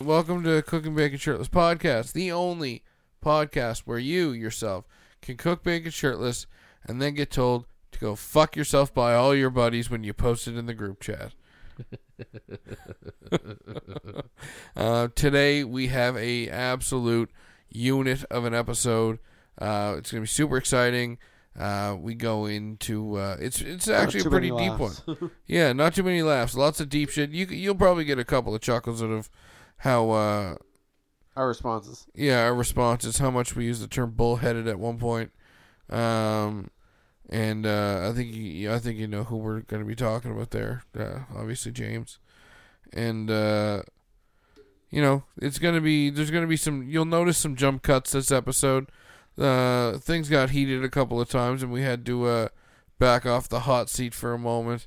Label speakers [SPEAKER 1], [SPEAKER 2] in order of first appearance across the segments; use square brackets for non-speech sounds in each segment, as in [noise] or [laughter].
[SPEAKER 1] Welcome to Cooking Bacon Shirtless Podcast, the only podcast where you yourself can cook bacon shirtless and then get told to go fuck yourself by all your buddies when you post it in the group
[SPEAKER 2] [laughs]
[SPEAKER 1] chat. uh, today we have a absolute unit of an episode. Uh, it's gonna be super exciting. Uh, we go into uh, it's it's actually a
[SPEAKER 2] too
[SPEAKER 1] pretty
[SPEAKER 2] many
[SPEAKER 1] deep one.
[SPEAKER 2] laughs. [laughs]
[SPEAKER 1] Yeah, not too many laughs. Lots of deep shit. You c- you'll probably get a couple of chuckles out of how uh
[SPEAKER 2] Our [laughs] responses.
[SPEAKER 1] yeah our response is how much we use the term bullheaded at one point. Um, and uh, I think you, I think you know who we're going to be talking about there. Uh, obviously James, and uh, you know it's going to be there's going to be some you'll notice some jump cuts this episode. Uh, things got heated a couple of times, and we had to uh, back off the hot seat for a moment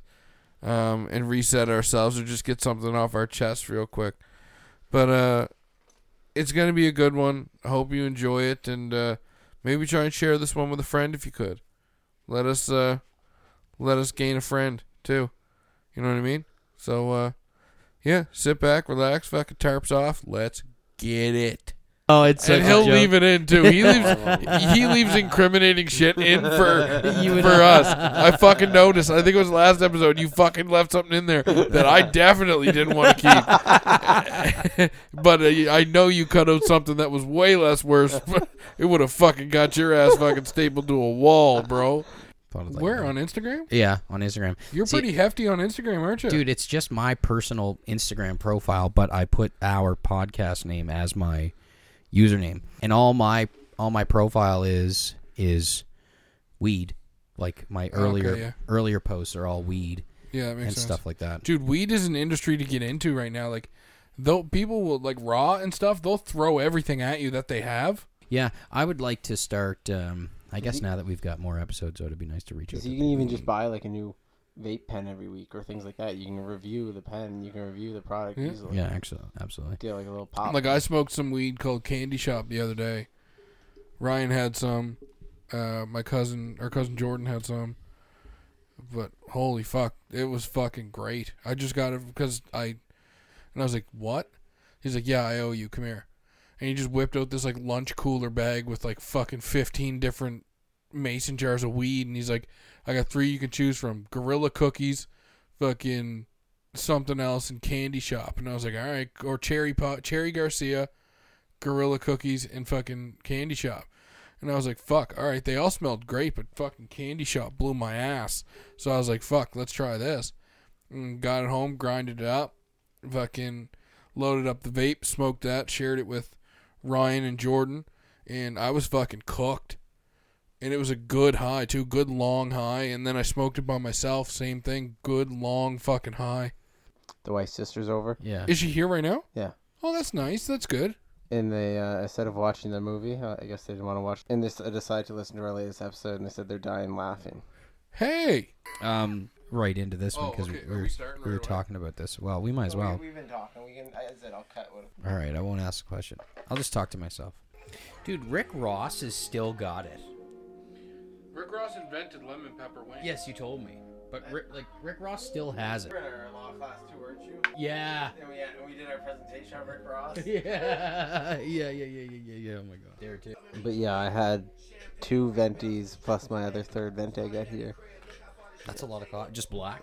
[SPEAKER 1] um, and reset ourselves, or just get something off our chest real quick. But uh, it's going to be a good one. I hope you enjoy it, and uh, maybe try and share this one with a friend if you could. Let us uh, let us gain a friend too. You know what I mean? So uh, yeah, sit back, relax, fucking tarps off. Let's get it.
[SPEAKER 3] Oh, it's such
[SPEAKER 1] and he'll
[SPEAKER 3] a joke.
[SPEAKER 1] leave it in too. He
[SPEAKER 3] [laughs]
[SPEAKER 4] Oh,
[SPEAKER 2] [laughs]
[SPEAKER 1] leaves he leaves incriminating shit in [laughs] for
[SPEAKER 3] You and
[SPEAKER 1] for us. I fucking noticed. I think it was last episode. You fucking left something in there that I definitely didn't want to keep. [laughs] but uh, I know you cut out something that was way less worse. [laughs] it would have fucking got your ass fucking stapled to a wall, bro.
[SPEAKER 4] Thought I'd like
[SPEAKER 1] Where
[SPEAKER 4] that.
[SPEAKER 1] on Instagram?
[SPEAKER 4] Yeah, on Instagram.
[SPEAKER 1] You're
[SPEAKER 4] See-
[SPEAKER 1] pretty hefty on Instagram, aren't you?
[SPEAKER 4] Dude, it's just my personal Instagram profile, but I put our podcast name as my username. And all my all my profile is is weed. Like my earlier
[SPEAKER 1] Oh, yeah.
[SPEAKER 4] earlier posts are all weed
[SPEAKER 1] yeah, that makes
[SPEAKER 4] and
[SPEAKER 1] sense.
[SPEAKER 4] stuff like that.
[SPEAKER 1] Dude, weed is an industry to get into right now. Like, though people will like raw and stuff. They'll throw everything at you that they have.
[SPEAKER 4] Yeah, I would like to start um I guess now that we've got more episodes, so it'd be nice to reach out.
[SPEAKER 2] So
[SPEAKER 4] to
[SPEAKER 2] you can even just buy like a new vape pen every week or things like that. You can review the pen. You can review the product
[SPEAKER 1] Yeah.
[SPEAKER 2] easily.
[SPEAKER 4] Yeah, actually, absolutely.
[SPEAKER 2] Do like a little pop.
[SPEAKER 1] Like I smoked some weed called Candy Shop the other day. Ryan had some. Uh, my cousin, our cousin Jordan, had some. But holy fuck, it was fucking great. I just got it because I, and I was like, "What?" He's like, "Yeah, I owe you. Come here." And he just whipped out this like lunch cooler bag with like fucking fifteen different mason jars of weed, and he's like, "I got three you can choose from: Gorilla Cookies, fucking something else in candy shop and i was like all right or cherry pot cherry garcia gorilla cookies and fucking candy shop and i was like fuck all right they all smelled great but fucking candy shop blew my ass so i was like fuck let's try this and got it home grinded it up fucking loaded up the vape smoked that shared it with ryan and jordan and i was fucking cooked and it was a good high too good long high and then i smoked it by myself same thing good long fucking high
[SPEAKER 2] the White Sisters over,
[SPEAKER 4] Yeah.
[SPEAKER 1] is she here right now?
[SPEAKER 2] Yeah.
[SPEAKER 1] Oh, that's nice. That's good.
[SPEAKER 2] and they uh, instead of watching the movie, uh, I guess they didn't want to watch. And they s- decided to listen to our latest episode, and they said they're dying laughing.
[SPEAKER 1] Hey.
[SPEAKER 4] Um right into this one
[SPEAKER 1] Oh,
[SPEAKER 4] because
[SPEAKER 1] okay. Are
[SPEAKER 4] we,
[SPEAKER 1] we
[SPEAKER 4] were
[SPEAKER 1] starting
[SPEAKER 4] we were
[SPEAKER 1] right away?
[SPEAKER 4] talking about this. Well, we might as well.
[SPEAKER 2] We've been talking. We can. I said I'll cut with.
[SPEAKER 4] All right, I won't ask a question. I'll just talk to myself. Dude, Rick Ross has still got it.
[SPEAKER 1] Rick Ross invented lemon pepper wings.
[SPEAKER 4] Yes, you told me. But Rick, like Rick Ross still has it.
[SPEAKER 2] in our law class too, weren't you?
[SPEAKER 4] Yeah. [laughs]
[SPEAKER 2] And we, had, we did our presentation on Rick Ross.
[SPEAKER 4] Yeah. Yeah, yeah, yeah, yeah, yeah, yeah. Oh my god. There too.
[SPEAKER 2] But yeah, I had two ventis plus my other third venti I got here.
[SPEAKER 4] That's a lot of coffee. Just black.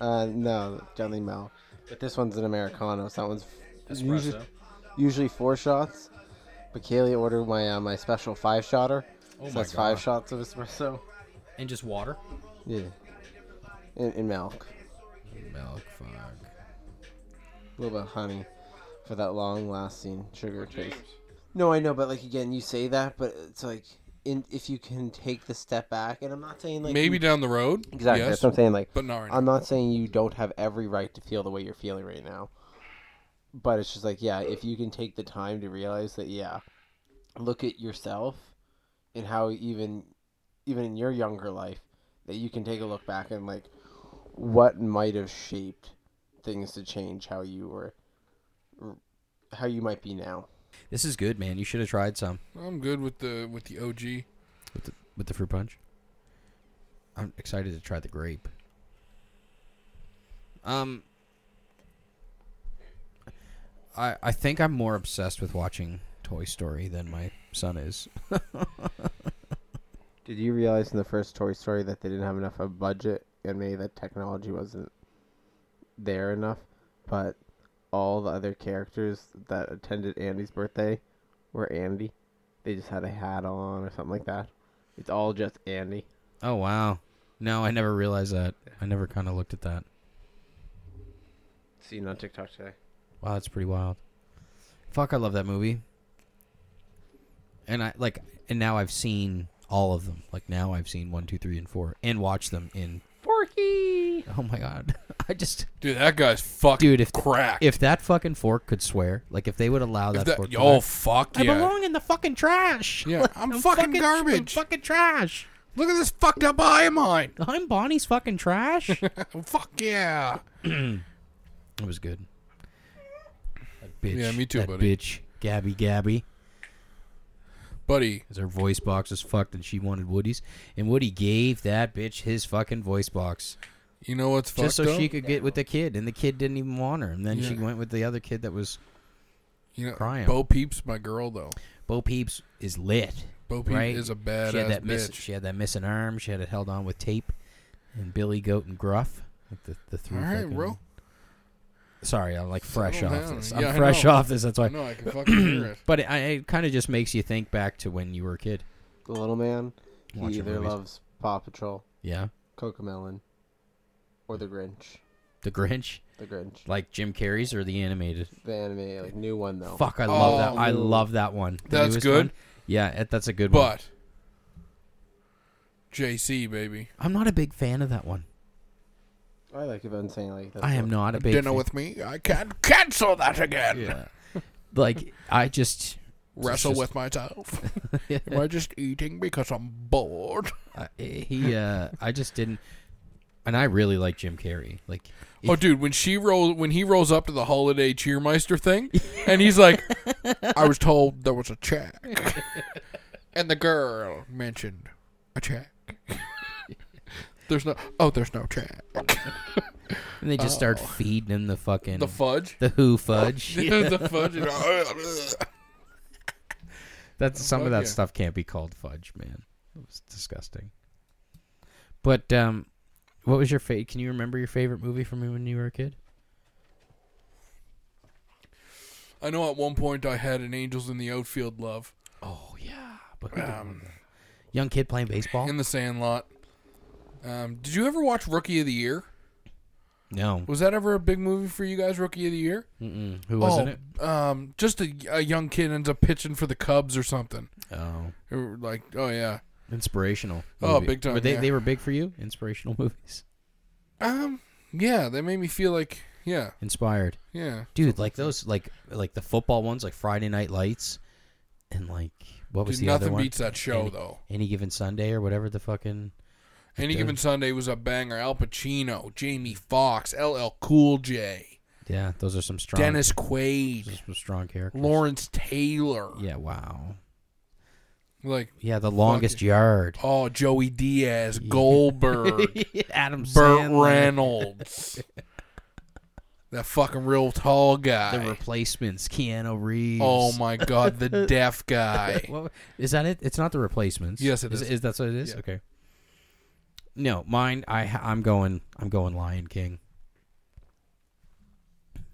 [SPEAKER 2] Uh, no, Dudley Mel. But this one's an Americano, so that one's f- usually,
[SPEAKER 4] Espresso.
[SPEAKER 2] usually four shots. But Kaylee ordered my uh, my special five shotter.
[SPEAKER 4] Oh
[SPEAKER 2] so
[SPEAKER 4] my
[SPEAKER 2] that's five
[SPEAKER 4] God.
[SPEAKER 2] shots of espresso.
[SPEAKER 4] And just water.
[SPEAKER 2] Yeah. And, and milk.
[SPEAKER 4] Milk fuck.
[SPEAKER 2] A little bit of honey for that long lasting sugar taste. No, I know, but like again, you say that, but it's like in, if you can take the step back, and I'm not saying like
[SPEAKER 1] Maybe
[SPEAKER 2] you-
[SPEAKER 1] down the road.
[SPEAKER 2] exactly.
[SPEAKER 1] Yes,
[SPEAKER 2] That's what I'm saying. Like
[SPEAKER 1] but not right now.
[SPEAKER 2] I'm not saying you don't have every right to feel the way you're feeling right now. But it's just like, yeah, if you can take the time to realize that, yeah, look at yourself and how even even in your younger life that you can take a look back and like what might have shaped things to change how you were how you might be now.
[SPEAKER 4] This is good, man. You should have tried some
[SPEAKER 1] I'm good with the with the OG.
[SPEAKER 4] with the with the fruit punch. I'm excited to try the grape. Um I, I think I'm more obsessed with watching Toy Story than my son is.
[SPEAKER 2] Did you realize in the first Toy Story that they didn't have enough of a budget and maybe that technology wasn't there enough? But all the other characters that attended Andy's birthday were Andy. They just had a hat on or something like that. It's all just Andy.
[SPEAKER 4] Oh wow. No, I never realized that. I never kind of looked at that.
[SPEAKER 2] Seen on TikTok today.
[SPEAKER 4] Wow, that's pretty wild. Fuck, I love that movie. And I like, and now I've seen all of them. Like now I've seen one, two, three, and four, and watched them in. [laughs]
[SPEAKER 2] Forky!
[SPEAKER 4] Oh my god, [laughs] I just
[SPEAKER 1] Dude, that guy's fucking
[SPEAKER 4] Dude, if-
[SPEAKER 1] cracked.
[SPEAKER 4] if that fucking fork could swear, like if they would allow that,
[SPEAKER 1] If that-
[SPEAKER 4] fork, to
[SPEAKER 1] oh
[SPEAKER 4] swear,
[SPEAKER 1] fuck
[SPEAKER 4] I
[SPEAKER 1] yeah!
[SPEAKER 4] belong in the fucking trash. [laughs]
[SPEAKER 1] Yeah, I'm fucking garbage.
[SPEAKER 4] I'm fucking trash.
[SPEAKER 1] Look at this fucked up eye of mine. [laughs]
[SPEAKER 4] I'm Bonnie's fucking trash. it
[SPEAKER 1] Fuck yeah!
[SPEAKER 4] was good. That bitch.
[SPEAKER 1] Yeah, me too,
[SPEAKER 4] that
[SPEAKER 1] buddy.
[SPEAKER 4] Bitch, Gabby, Gabby.
[SPEAKER 1] Buddy,
[SPEAKER 4] Because her voice box was fucked and she wanted Woody's. And Woody gave that bitch his fucking voice box.
[SPEAKER 1] you know what's fucked
[SPEAKER 4] just so
[SPEAKER 1] up?
[SPEAKER 4] she could get with the kid. And the kid didn't even want her. And then she
[SPEAKER 1] Yeah.
[SPEAKER 4] went with the other kid that was.
[SPEAKER 1] you know,
[SPEAKER 4] crying.
[SPEAKER 1] Bo Peep's my girl though.
[SPEAKER 4] Bo Peeps is lit.
[SPEAKER 1] Bo Peep
[SPEAKER 4] right?
[SPEAKER 1] is a
[SPEAKER 4] she
[SPEAKER 1] badass
[SPEAKER 4] had that
[SPEAKER 1] bitch.
[SPEAKER 4] miss- she had that missing arm. She had it held on with tape. And Billy Goat and Gruff. Like the, the
[SPEAKER 1] All
[SPEAKER 4] three
[SPEAKER 1] right,
[SPEAKER 4] fucking-
[SPEAKER 1] bro.
[SPEAKER 4] Sorry, I'm like fresh
[SPEAKER 1] Settle
[SPEAKER 4] off
[SPEAKER 1] down.
[SPEAKER 4] this.
[SPEAKER 1] Yeah,
[SPEAKER 4] I'm
[SPEAKER 1] I
[SPEAKER 4] fresh
[SPEAKER 1] know.
[SPEAKER 4] off this. That's why.
[SPEAKER 1] No, I can fucking hear it.
[SPEAKER 4] But it, I, it kind of just makes you think back to when you were a kid.
[SPEAKER 2] The little man,
[SPEAKER 4] Watching
[SPEAKER 2] he either
[SPEAKER 4] movies.
[SPEAKER 2] loves Paw Patrol,
[SPEAKER 4] Yeah.
[SPEAKER 2] Cocomelon, or The Grinch.
[SPEAKER 4] The Grinch.
[SPEAKER 2] The Grinch.
[SPEAKER 4] Like Jim Carrey's or the animated?
[SPEAKER 2] The anime, like, new one, though.
[SPEAKER 4] Fuck, I love that.
[SPEAKER 1] Oh,
[SPEAKER 4] I
[SPEAKER 2] no.
[SPEAKER 4] love that one. The
[SPEAKER 1] That's
[SPEAKER 4] newest
[SPEAKER 1] good.
[SPEAKER 4] one. Yeah, it- that's a [clears throat] good one.
[SPEAKER 1] But JC baby,
[SPEAKER 4] I'm not a big fan of that one.
[SPEAKER 2] I like if I'm saying like that.
[SPEAKER 4] I am not a big
[SPEAKER 1] dinner
[SPEAKER 4] fan.
[SPEAKER 1] with me. I can cancel that again.
[SPEAKER 4] [laughs]
[SPEAKER 1] [laughs]
[SPEAKER 4] yeah. like I just
[SPEAKER 1] Wrestle
[SPEAKER 4] It's just-
[SPEAKER 1] with
[SPEAKER 4] [laughs]
[SPEAKER 1] myself. [laughs] Am I just eating because I'm bored?
[SPEAKER 4] I, he uh I just didn't and I really like Jim Carrey. Like if-
[SPEAKER 1] Oh, dude, when she rolls, when he rolls up to the holiday cheermeister
[SPEAKER 4] [laughs]
[SPEAKER 1] thing, and he's like, "I was told there was a
[SPEAKER 4] [laughs]
[SPEAKER 1] check," and the girl mentioned a check. [laughs] there's no, oh, there's no check.
[SPEAKER 4] and they just start feeding him the fucking
[SPEAKER 1] Oh. The
[SPEAKER 4] the, [laughs]
[SPEAKER 1] fudge, [laughs]
[SPEAKER 4] who fudge.
[SPEAKER 1] the fudge. is-
[SPEAKER 4] [laughs]
[SPEAKER 1] [laughs]
[SPEAKER 4] That's some
[SPEAKER 1] fuck
[SPEAKER 4] of that
[SPEAKER 1] yeah.
[SPEAKER 4] stuff can't be called fudge, man. It was disgusting. But um what was your favorite? Can you remember your favorite movie from when you were a kid?
[SPEAKER 1] I know at one point I had an Angels in the Outfield love
[SPEAKER 4] Oh yeah, but who
[SPEAKER 1] Um,
[SPEAKER 4] didn't love that? young kid playing baseball.
[SPEAKER 1] in the Sandlot. Um, did you ever watch Rookie of the Year?
[SPEAKER 4] No,
[SPEAKER 1] Was that ever a big movie for you guys, Rookie of the Year?
[SPEAKER 4] Mm-mm. who wasn't it?
[SPEAKER 1] oh, Um, just a, a young kid ends up pitching for the Cubs or something.
[SPEAKER 4] Oh,
[SPEAKER 1] Or Like, oh yeah.
[SPEAKER 4] inspirational.
[SPEAKER 1] Oh,
[SPEAKER 4] movie.
[SPEAKER 1] big time,
[SPEAKER 4] Were they
[SPEAKER 1] yeah.
[SPEAKER 4] they were big for you? Inspirational [laughs] movies,
[SPEAKER 1] Um, yeah, they made me feel like, yeah,
[SPEAKER 4] inspired,
[SPEAKER 1] yeah.
[SPEAKER 4] dude. Like those, like like the football ones, like Friday Night Lights, and like what was
[SPEAKER 1] Dude,
[SPEAKER 4] the other
[SPEAKER 1] nothing
[SPEAKER 4] one?
[SPEAKER 1] beats that show
[SPEAKER 4] Any-
[SPEAKER 1] though.
[SPEAKER 4] Any given Sunday or whatever the fucking.
[SPEAKER 1] Any
[SPEAKER 4] does.
[SPEAKER 1] given Sunday was a banger. Al Pacino, Jamie Foxx, LL Cool J,
[SPEAKER 4] Yeah, those are some strong.
[SPEAKER 1] Dennis
[SPEAKER 4] those
[SPEAKER 1] Quaid,
[SPEAKER 4] are some strong characters.
[SPEAKER 1] Lawrence Taylor.
[SPEAKER 4] Yeah, wow.
[SPEAKER 1] Like,
[SPEAKER 4] Yeah, the longest yard.
[SPEAKER 1] oh, Joey Diaz,
[SPEAKER 4] [laughs]
[SPEAKER 1] Goldberg,
[SPEAKER 4] Adam
[SPEAKER 1] Burt
[SPEAKER 4] Sandler.
[SPEAKER 1] Reynolds. [laughs] that fucking real tall guy.
[SPEAKER 4] The replacements. Keanu Reeves.
[SPEAKER 1] Oh my god, the
[SPEAKER 4] [laughs]
[SPEAKER 1] deaf guy.
[SPEAKER 4] Well, is that it? It's not the replacements.
[SPEAKER 1] Yes, it
[SPEAKER 4] is.
[SPEAKER 1] is.
[SPEAKER 4] Is that what it is?
[SPEAKER 1] Yeah.
[SPEAKER 4] Okay. No, mine. I ha- I'm going. I'm going Lion King,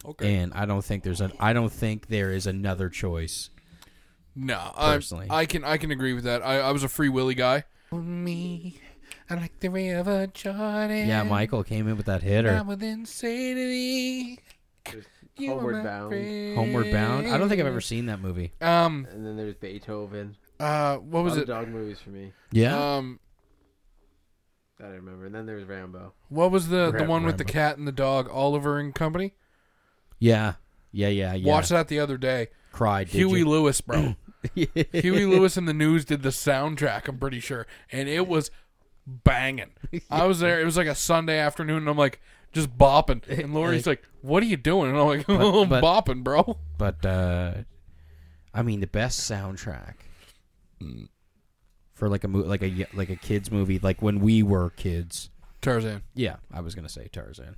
[SPEAKER 1] Okay.
[SPEAKER 4] and I don't think there's an. I don't think there is another choice.
[SPEAKER 1] no, I'm,
[SPEAKER 4] Personally.
[SPEAKER 1] I can I can agree with that. I, I was a free Willy guy. Oh, Me, I like the river Jordan.
[SPEAKER 4] Yeah, Michael came in with that
[SPEAKER 1] I
[SPEAKER 4] hitter,
[SPEAKER 1] would then say to thee,
[SPEAKER 2] There's
[SPEAKER 1] you are
[SPEAKER 2] Homeward
[SPEAKER 1] my
[SPEAKER 2] Bound.
[SPEAKER 1] friend.
[SPEAKER 4] Homeward Bound. I don't think I've ever seen that movie.
[SPEAKER 1] Um.
[SPEAKER 2] And then there's Beethoven.
[SPEAKER 1] Uh. What was
[SPEAKER 2] Other
[SPEAKER 1] it?
[SPEAKER 2] dog movies for me
[SPEAKER 4] Yeah,
[SPEAKER 1] Um.
[SPEAKER 2] that I remember. And then there's Rambo.
[SPEAKER 1] What was the the
[SPEAKER 4] Ram-
[SPEAKER 1] one with the
[SPEAKER 4] Rambo.
[SPEAKER 1] cat and the dog, Oliver and Company?
[SPEAKER 4] yeah, yeah, yeah, yeah.
[SPEAKER 1] Watched that the other day.
[SPEAKER 4] Cried. Did
[SPEAKER 1] Huey
[SPEAKER 4] you?
[SPEAKER 1] Lewis,
[SPEAKER 4] [clears throat]
[SPEAKER 1] bro. Huey Lewis and the News did the soundtrack, I'm pretty sure, and it was banging. I was there. It was like a Sunday afternoon, and I'm like just bopping, and Lori's like, "What are you doing?" And I'm like, [laughs] "I'm
[SPEAKER 4] but-
[SPEAKER 1] bopping, bro."
[SPEAKER 4] [laughs] but uh, I mean, the best soundtrack for like a mo- like a y- like a kids movie, like when we were kids.
[SPEAKER 1] Tarzan.
[SPEAKER 4] Yeah, I was gonna say Tarzan.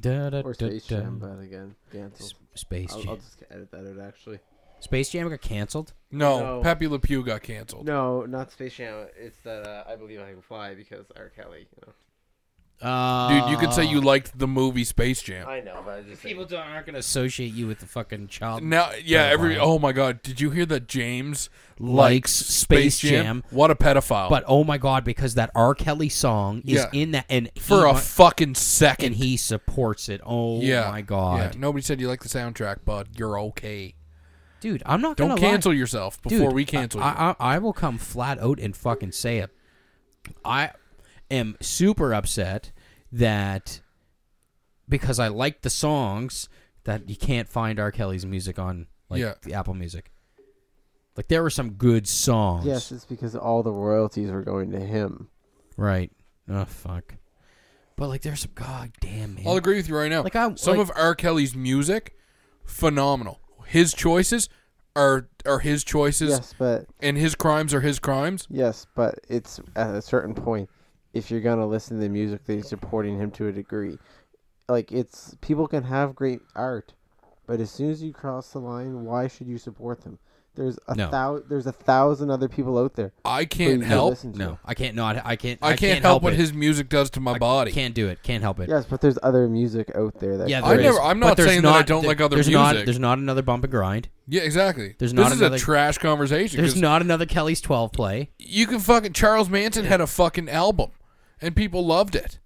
[SPEAKER 4] Da, da,
[SPEAKER 2] Or
[SPEAKER 4] da,
[SPEAKER 2] Space
[SPEAKER 4] da.
[SPEAKER 2] Jam, but again, canceled.
[SPEAKER 4] Space
[SPEAKER 2] I'll, I'll
[SPEAKER 4] Jam.
[SPEAKER 2] just edit that out actually.
[SPEAKER 4] Space Jam got canceled.
[SPEAKER 1] No,
[SPEAKER 2] No.
[SPEAKER 1] Pappy Le Pew got canceled.
[SPEAKER 2] No, not Space Jam. It's that uh, I believe I can fly because R. Kelly. You
[SPEAKER 4] Uh,
[SPEAKER 1] Dude, you could say you liked the movie Space Jam.
[SPEAKER 2] know. I know, but I just
[SPEAKER 4] people don't, aren't going to associate you with the fucking child.
[SPEAKER 1] Now, yeah, every
[SPEAKER 4] Pedophile.
[SPEAKER 1] oh my god, did you hear that James
[SPEAKER 4] Likes Space Jam.
[SPEAKER 1] What a pedophile!
[SPEAKER 4] But oh my god, because that R. Kelly song is
[SPEAKER 1] Yeah.
[SPEAKER 4] in that and he
[SPEAKER 1] for a
[SPEAKER 4] wa-
[SPEAKER 1] fucking second,
[SPEAKER 4] and he supports it. Oh
[SPEAKER 1] yeah,
[SPEAKER 4] my
[SPEAKER 1] yeah.
[SPEAKER 4] god,
[SPEAKER 1] Nobody said you like the soundtrack, but you're okay.
[SPEAKER 4] dude, I'm not
[SPEAKER 1] Don't
[SPEAKER 4] gonna lie.
[SPEAKER 1] cancel yourself before
[SPEAKER 4] Dude,
[SPEAKER 1] we cancel. you.
[SPEAKER 4] I, I, I will come flat out and fucking say it. I am super upset that because I like the songs that you can't find R. Kelly's music on like
[SPEAKER 1] Yeah.
[SPEAKER 4] the Apple Music. Like there were some good songs.
[SPEAKER 2] Yes, it's because all the royalties were going to him.
[SPEAKER 4] Right. Oh fuck. But like there's some god damn man.
[SPEAKER 1] I'll agree with you right now.
[SPEAKER 4] Like, I-
[SPEAKER 1] some
[SPEAKER 4] like-
[SPEAKER 1] of R. Kelly's music, phenomenal. His choices are are his choices,
[SPEAKER 2] Yes, but
[SPEAKER 1] and his crimes are his crimes.
[SPEAKER 2] yes, but it's at a certain point. If you're gonna listen to the music, they're supporting him to a degree. Like it's people can have great art, but as soon as you cross the line, why should you support them? There's a
[SPEAKER 4] No.
[SPEAKER 2] thou- There's a thousand other people out there.
[SPEAKER 1] I
[SPEAKER 2] who
[SPEAKER 1] can't
[SPEAKER 2] you
[SPEAKER 1] help.
[SPEAKER 2] listen to.
[SPEAKER 4] No, I can't not I can't
[SPEAKER 1] I can't, help, what
[SPEAKER 4] it.
[SPEAKER 1] his music does to my body.
[SPEAKER 4] Can't do it. Can't help it.
[SPEAKER 2] Yes, but there's other music out there that.
[SPEAKER 4] Yeah,
[SPEAKER 1] I
[SPEAKER 4] there is.
[SPEAKER 1] never- I'm
[SPEAKER 4] But
[SPEAKER 1] not
[SPEAKER 4] there's
[SPEAKER 1] saying that I don't
[SPEAKER 4] there-
[SPEAKER 1] like other
[SPEAKER 4] there's not-
[SPEAKER 1] music.
[SPEAKER 4] there's not another bump and grind.
[SPEAKER 1] Yeah, exactly. this
[SPEAKER 4] There's not
[SPEAKER 1] is
[SPEAKER 4] another-
[SPEAKER 1] a trash conversation.
[SPEAKER 4] There's
[SPEAKER 1] 'cause
[SPEAKER 4] not another Kelly's 12 play.
[SPEAKER 1] you can fucking Charles Manson had a fucking album, and people loved it.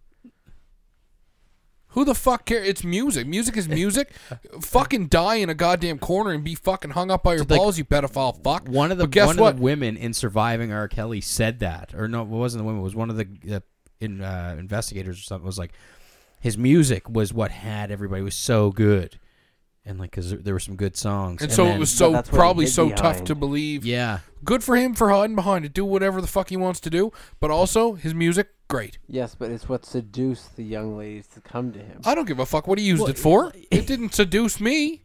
[SPEAKER 1] Who the fuck care? It's music. Music is
[SPEAKER 4] [laughs]
[SPEAKER 1] music. fucking die in a goddamn corner and be fucking hung up by your
[SPEAKER 4] like,
[SPEAKER 1] balls, you pedophile fuck.
[SPEAKER 4] One of the
[SPEAKER 1] But guess
[SPEAKER 4] one
[SPEAKER 1] what?
[SPEAKER 4] of the women in surviving R. Kelly said that, or no, it wasn't the women. It was one of the uh, in, uh, investigators or something. Was like his music was what had everybody was so good, and like because there were some good songs.
[SPEAKER 1] and, so
[SPEAKER 4] then-
[SPEAKER 1] it was so
[SPEAKER 2] that's what he
[SPEAKER 1] probably
[SPEAKER 2] hid
[SPEAKER 1] so tough
[SPEAKER 2] behind.
[SPEAKER 1] to believe.
[SPEAKER 4] yeah.
[SPEAKER 1] Good for him for hiding behind it. Do whatever the fuck he wants to do, but also his music, great.
[SPEAKER 2] Yes, but it's what seduced the young ladies to come to him.
[SPEAKER 1] I don't give a fuck what he used
[SPEAKER 4] Well,
[SPEAKER 1] it
[SPEAKER 4] [laughs]
[SPEAKER 1] for. It didn't seduce me.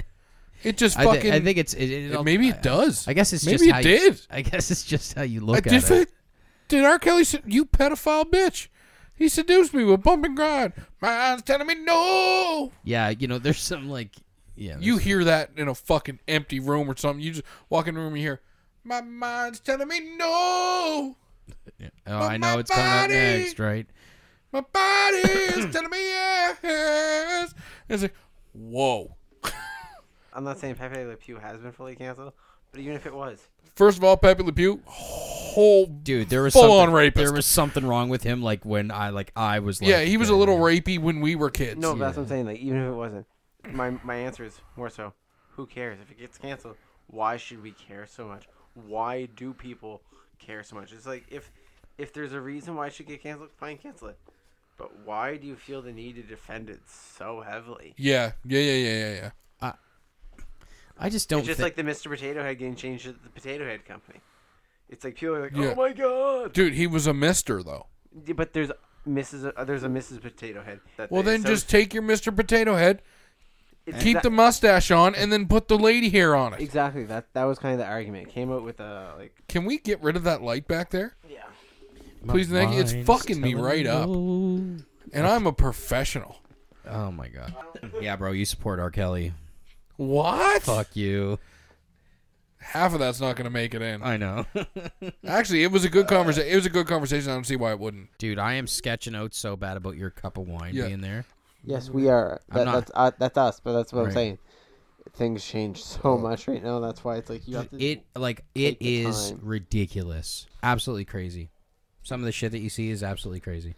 [SPEAKER 1] It just
[SPEAKER 4] I, thi-
[SPEAKER 1] fucking.
[SPEAKER 4] I think it's it, it, all-
[SPEAKER 1] maybe
[SPEAKER 4] I-
[SPEAKER 1] it does.
[SPEAKER 4] I guess it's
[SPEAKER 1] maybe
[SPEAKER 4] just
[SPEAKER 1] it
[SPEAKER 4] how you-
[SPEAKER 1] did.
[SPEAKER 4] I guess it's just how you look
[SPEAKER 1] I
[SPEAKER 4] at
[SPEAKER 1] did,
[SPEAKER 4] it.
[SPEAKER 1] it. did R. Kelly sed- you pedophile bitch? He seduced me with bump and grind. My eyes telling me no.
[SPEAKER 4] Yeah, you know, there's some like yeah.
[SPEAKER 1] You
[SPEAKER 4] there's-
[SPEAKER 1] hear that in a fucking empty room or something. You just walk in the room and you hear, my mind's telling me no.
[SPEAKER 4] oh,
[SPEAKER 1] my
[SPEAKER 4] I know it's coming up
[SPEAKER 1] body-
[SPEAKER 4] next, right?
[SPEAKER 1] My body
[SPEAKER 4] [laughs]
[SPEAKER 1] is telling me yes. It's like, whoa.
[SPEAKER 2] I'm not saying Pepe Le Pew has been fully canceled, but even if it was,
[SPEAKER 1] First of all, Pepe Le Pew, whole
[SPEAKER 4] Dude, there was
[SPEAKER 1] full
[SPEAKER 4] something,
[SPEAKER 1] on rapist.
[SPEAKER 4] There was something wrong with him. Like when I like I was like
[SPEAKER 1] yeah, he was a little rapey when we were kids.
[SPEAKER 2] no, but that's what I'm saying. Like even if it wasn't, my my answer is more so, who cares if it gets canceled? Why should we care so much? Why do people care so much? It's like if if there's a reason why it should get canceled, fine, cancel it. But why do you feel the need to defend it so heavily?
[SPEAKER 1] Yeah, yeah, yeah, yeah, yeah, yeah.
[SPEAKER 4] I just don't.
[SPEAKER 2] It's just
[SPEAKER 4] thi-
[SPEAKER 2] like the Mr. Potato Head getting changed to the Potato Head Company. It's like people are like,
[SPEAKER 1] Yeah.
[SPEAKER 2] oh my god.
[SPEAKER 1] Dude, he was a mister though.
[SPEAKER 2] Yeah, but there's Mrs. Uh, there's a Mrs. Potato Head. That
[SPEAKER 1] Well,
[SPEAKER 2] they-
[SPEAKER 1] then
[SPEAKER 2] so
[SPEAKER 1] just take your Mr. Potato Head,
[SPEAKER 2] it's
[SPEAKER 1] keep
[SPEAKER 2] that-
[SPEAKER 1] the mustache on, and then put the lady hair on it.
[SPEAKER 2] exactly that. That was kind of the argument. It came out with a like
[SPEAKER 1] Can we get rid of that light back there?
[SPEAKER 2] yeah.
[SPEAKER 1] Please, thank you. It's
[SPEAKER 4] Mine's
[SPEAKER 1] fucking me
[SPEAKER 4] telling
[SPEAKER 1] right up.
[SPEAKER 4] no.
[SPEAKER 1] And I'm a professional.
[SPEAKER 4] Oh my god. Yeah, bro, you support R. Kelly.
[SPEAKER 1] What?
[SPEAKER 4] Fuck you.
[SPEAKER 1] Half of that's not going to make it in.
[SPEAKER 4] I Uh, know, [laughs]
[SPEAKER 1] Actually, it was a good conversation. It was a good conversation. I don't see why it wouldn't.
[SPEAKER 4] dude. I am sketching out so bad about your cup of wine
[SPEAKER 1] Yeah.
[SPEAKER 4] being there.
[SPEAKER 2] Yes, we are.
[SPEAKER 4] I'm
[SPEAKER 2] That,
[SPEAKER 4] not-
[SPEAKER 2] that's uh, that's us, but that's what
[SPEAKER 4] Right.
[SPEAKER 2] I'm saying. Things change so much right now. That's why it's like you have to.
[SPEAKER 4] It like it
[SPEAKER 2] Take the
[SPEAKER 4] is
[SPEAKER 2] time.
[SPEAKER 4] ridiculous. Absolutely crazy. Some of the shit that you see is absolutely crazy.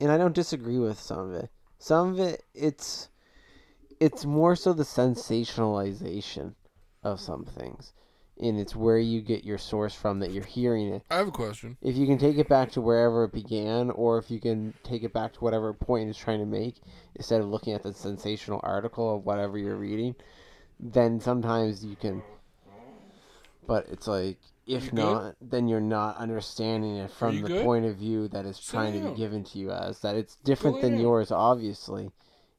[SPEAKER 2] and I don't disagree with some of it. Some of it, it's it's more so the sensationalization of some things, and it's where you get your source from that you're hearing it.
[SPEAKER 1] I have a question.
[SPEAKER 2] if you can take it back to wherever it began, or if you can take it back to whatever point it's trying to make, instead of looking at the sensational article of whatever you're reading, then sometimes you can. But it's like, if
[SPEAKER 1] You good?
[SPEAKER 2] not, then you're not understanding it
[SPEAKER 1] you
[SPEAKER 2] from the
[SPEAKER 1] good?
[SPEAKER 2] point of view that it's
[SPEAKER 1] Sit
[SPEAKER 2] trying to
[SPEAKER 1] down.
[SPEAKER 2] be given to you as. That it's different
[SPEAKER 1] lay
[SPEAKER 2] than
[SPEAKER 1] down.
[SPEAKER 2] yours, obviously.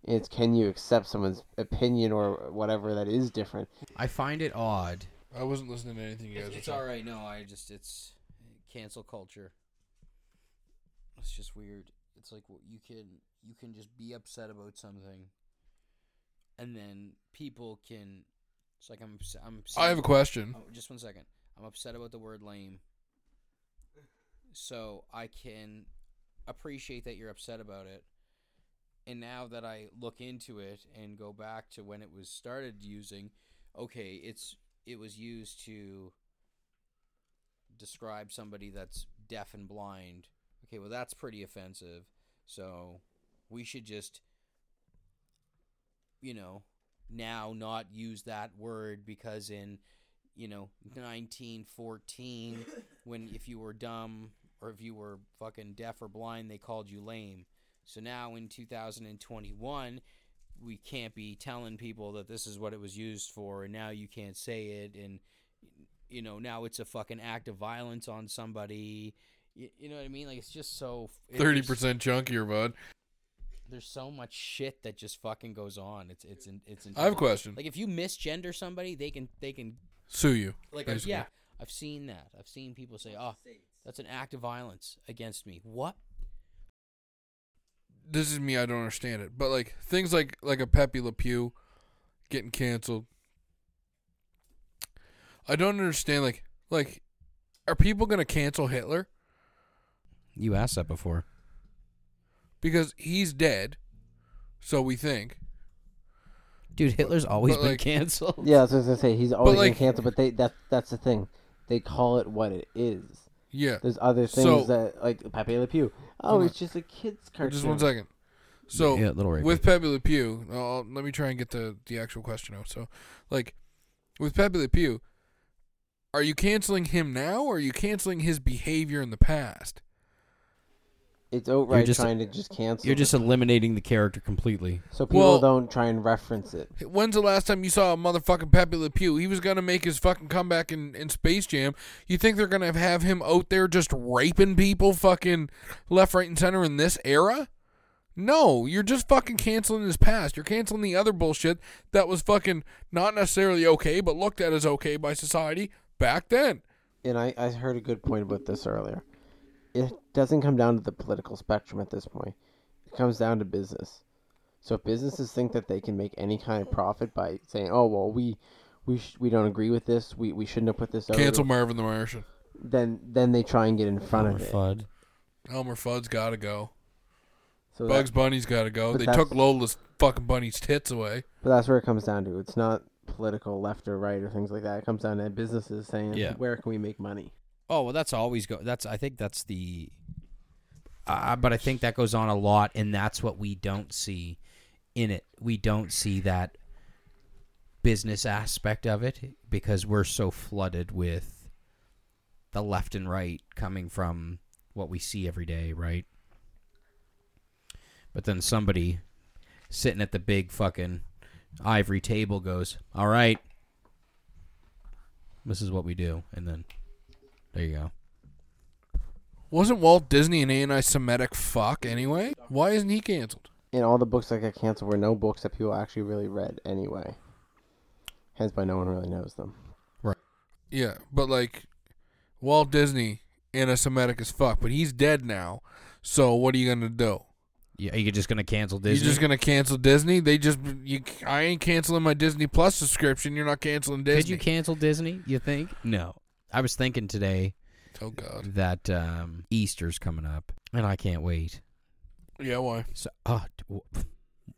[SPEAKER 2] It's can you accept someone's opinion or whatever that is different?
[SPEAKER 4] I find it odd.
[SPEAKER 1] I wasn't listening to anything you guys were saying.
[SPEAKER 4] right. No, I just it's cancel culture. It's just weird. It's like you can you can just be upset about something, and then people can. It's like I'm. ups- I'm.
[SPEAKER 1] I have a question.
[SPEAKER 4] Oh, just one second. I'm upset about the word lame. So I can appreciate that you're upset about it. And now that I look into it and go back to when it was started using, okay, it's it was used to describe somebody that's deaf and blind. Okay, well that's pretty offensive. So we should just you know, now not use that word because in you know 1914 when if you were dumb or if you were fucking deaf or blind they called you lame so now in 2021 we can't be telling people that this is what it was used for and now you can't say it and you know now it's a fucking act of violence on somebody you, you know what i mean like it's just so it-
[SPEAKER 1] Thirty percent chunkier, bud.
[SPEAKER 4] there's so much shit that just fucking goes on it's it's it's, it's
[SPEAKER 1] I have a question.
[SPEAKER 4] like if you misgender somebody they can they can
[SPEAKER 1] Sue you.
[SPEAKER 4] like
[SPEAKER 1] basically.
[SPEAKER 4] yeah, I've seen that. I've seen people say, "Oh, that's an act of violence against me." What?
[SPEAKER 1] this is me. I don't understand it, but like things like like a Pepe Le Pew getting canceled. I don't understand. Like like, are people gonna cancel Hitler
[SPEAKER 4] You asked that before.
[SPEAKER 1] because he's dead? So we think.
[SPEAKER 4] Dude, Hitler's always
[SPEAKER 1] but,
[SPEAKER 4] been
[SPEAKER 1] like-
[SPEAKER 4] canceled.
[SPEAKER 2] Yeah, that's what I was gonna say. He's always
[SPEAKER 1] like-
[SPEAKER 2] gonna cancel, but they that that's the thing. They call it what it is.
[SPEAKER 1] Yeah.
[SPEAKER 2] There's other things
[SPEAKER 1] So-
[SPEAKER 2] that like Pepe Le Pew. Oh, it's just a kids cartoon.
[SPEAKER 1] Just one second. So
[SPEAKER 4] Yeah, Little Ray
[SPEAKER 1] with Pepe Le Pew, I'll, let me try and get the the actual question out. So, like with Pepe Le Pew, are you canceling him now, or are you canceling his behavior in the past?
[SPEAKER 2] It's outright
[SPEAKER 4] just-
[SPEAKER 2] trying to just cancel.
[SPEAKER 4] You're just
[SPEAKER 2] it.
[SPEAKER 4] eliminating the character completely.
[SPEAKER 2] so people
[SPEAKER 1] Well-
[SPEAKER 2] don't try and reference it.
[SPEAKER 1] When's the last time you saw a motherfucking Pepe Le Pew? He was gonna make his fucking comeback in, in Space Jam. You think they're gonna have him out there just raping people, fucking left, right, and center in this era? No, you're just fucking canceling his past. You're canceling the other bullshit that was fucking not necessarily okay, but looked at as okay by society back then.
[SPEAKER 2] And I, I heard a good point about this earlier. It doesn't come down to the political spectrum at this point. It comes down to business. So if businesses think that they can make any kind of profit by saying, "Oh well, we we sh- we don't agree with this. We we shouldn't have put this out,"
[SPEAKER 1] Cancel Marvin the Martian.
[SPEAKER 2] then then they try and get in front of it.
[SPEAKER 4] Fudd.
[SPEAKER 1] Elmer Fudd's gotta go.
[SPEAKER 2] So that-
[SPEAKER 1] Bugs Bunny's gotta go.
[SPEAKER 2] But
[SPEAKER 1] They
[SPEAKER 2] that's-
[SPEAKER 1] took Lola's fucking bunny's tits away.
[SPEAKER 2] But that's where it comes down to. It's not political left or right or things like that. It comes down to businesses saying,
[SPEAKER 4] Yeah.
[SPEAKER 2] where can we make money?
[SPEAKER 4] Oh well, that's always go. That's I think that's the. Uh, but I think that goes on a lot, and that's what we don't see in it. We don't see that business aspect of it because we're so flooded with the left and right coming from what we see every day, right? But then somebody sitting at the big fucking ivory table goes, "All right, this is what we do," and then there you go.
[SPEAKER 1] Wasn't Walt Disney an anti Semitic fuck anyway? Why isn't he canceled?
[SPEAKER 2] And all the books that got canceled were no books that people actually really read anyway. Hence why no one really knows them.
[SPEAKER 1] Yeah, but like Walt Disney anti Semitic as fuck, but he's dead now. So what are you gonna do?
[SPEAKER 4] Yeah, are you just gonna cancel Disney?
[SPEAKER 1] You're just gonna cancel Disney? They just you, I ain't canceling my Disney Plus subscription. You're not canceling
[SPEAKER 4] Could
[SPEAKER 1] Disney.
[SPEAKER 4] you cancel Disney? You think? No. I was thinking today
[SPEAKER 1] oh god.
[SPEAKER 4] that um, Easter's coming up, and I can't wait.
[SPEAKER 1] Yeah, why?
[SPEAKER 4] So, oh, d- [laughs] wh-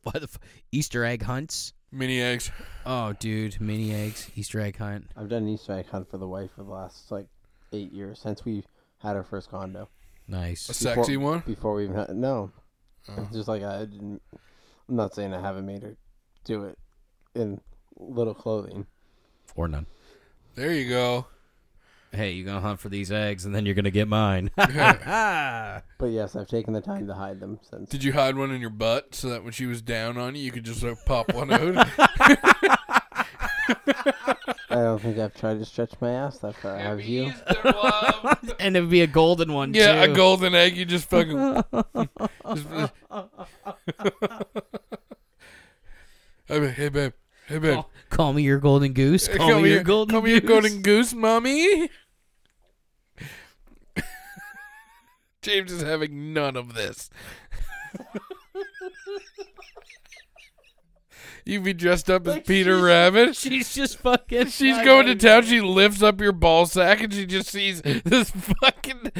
[SPEAKER 4] what the f- Easter egg hunts?
[SPEAKER 1] Mini eggs.
[SPEAKER 4] Oh, dude, mini eggs, Easter egg hunt.
[SPEAKER 2] I've done an Easter egg hunt for the wife for the last like eight years since we had our first condo.
[SPEAKER 1] A
[SPEAKER 4] Nice.
[SPEAKER 1] sexy
[SPEAKER 2] Before-
[SPEAKER 1] one?
[SPEAKER 2] Before we even had, no.
[SPEAKER 1] Oh.
[SPEAKER 2] It's just like I didn't, I'm not saying I haven't made her do it in little clothing.
[SPEAKER 4] Or none.
[SPEAKER 1] There you
[SPEAKER 4] [laughs]
[SPEAKER 1] go.
[SPEAKER 4] Hey, you're gonna hunt for these eggs, and then you're gonna get [laughs] mine.
[SPEAKER 2] But yes, I've taken the time to hide them since.
[SPEAKER 1] Did you hide one in your butt so that when she was down on you you could just like, pop one out?
[SPEAKER 2] I don't think I've tried to stretch my ass that far. Have you?
[SPEAKER 4] and it'd be a golden one
[SPEAKER 1] Yeah,
[SPEAKER 4] too.
[SPEAKER 1] a golden egg. You just fucking. just- [laughs] hey, babe, hey, babe. Hey, babe.
[SPEAKER 4] Call, call me your golden goose. Call, me your golden.
[SPEAKER 1] Oh, call me your
[SPEAKER 4] goose.
[SPEAKER 1] golden goose, mommy. [laughs] James is having [laughs] none of this. You be dressed up as
[SPEAKER 4] Like,
[SPEAKER 1] Peter
[SPEAKER 4] she's-
[SPEAKER 1] Rabbit.
[SPEAKER 4] [laughs] She's just
[SPEAKER 1] [laughs]
[SPEAKER 4] fucking.
[SPEAKER 1] She's going to town. She lifts up your ball sack and she just sees this fucking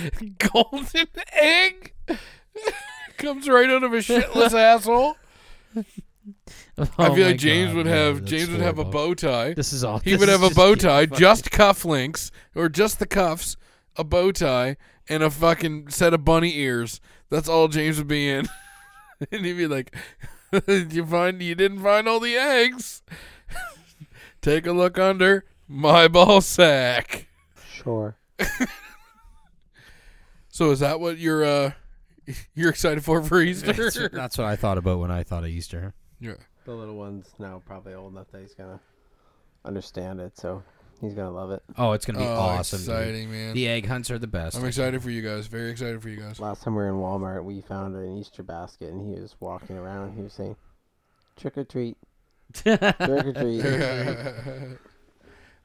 [SPEAKER 1] golden egg. [laughs] Comes right out of a shitless asshole.
[SPEAKER 4] Oh
[SPEAKER 1] I feel like James would have James would have a bow tie.
[SPEAKER 4] This is all.
[SPEAKER 1] He
[SPEAKER 4] this
[SPEAKER 1] would
[SPEAKER 4] is
[SPEAKER 1] have a
[SPEAKER 4] just
[SPEAKER 1] bow
[SPEAKER 4] getting
[SPEAKER 1] tie,
[SPEAKER 4] fucking-
[SPEAKER 1] just cufflinks or just the cuffs, a bow tie, and a fucking set of bunny ears. That's all James would be in. [laughs] and he'd be like, [laughs] "You find you didn't find all the eggs. [laughs] Take a look under my ball sack."
[SPEAKER 2] Sure.
[SPEAKER 1] So is that what you're uh [laughs] you're excited for for
[SPEAKER 4] That's,
[SPEAKER 1] Easter?
[SPEAKER 4] that's what I thought about when I thought of Easter.
[SPEAKER 1] [laughs] yeah.
[SPEAKER 2] The little one's now probably old enough that he's gonna understand it, so he's gonna love it.
[SPEAKER 4] Oh, it's gonna be
[SPEAKER 1] oh,
[SPEAKER 4] awesome. dude.
[SPEAKER 1] exciting, man.
[SPEAKER 4] The egg hunts are the best.
[SPEAKER 1] I'm excited for you guys. Very excited for you guys.
[SPEAKER 2] Last time we were in Walmart, we found an Easter basket, and he was walking around. He was saying, "Trick or treat, trick or treat."
[SPEAKER 1] [laughs]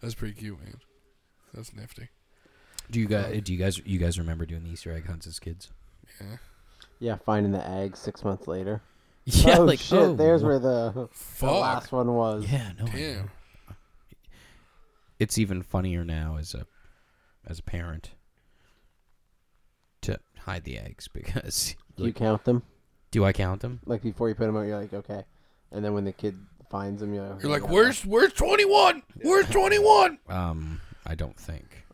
[SPEAKER 1] That's pretty cute, man. That's nifty.
[SPEAKER 4] [laughs] do you guys? Do you guys? You guys remember doing the Easter egg hunts as kids?
[SPEAKER 1] Yeah.
[SPEAKER 2] yeah, finding the egg six months later.
[SPEAKER 4] [laughs] [laughs] Yeah,
[SPEAKER 2] oh
[SPEAKER 4] like
[SPEAKER 2] shit!
[SPEAKER 4] oh,
[SPEAKER 2] there's
[SPEAKER 4] wha-
[SPEAKER 2] where the, the
[SPEAKER 1] Fuck.
[SPEAKER 2] last one was.
[SPEAKER 4] Yeah, no. I know.
[SPEAKER 1] Damn.
[SPEAKER 4] It's even funnier now as a as a parent to hide the eggs [laughs] because
[SPEAKER 2] Do you count them?
[SPEAKER 4] do I count them?
[SPEAKER 2] Like before you put them out, you're like, okay. And then when the kid finds them, you're like,
[SPEAKER 1] You're
[SPEAKER 2] "Oh,
[SPEAKER 1] like,
[SPEAKER 2] yeah."
[SPEAKER 1] where's where's 21? Where's 21?
[SPEAKER 4] Um, I don't think.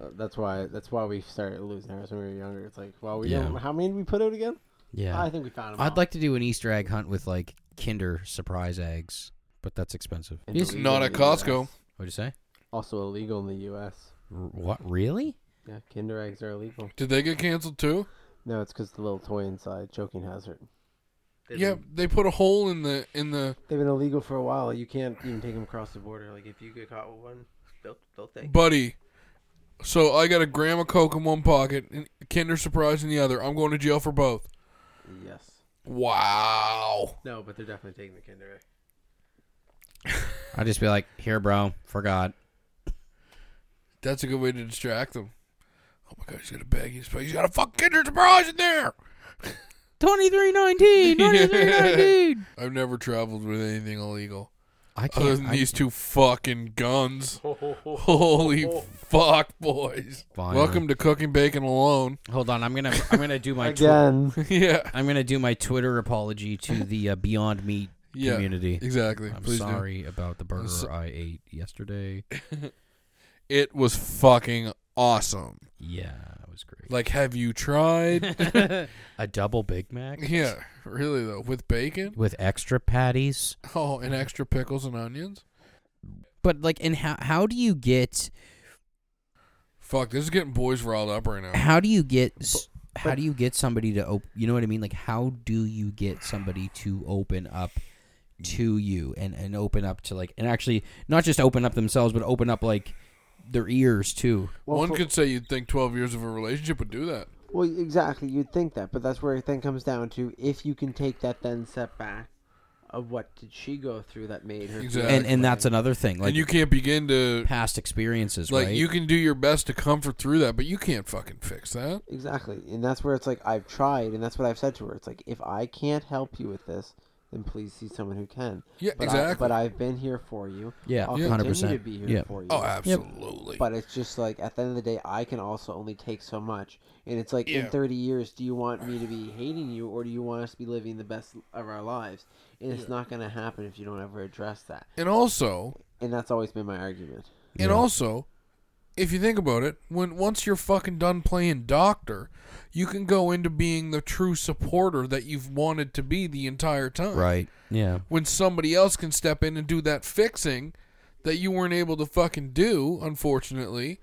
[SPEAKER 2] Uh, that's why. That's why we started losing ours when we were younger. It's like, well, we
[SPEAKER 4] Yeah.
[SPEAKER 2] don't. How many did we put out again?
[SPEAKER 4] Yeah,
[SPEAKER 2] I think we found them.
[SPEAKER 4] I'd like to do an Easter egg hunt with like Kinder surprise eggs, but that's expensive.
[SPEAKER 1] It's not at Costco.
[SPEAKER 4] What'd you say?
[SPEAKER 2] Also illegal in the U.S.
[SPEAKER 4] R- what really?
[SPEAKER 2] Yeah, Kinder eggs are illegal.
[SPEAKER 1] [laughs] Did they get canceled too?
[SPEAKER 2] No, it's because the little toy inside, choking hazard. They've
[SPEAKER 1] Yeah,
[SPEAKER 2] been-
[SPEAKER 1] they put a hole in the in the
[SPEAKER 2] they've been illegal for a while. You can't even take them across the border. Like if you get caught with one, they'll they'll take.
[SPEAKER 1] buddy. So I got a gram of coke in one pocket and Kinder Surprise in the other. I'm going to jail for both.
[SPEAKER 2] Yes.
[SPEAKER 1] Wow.
[SPEAKER 2] No, but they're definitely taking the Kinder egg.
[SPEAKER 4] I'd just be like, here, bro, forgot.
[SPEAKER 1] That's a good way to distract them. Oh my god, he's got a bag in his face. He's got a fucking Kinder Surprise in there.
[SPEAKER 4] Twenty three nineteen, twenty three nineteen.
[SPEAKER 1] I've never traveled with anything illegal
[SPEAKER 4] [laughs] I
[SPEAKER 1] other than
[SPEAKER 4] can't. I,
[SPEAKER 1] these two fucking guns. [laughs] Holy fuck, boys!
[SPEAKER 4] Fine.
[SPEAKER 1] Welcome to cooking bacon alone. [laughs]
[SPEAKER 4] hold on, I'm gonna I'm gonna do [laughs] my tw-
[SPEAKER 2] Again.
[SPEAKER 1] yeah,
[SPEAKER 4] I'm gonna do my Twitter apology to the uh, Beyond Meat
[SPEAKER 1] yeah,
[SPEAKER 4] community.
[SPEAKER 1] exactly.
[SPEAKER 4] I'm
[SPEAKER 1] Please do.
[SPEAKER 4] sorry about the burger
[SPEAKER 1] so-
[SPEAKER 4] I ate yesterday.
[SPEAKER 1] It was fucking awesome.
[SPEAKER 4] Yeah, it was great.
[SPEAKER 1] Like, have you
[SPEAKER 4] [laughs]
[SPEAKER 1] tried? [laughs]
[SPEAKER 4] A double Big Mac.
[SPEAKER 1] yeah, really though, with bacon.
[SPEAKER 4] With extra patties.
[SPEAKER 1] Oh, and extra pickles and onions.
[SPEAKER 4] But like, and how how do you get
[SPEAKER 1] Fuck, this is getting boys riled up right now.
[SPEAKER 4] how do you get s how
[SPEAKER 2] but-
[SPEAKER 4] do you get somebody to open you know what i mean like how do you get somebody to open up to you and and open up to like and actually not just open up themselves but open up like their ears too
[SPEAKER 2] Well,
[SPEAKER 1] One
[SPEAKER 2] for-
[SPEAKER 1] could say you'd think twelve years of a relationship would do that.
[SPEAKER 2] Well, exactly. You'd think that, but that's where it then comes down to if you can take that then step back of what did she go through that made her. feel
[SPEAKER 1] Exactly.
[SPEAKER 4] and and
[SPEAKER 2] that
[SPEAKER 4] that's another thing like
[SPEAKER 1] and you can't begin to
[SPEAKER 4] past experiences
[SPEAKER 1] like
[SPEAKER 4] right
[SPEAKER 1] you can do your best to comfort through that, but you can't fucking fix that.
[SPEAKER 2] way. exactly, and that's where it's like I've tried, and that's what I've said to her. It's like if I can't help you with this, then please see someone who can.
[SPEAKER 1] Yeah,
[SPEAKER 2] But I,
[SPEAKER 1] exactly.
[SPEAKER 2] but I've been here for you.
[SPEAKER 4] yeah
[SPEAKER 2] I'll
[SPEAKER 4] 100%
[SPEAKER 2] continue to be here
[SPEAKER 4] yeah
[SPEAKER 2] for you.
[SPEAKER 1] oh, absolutely.
[SPEAKER 2] But it's just like at the end of the day, I can also only take so much, and it's like in
[SPEAKER 1] Yeah.
[SPEAKER 2] thirty years, do you want me to be hating you, or do you want us to be living the best of our lives? And it's not going to happen if you don't ever address that.
[SPEAKER 1] And also,
[SPEAKER 2] And that's always been my argument.
[SPEAKER 1] and
[SPEAKER 4] Yeah.
[SPEAKER 1] also, if you think about it, when once you're fucking done playing doctor, you can go into being the true supporter that you've wanted to be the entire time.
[SPEAKER 4] right yeah
[SPEAKER 1] When somebody else can step in and do that fixing that you weren't able to fucking do, unfortunately.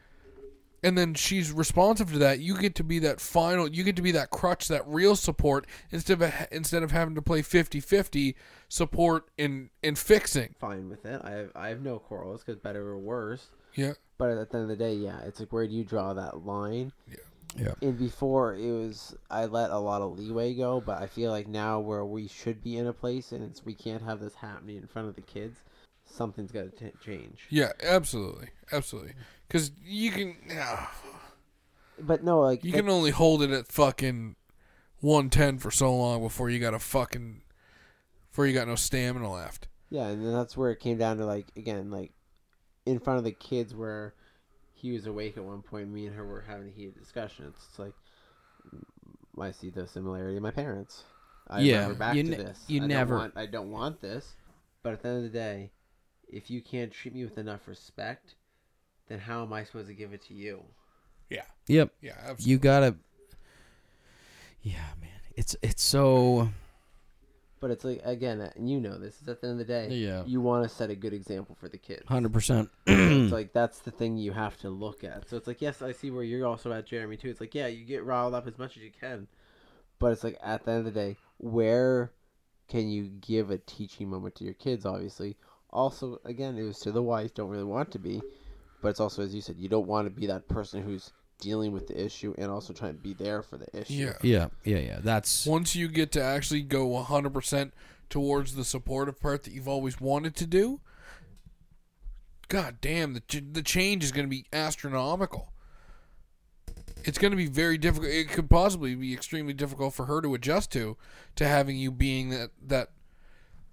[SPEAKER 1] And then she's responsive to that. You get to be that final. You get to be that crutch, that real support instead of instead of having to play 50-50 support and and fixing.
[SPEAKER 2] Fine with it. I have I have no quarrels because better or worse.
[SPEAKER 1] Yeah.
[SPEAKER 2] But at the end of the day, yeah, it's like where do you draw that line?
[SPEAKER 4] Yeah.
[SPEAKER 2] And before it was, I let a lot of leeway go, but I feel like now where we should be in a place and it's we can't have this happening in front of the kids, something's got to change.
[SPEAKER 1] Yeah, absolutely, absolutely. Because you can, yeah,
[SPEAKER 2] But no, like
[SPEAKER 1] you
[SPEAKER 2] that-
[SPEAKER 1] can only hold it at fucking one ten for so long before you got to fucking, before you got no stamina left.
[SPEAKER 2] Yeah, and then that's where it came down to like again, like in front of the kids where he was awake at one point, me and her were having a heated discussion. It's just like "Mm, I see the similarity in my parents. I
[SPEAKER 4] Yeah,
[SPEAKER 2] remember back
[SPEAKER 4] you
[SPEAKER 2] to
[SPEAKER 4] ne-
[SPEAKER 2] this.
[SPEAKER 4] you
[SPEAKER 2] I
[SPEAKER 4] never-
[SPEAKER 2] don't want, I don't want this. But at the end of the day, if you can't treat me with enough respect, then how am I supposed to give it to you?
[SPEAKER 4] Yep.
[SPEAKER 1] Yeah, absolutely.
[SPEAKER 4] you gotta yeah man it's it's so
[SPEAKER 2] But it's like again, and you know this. Is at the end of the day,
[SPEAKER 4] Yeah.
[SPEAKER 2] you want to set a good example for the kids.
[SPEAKER 4] 100%
[SPEAKER 2] it's like that's the thing you have to look at. So it's like, yes, I see where you're also at, Jeremy, too. It's like, yeah, you get riled up as much as you can, but it's like at the end of the day, where can you give a teaching moment to your kids? Obviously, also again, it was to the wife. Don't really want to be, but it's also as you said, you don't want to be that person who's dealing with the issue and also trying to be there for the issue.
[SPEAKER 1] Yeah.
[SPEAKER 4] yeah yeah yeah that's
[SPEAKER 1] Once you get to actually go 100% towards the supportive part that you've always wanted to do, god damn, the, ch- the change is going to be astronomical. It's going to be very difficult. It could possibly be extremely difficult for her to adjust to, to having you being that that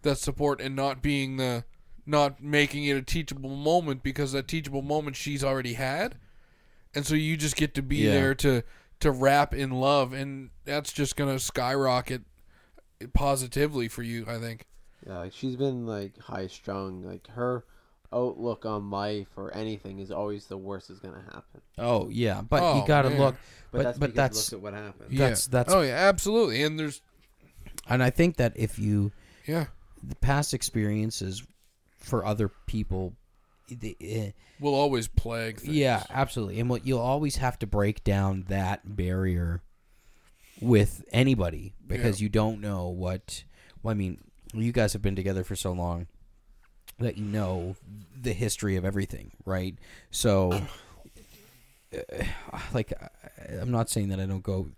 [SPEAKER 1] that support and not being the not making it a teachable moment because that teachable moment she's already had and so you just get to be
[SPEAKER 4] Yeah.
[SPEAKER 1] there to to wrap in love and that's just gonna skyrocket positively for you i think
[SPEAKER 2] Yeah, like she's been like high strung. Like her outlook on life or anything is always the worst is gonna happen.
[SPEAKER 4] oh yeah but
[SPEAKER 1] Oh,
[SPEAKER 4] you gotta
[SPEAKER 1] man.
[SPEAKER 4] look
[SPEAKER 2] But,
[SPEAKER 4] but
[SPEAKER 2] that's
[SPEAKER 4] but
[SPEAKER 2] because
[SPEAKER 4] that's,
[SPEAKER 2] look at what happened.
[SPEAKER 4] That's-
[SPEAKER 1] yeah.
[SPEAKER 4] that's-
[SPEAKER 1] oh yeah absolutely and there's
[SPEAKER 4] and i think that if you
[SPEAKER 1] yeah
[SPEAKER 4] the past experiences for other people the, eh,
[SPEAKER 1] we'll always plague things.
[SPEAKER 4] yeah absolutely and what you'll always have to break down that barrier with anybody because you don't know what well, i mean you guys have been together for so long that you know the history of everything right so uh, like I- i'm not saying that i don't go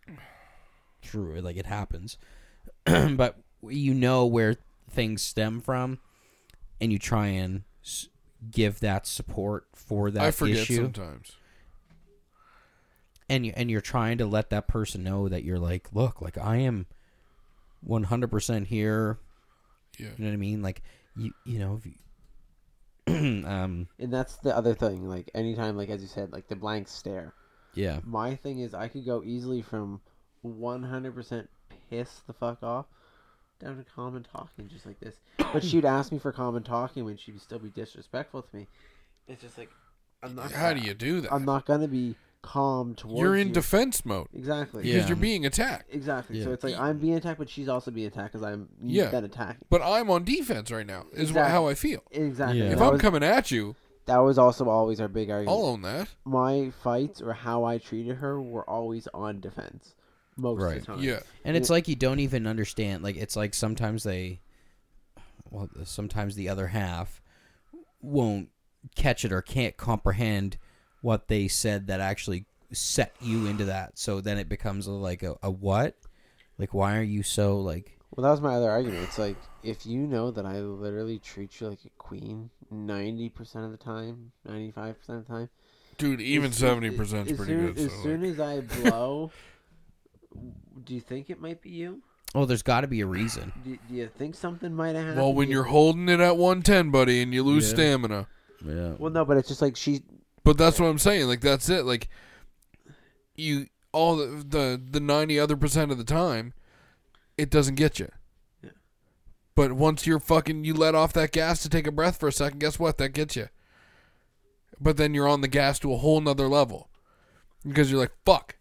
[SPEAKER 4] through it like it happens [clears throat] but you know where things stem from and you try and s- give that support for that
[SPEAKER 1] i forget
[SPEAKER 4] issue
[SPEAKER 1] sometimes
[SPEAKER 4] and you, and you're trying to let that person know that you're like, look, like I am 100% here.
[SPEAKER 1] yeah
[SPEAKER 4] You know what I mean? Like you you know, if you, [clears throat] um
[SPEAKER 2] And that's the other thing. Like anytime, like as you said, like the blank stare.
[SPEAKER 4] yeah.
[SPEAKER 2] My thing is, I could go easily from one hundred percent piss the fuck off down to common talking, just like this. But she'd ask me for common talking when she'd still be disrespectful to me. It's just like I'm not.
[SPEAKER 1] how do you do that
[SPEAKER 2] I'm not gonna be calm towards.
[SPEAKER 1] you're in
[SPEAKER 2] you.
[SPEAKER 1] defense mode
[SPEAKER 2] exactly.
[SPEAKER 1] because
[SPEAKER 4] Yeah.
[SPEAKER 1] you're being attacked
[SPEAKER 2] Exactly. So
[SPEAKER 4] Yeah.
[SPEAKER 2] it's like I'm being attacked, but she's also being attacked because I'm
[SPEAKER 1] Yeah.
[SPEAKER 2] been attacking.
[SPEAKER 1] but i'm on defense right now is wha-
[SPEAKER 2] Exactly.
[SPEAKER 1] how i feel
[SPEAKER 2] Exactly.
[SPEAKER 4] Yeah.
[SPEAKER 2] and
[SPEAKER 1] if
[SPEAKER 2] That,
[SPEAKER 1] i'm
[SPEAKER 2] was,
[SPEAKER 1] coming at you
[SPEAKER 2] that was also always our big argument.
[SPEAKER 1] i'll own that
[SPEAKER 2] My fights or how I treated her were always on defense most
[SPEAKER 4] Right.
[SPEAKER 2] of the time.
[SPEAKER 1] yeah
[SPEAKER 4] And it's like you don't even understand. Like it's like sometimes they well, sometimes the other half won't catch it or can't comprehend what they said that actually set you into that. So then it becomes a, like a, a what? Like why are you so like
[SPEAKER 2] Well, that was my other argument. It's like if you know that I literally treat you like a queen ninety percent of the time, ninety five percent of the time.
[SPEAKER 1] dude even
[SPEAKER 2] as soon-
[SPEAKER 1] 70 percent is
[SPEAKER 2] as
[SPEAKER 1] pretty
[SPEAKER 2] soon-
[SPEAKER 1] good
[SPEAKER 2] As
[SPEAKER 1] so,
[SPEAKER 2] soon
[SPEAKER 1] like,
[SPEAKER 2] as I blow, do you think it might be you?
[SPEAKER 4] Oh, there's got to be a reason.
[SPEAKER 2] Do, do you think something might have happened?
[SPEAKER 1] well when
[SPEAKER 2] Do you-
[SPEAKER 1] you're holding it at 110 buddy and you lose
[SPEAKER 4] Yeah.
[SPEAKER 1] stamina
[SPEAKER 4] Yeah.
[SPEAKER 2] well, no, but it's just like she
[SPEAKER 1] But that's what I'm saying. Like that's it. Like you all the the, the ninety other percent of the time, it doesn't get you.
[SPEAKER 2] Yeah.
[SPEAKER 1] But once you're fucking, you let off that gas to take a breath for a second. Guess what? That gets you. But then you're on the gas to a whole nother level, because you're like, fuck,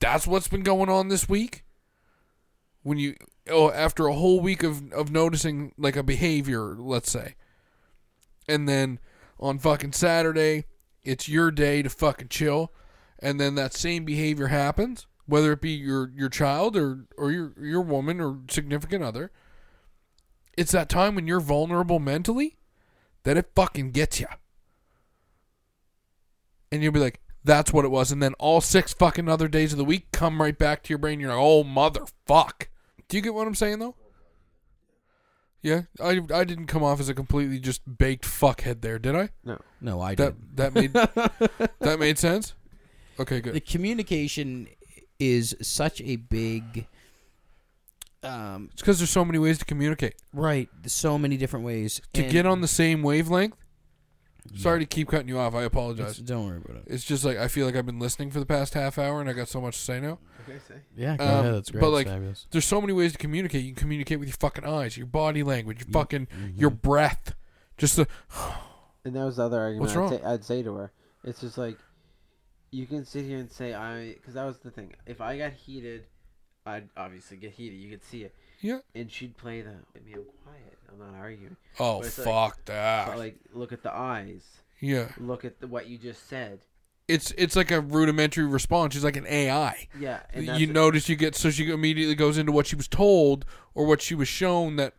[SPEAKER 1] that's what's been going on this week. When you oh after a whole week of of noticing like a behavior, let's say, and then on fucking Saturday, it's your day to fucking chill, and then that same behavior happens, whether it be your your child or or your your woman or significant other. It's that time when you're vulnerable mentally that it fucking gets you. And you'll be like, that's what it was. And then all six fucking other days of the week come right back to your brain. You're like, oh, motherfuck. Do you get what I'm saying, though? Yeah. I, I didn't come off as a completely just baked fuckhead there, did I?
[SPEAKER 4] No, I
[SPEAKER 1] That
[SPEAKER 4] did.
[SPEAKER 1] that made that made sense. Okay,
[SPEAKER 4] The
[SPEAKER 1] good.
[SPEAKER 4] communication is such a big um,
[SPEAKER 1] It's because there's so many ways to communicate.
[SPEAKER 4] right, there's so many different ways
[SPEAKER 1] To
[SPEAKER 4] and-
[SPEAKER 1] get on the same wavelength.
[SPEAKER 4] Yeah.
[SPEAKER 1] Sorry to keep cutting you off. I
[SPEAKER 4] It's-
[SPEAKER 1] apologize.
[SPEAKER 4] Don't worry about it.
[SPEAKER 1] It's just like I feel like I've been listening for the past half hour and I got so much to say now.
[SPEAKER 2] Okay, say.
[SPEAKER 3] Yeah, go
[SPEAKER 1] Um,
[SPEAKER 3] ahead, that's great.
[SPEAKER 1] but,
[SPEAKER 3] it's
[SPEAKER 1] like,
[SPEAKER 3] fabulous.
[SPEAKER 1] There's so many ways to communicate. You can communicate with your fucking eyes, your body language, your
[SPEAKER 4] Yeah.
[SPEAKER 1] fucking your breath. Just the
[SPEAKER 2] And that was the other argument
[SPEAKER 1] What's
[SPEAKER 2] I'd,
[SPEAKER 1] wrong?
[SPEAKER 2] Say, I'd say to her. It's just like, you can sit here and say, I. Because that was the thing. If I got heated, I'd obviously get heated. You could see it.
[SPEAKER 1] Yeah.
[SPEAKER 2] And she'd play the, I mean, I'm quiet. I'm not arguing.
[SPEAKER 1] oh
[SPEAKER 2] But it's
[SPEAKER 1] fuck
[SPEAKER 2] like-
[SPEAKER 1] that.
[SPEAKER 2] But, like, look at the eyes.
[SPEAKER 1] yeah,
[SPEAKER 2] Look at the, what you just said.
[SPEAKER 1] it's it's like a rudimentary response. It's like an AI.
[SPEAKER 2] Yeah. And that's
[SPEAKER 1] you notice you get so she immediately goes into what she was told or what she was shown that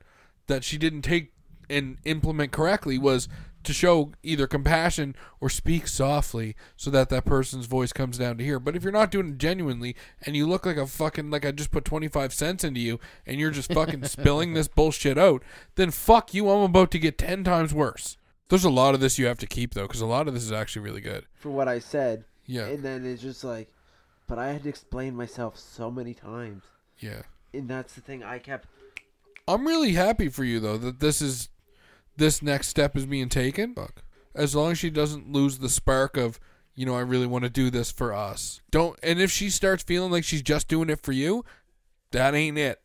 [SPEAKER 1] that she didn't take and implement correctly was to show either compassion or speak softly so that that person's voice comes down to here but if you're not doing it genuinely and you look like a fucking like i just put 25 cents into you and you're just fucking
[SPEAKER 2] [laughs]
[SPEAKER 1] spilling this bullshit out then fuck you i'm about to get 10 times worse there's a lot of this you have to keep though because a lot of this is actually really good
[SPEAKER 2] For what I said.
[SPEAKER 1] yeah
[SPEAKER 2] And then it's just like, but I had to explain myself so many times.
[SPEAKER 1] yeah
[SPEAKER 2] And that's the thing I kept.
[SPEAKER 1] I'm really happy for you though that this is this next step is being taken. Fuck. As long as she doesn't lose the spark of, you know, I really want to do this for us. Don't and if she starts feeling like she's just doing it for you, that ain't it.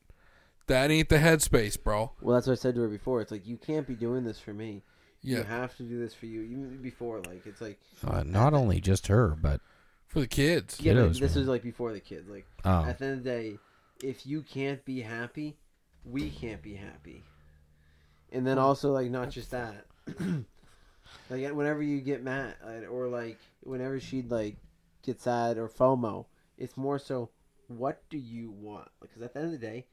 [SPEAKER 1] That ain't the headspace, bro.
[SPEAKER 2] Well, that's what I said to her before. It's like, you can't be doing this for me. You
[SPEAKER 1] Yeah.
[SPEAKER 2] have to do this for you. Even before, like, it's like.
[SPEAKER 4] Uh, not only just her, but
[SPEAKER 1] For the kids.
[SPEAKER 2] Yeah, but
[SPEAKER 4] Kiddos,
[SPEAKER 2] this
[SPEAKER 4] man.
[SPEAKER 2] is like before the kids. Like
[SPEAKER 4] oh,
[SPEAKER 2] at the end of the day, if you can't be happy, we can't be happy. And then also like not just that, [clears throat] like whenever you get mad uh, or like whenever she'd like get sad or FOMO, it's more so what do you want? Because at the end of the day,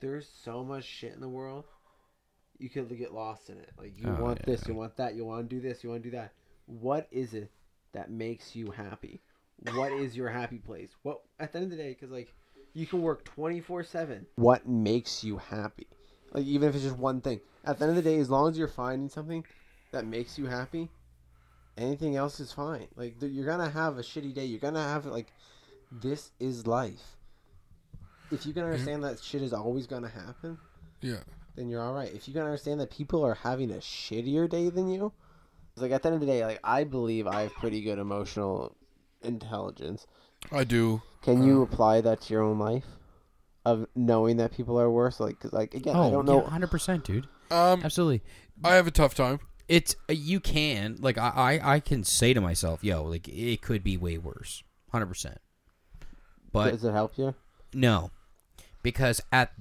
[SPEAKER 2] there's so much shit in the world. You could get lost in it. Like you
[SPEAKER 4] Oh,
[SPEAKER 2] want
[SPEAKER 4] yeah.
[SPEAKER 2] this, you want that, you want to do this, you want to do that. What is it that makes you happy? What is your happy place? What at the end of the day, because like you can work twenty four seven. What makes you happy? Like even if it's just one thing. At the end of the day, as long as you're finding something that makes you happy, anything else is fine. Like th- you're gonna have a shitty day. You're gonna have like this is life. If you can understand that shit is always gonna happen,
[SPEAKER 1] Yeah.
[SPEAKER 2] then you're all right. If you can understand that people are having a shittier day than you, it's like at the end of the day, like I believe I have pretty good emotional intelligence.
[SPEAKER 1] I do.
[SPEAKER 2] Can you apply that to your own life? Of knowing that people are worse, like, cause like again,
[SPEAKER 3] Oh,
[SPEAKER 4] Oh,
[SPEAKER 2] I don't know.
[SPEAKER 4] hundred percent, dude.
[SPEAKER 1] Um
[SPEAKER 4] Absolutely.
[SPEAKER 1] I have a tough time.
[SPEAKER 4] It's uh, you can like I, I I can say to myself, yo, like it could be way worse, hundred percent. But
[SPEAKER 2] Does it help you?
[SPEAKER 4] no, because at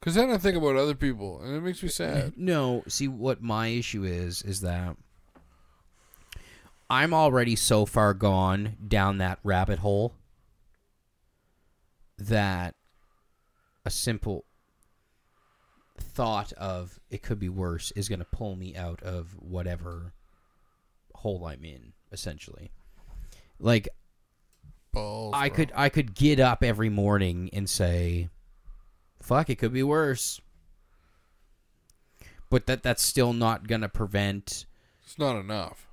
[SPEAKER 1] Cause then I think about other people and it makes me sad.
[SPEAKER 4] [laughs] No, see what my issue is is that I'm already so far gone down that rabbit hole that a simple thought of it could be worse is going to pull me out of whatever hole I'm in essentially. Like
[SPEAKER 1] Balls.
[SPEAKER 4] I
[SPEAKER 1] bro.
[SPEAKER 4] could I could get up every morning and say, "Fuck, it could be worse." But that that's still not gonna prevent.
[SPEAKER 1] It's not enough.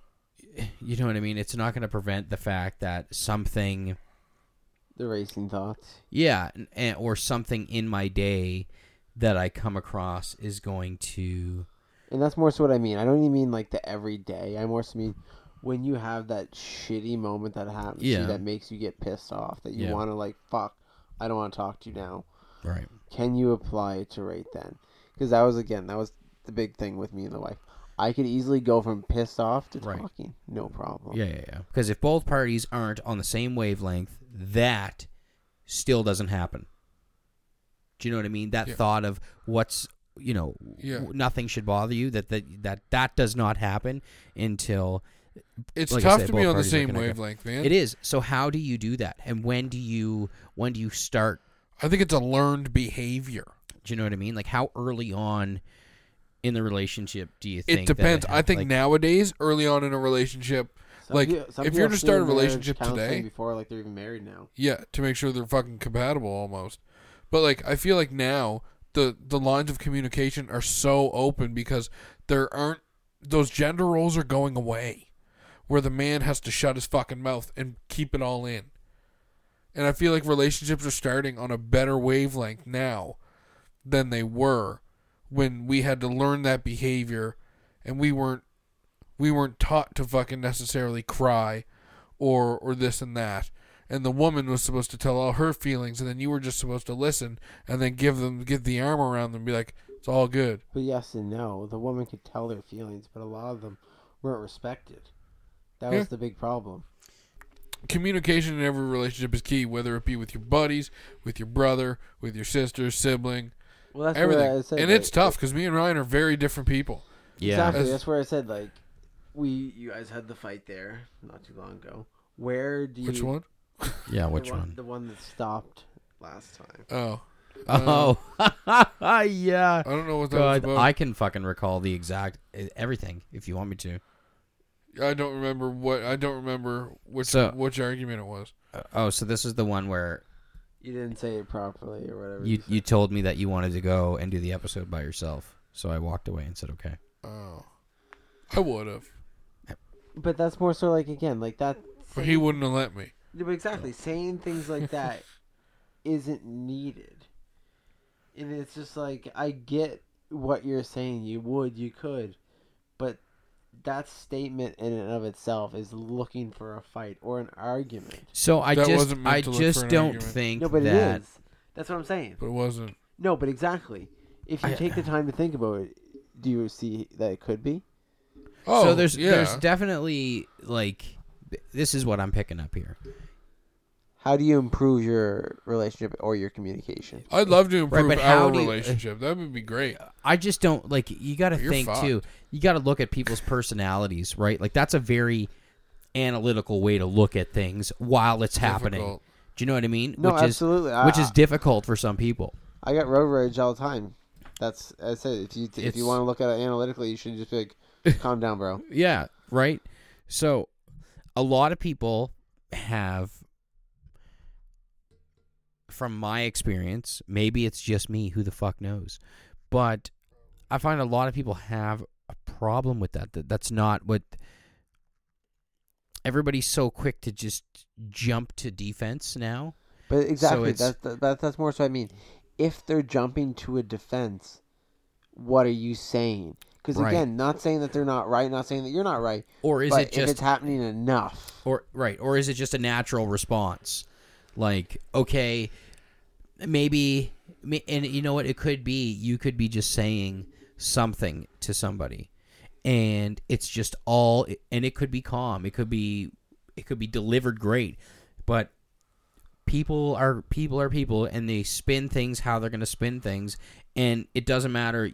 [SPEAKER 4] You know what I mean? It's not gonna prevent the fact that something,
[SPEAKER 2] The racing thoughts.
[SPEAKER 4] yeah, n- eh, or something in my day that I come across is going to.
[SPEAKER 2] And that's more so what I mean. I don't even mean like the everyday. I more so mean when you have that shitty moment that happens to
[SPEAKER 4] Yeah.
[SPEAKER 2] you that makes you get pissed off, that you
[SPEAKER 4] Yeah.
[SPEAKER 2] want to like, fuck, I don't want to talk to you now.
[SPEAKER 4] Right.
[SPEAKER 2] Can you apply it to right then? Because that was, again, that was the big thing with me and the wife. I could easily go from pissed off to
[SPEAKER 4] Right.
[SPEAKER 2] talking. No problem.
[SPEAKER 4] Yeah, yeah, yeah. Because if both parties aren't on the same wavelength, that still doesn't happen. Do you know what I mean? That
[SPEAKER 1] Yeah.
[SPEAKER 4] thought of what's you know,
[SPEAKER 1] Yeah.
[SPEAKER 4] w- nothing should bother you. That that that that does not happen until
[SPEAKER 1] It's
[SPEAKER 4] Like I
[SPEAKER 1] tough
[SPEAKER 4] said,
[SPEAKER 1] to be
[SPEAKER 4] both
[SPEAKER 1] on the
[SPEAKER 4] parties are
[SPEAKER 1] same
[SPEAKER 4] connected.
[SPEAKER 1] wavelength, man.
[SPEAKER 4] it is. So how do you do that? And when do you when do you start?
[SPEAKER 1] I think it's a learned behavior.
[SPEAKER 4] Do you know what I mean? Like how early on in the relationship do you think?
[SPEAKER 1] It
[SPEAKER 4] that
[SPEAKER 1] depends. I
[SPEAKER 4] hap-
[SPEAKER 1] think
[SPEAKER 4] like-
[SPEAKER 1] nowadays, early on in a relationship,
[SPEAKER 2] Some
[SPEAKER 1] Like,
[SPEAKER 2] peo- some
[SPEAKER 1] if you're
[SPEAKER 2] people
[SPEAKER 1] to
[SPEAKER 2] see
[SPEAKER 1] start a
[SPEAKER 2] marriage
[SPEAKER 1] relationship
[SPEAKER 2] counseling
[SPEAKER 1] today-
[SPEAKER 2] before like they're even married now.
[SPEAKER 1] yeah, to make sure they're fucking compatible almost. But like, I feel like now the the lines of communication are so open because there aren't those gender roles are going away, where the man has to shut his fucking mouth and keep it all in. And I feel like relationships are starting on a better wavelength now than they were when we had to learn that behavior and we weren't we weren't taught to fucking necessarily cry or or this and that. And the woman was supposed to tell all her feelings and then you were just supposed to listen and then give them give the arm around them and be like, It's all good.
[SPEAKER 2] But yes and no. The woman could tell their feelings, but a lot of them weren't respected. That
[SPEAKER 1] Yeah.
[SPEAKER 2] was the big problem.
[SPEAKER 1] communication in every relationship is key, whether it be with your buddies, with your brother, with your sister, sibling,
[SPEAKER 2] Well, that's Where I
[SPEAKER 1] everything.
[SPEAKER 2] said,
[SPEAKER 1] And
[SPEAKER 2] like,
[SPEAKER 1] it's tough because me and Ryan are very different people.
[SPEAKER 4] Yeah.
[SPEAKER 2] Exactly.
[SPEAKER 1] As-
[SPEAKER 2] That's where I said like we you guys had the fight there not too long ago. Where do you
[SPEAKER 1] Which one?
[SPEAKER 4] Yeah,
[SPEAKER 2] the
[SPEAKER 4] which one?
[SPEAKER 2] The one that stopped last time.
[SPEAKER 1] Oh,
[SPEAKER 4] [laughs] Oh. [laughs]
[SPEAKER 1] I
[SPEAKER 4] yeah.
[SPEAKER 1] don't know what that
[SPEAKER 4] God,
[SPEAKER 1] was about.
[SPEAKER 4] I can fucking recall the exact e, everything if you want me to.
[SPEAKER 1] I don't remember what. I don't remember which
[SPEAKER 4] So-
[SPEAKER 1] which argument it was.
[SPEAKER 4] Oh, so this is the one where
[SPEAKER 2] You didn't say it properly or whatever.
[SPEAKER 4] you
[SPEAKER 2] said.
[SPEAKER 4] you told me that you wanted to go and do the episode by yourself. So I walked away and said, "Okay."
[SPEAKER 1] Oh, I would have,
[SPEAKER 2] but that's more so like again like that.
[SPEAKER 1] but he wouldn't have let me.
[SPEAKER 2] Yeah, but exactly saying things
[SPEAKER 1] [laughs]
[SPEAKER 2] like that isn't needed. And it's just like I get what you're saying. You would, you could, but that statement in and of itself is looking for a fight or an argument.
[SPEAKER 4] So I
[SPEAKER 1] That
[SPEAKER 4] just
[SPEAKER 1] wasn't meant
[SPEAKER 4] I
[SPEAKER 1] to look for
[SPEAKER 4] just
[SPEAKER 1] an
[SPEAKER 4] don't
[SPEAKER 1] argument.
[SPEAKER 4] think
[SPEAKER 2] No, but
[SPEAKER 4] that
[SPEAKER 2] it is. That's what I'm saying.
[SPEAKER 1] But it wasn't.
[SPEAKER 2] No, but exactly. If you
[SPEAKER 4] I-
[SPEAKER 2] take the time to think about it, do you see that it could be?
[SPEAKER 1] Oh,
[SPEAKER 4] so there's
[SPEAKER 1] yeah.
[SPEAKER 4] there's definitely like th- this is what I'm picking up here.
[SPEAKER 2] How do you improve your relationship or your communication?
[SPEAKER 1] I'd love to
[SPEAKER 4] but
[SPEAKER 1] improve
[SPEAKER 4] how
[SPEAKER 1] our
[SPEAKER 4] do you-
[SPEAKER 1] relationship. that would be great.
[SPEAKER 4] I just don't like you got to
[SPEAKER 1] You're
[SPEAKER 4] think too. You got to look at people's personalities, right? Like that's a very analytical way to look at things while it's happening.
[SPEAKER 1] Difficult.
[SPEAKER 4] Do you know what I mean?
[SPEAKER 2] No,
[SPEAKER 4] which
[SPEAKER 2] absolutely.
[SPEAKER 4] Is,
[SPEAKER 2] I-
[SPEAKER 4] which is
[SPEAKER 2] I-
[SPEAKER 4] difficult for some people.
[SPEAKER 2] I got road rage all the time. That's I said if you if
[SPEAKER 4] It's-
[SPEAKER 2] you want to look at it analytically, you should just be
[SPEAKER 4] [laughs]
[SPEAKER 2] like, calm down, bro.
[SPEAKER 4] Yeah, right. So a lot of people have from my experience, maybe it's just me, who the fuck knows. But I find a lot of people have a problem with that. that that's not what everybody's so quick to just jump to defense now.
[SPEAKER 2] But exactly,
[SPEAKER 4] it's-
[SPEAKER 2] that's that, that, that's more so. I mean, if they're jumping to a defense, what are you saying? Because
[SPEAKER 4] Right.
[SPEAKER 2] again, not saying that they're not right, not saying that you're not right.
[SPEAKER 4] Or is
[SPEAKER 2] but
[SPEAKER 4] it
[SPEAKER 2] if
[SPEAKER 4] just
[SPEAKER 2] it's happening enough?
[SPEAKER 4] or right or is it just a natural response like okay maybe ma- and you know what it could be you could be just saying something to somebody and it's just all and it could be calm it could be it could be delivered great but people are people are people and they spin things how they're going to spin things and it doesn't matter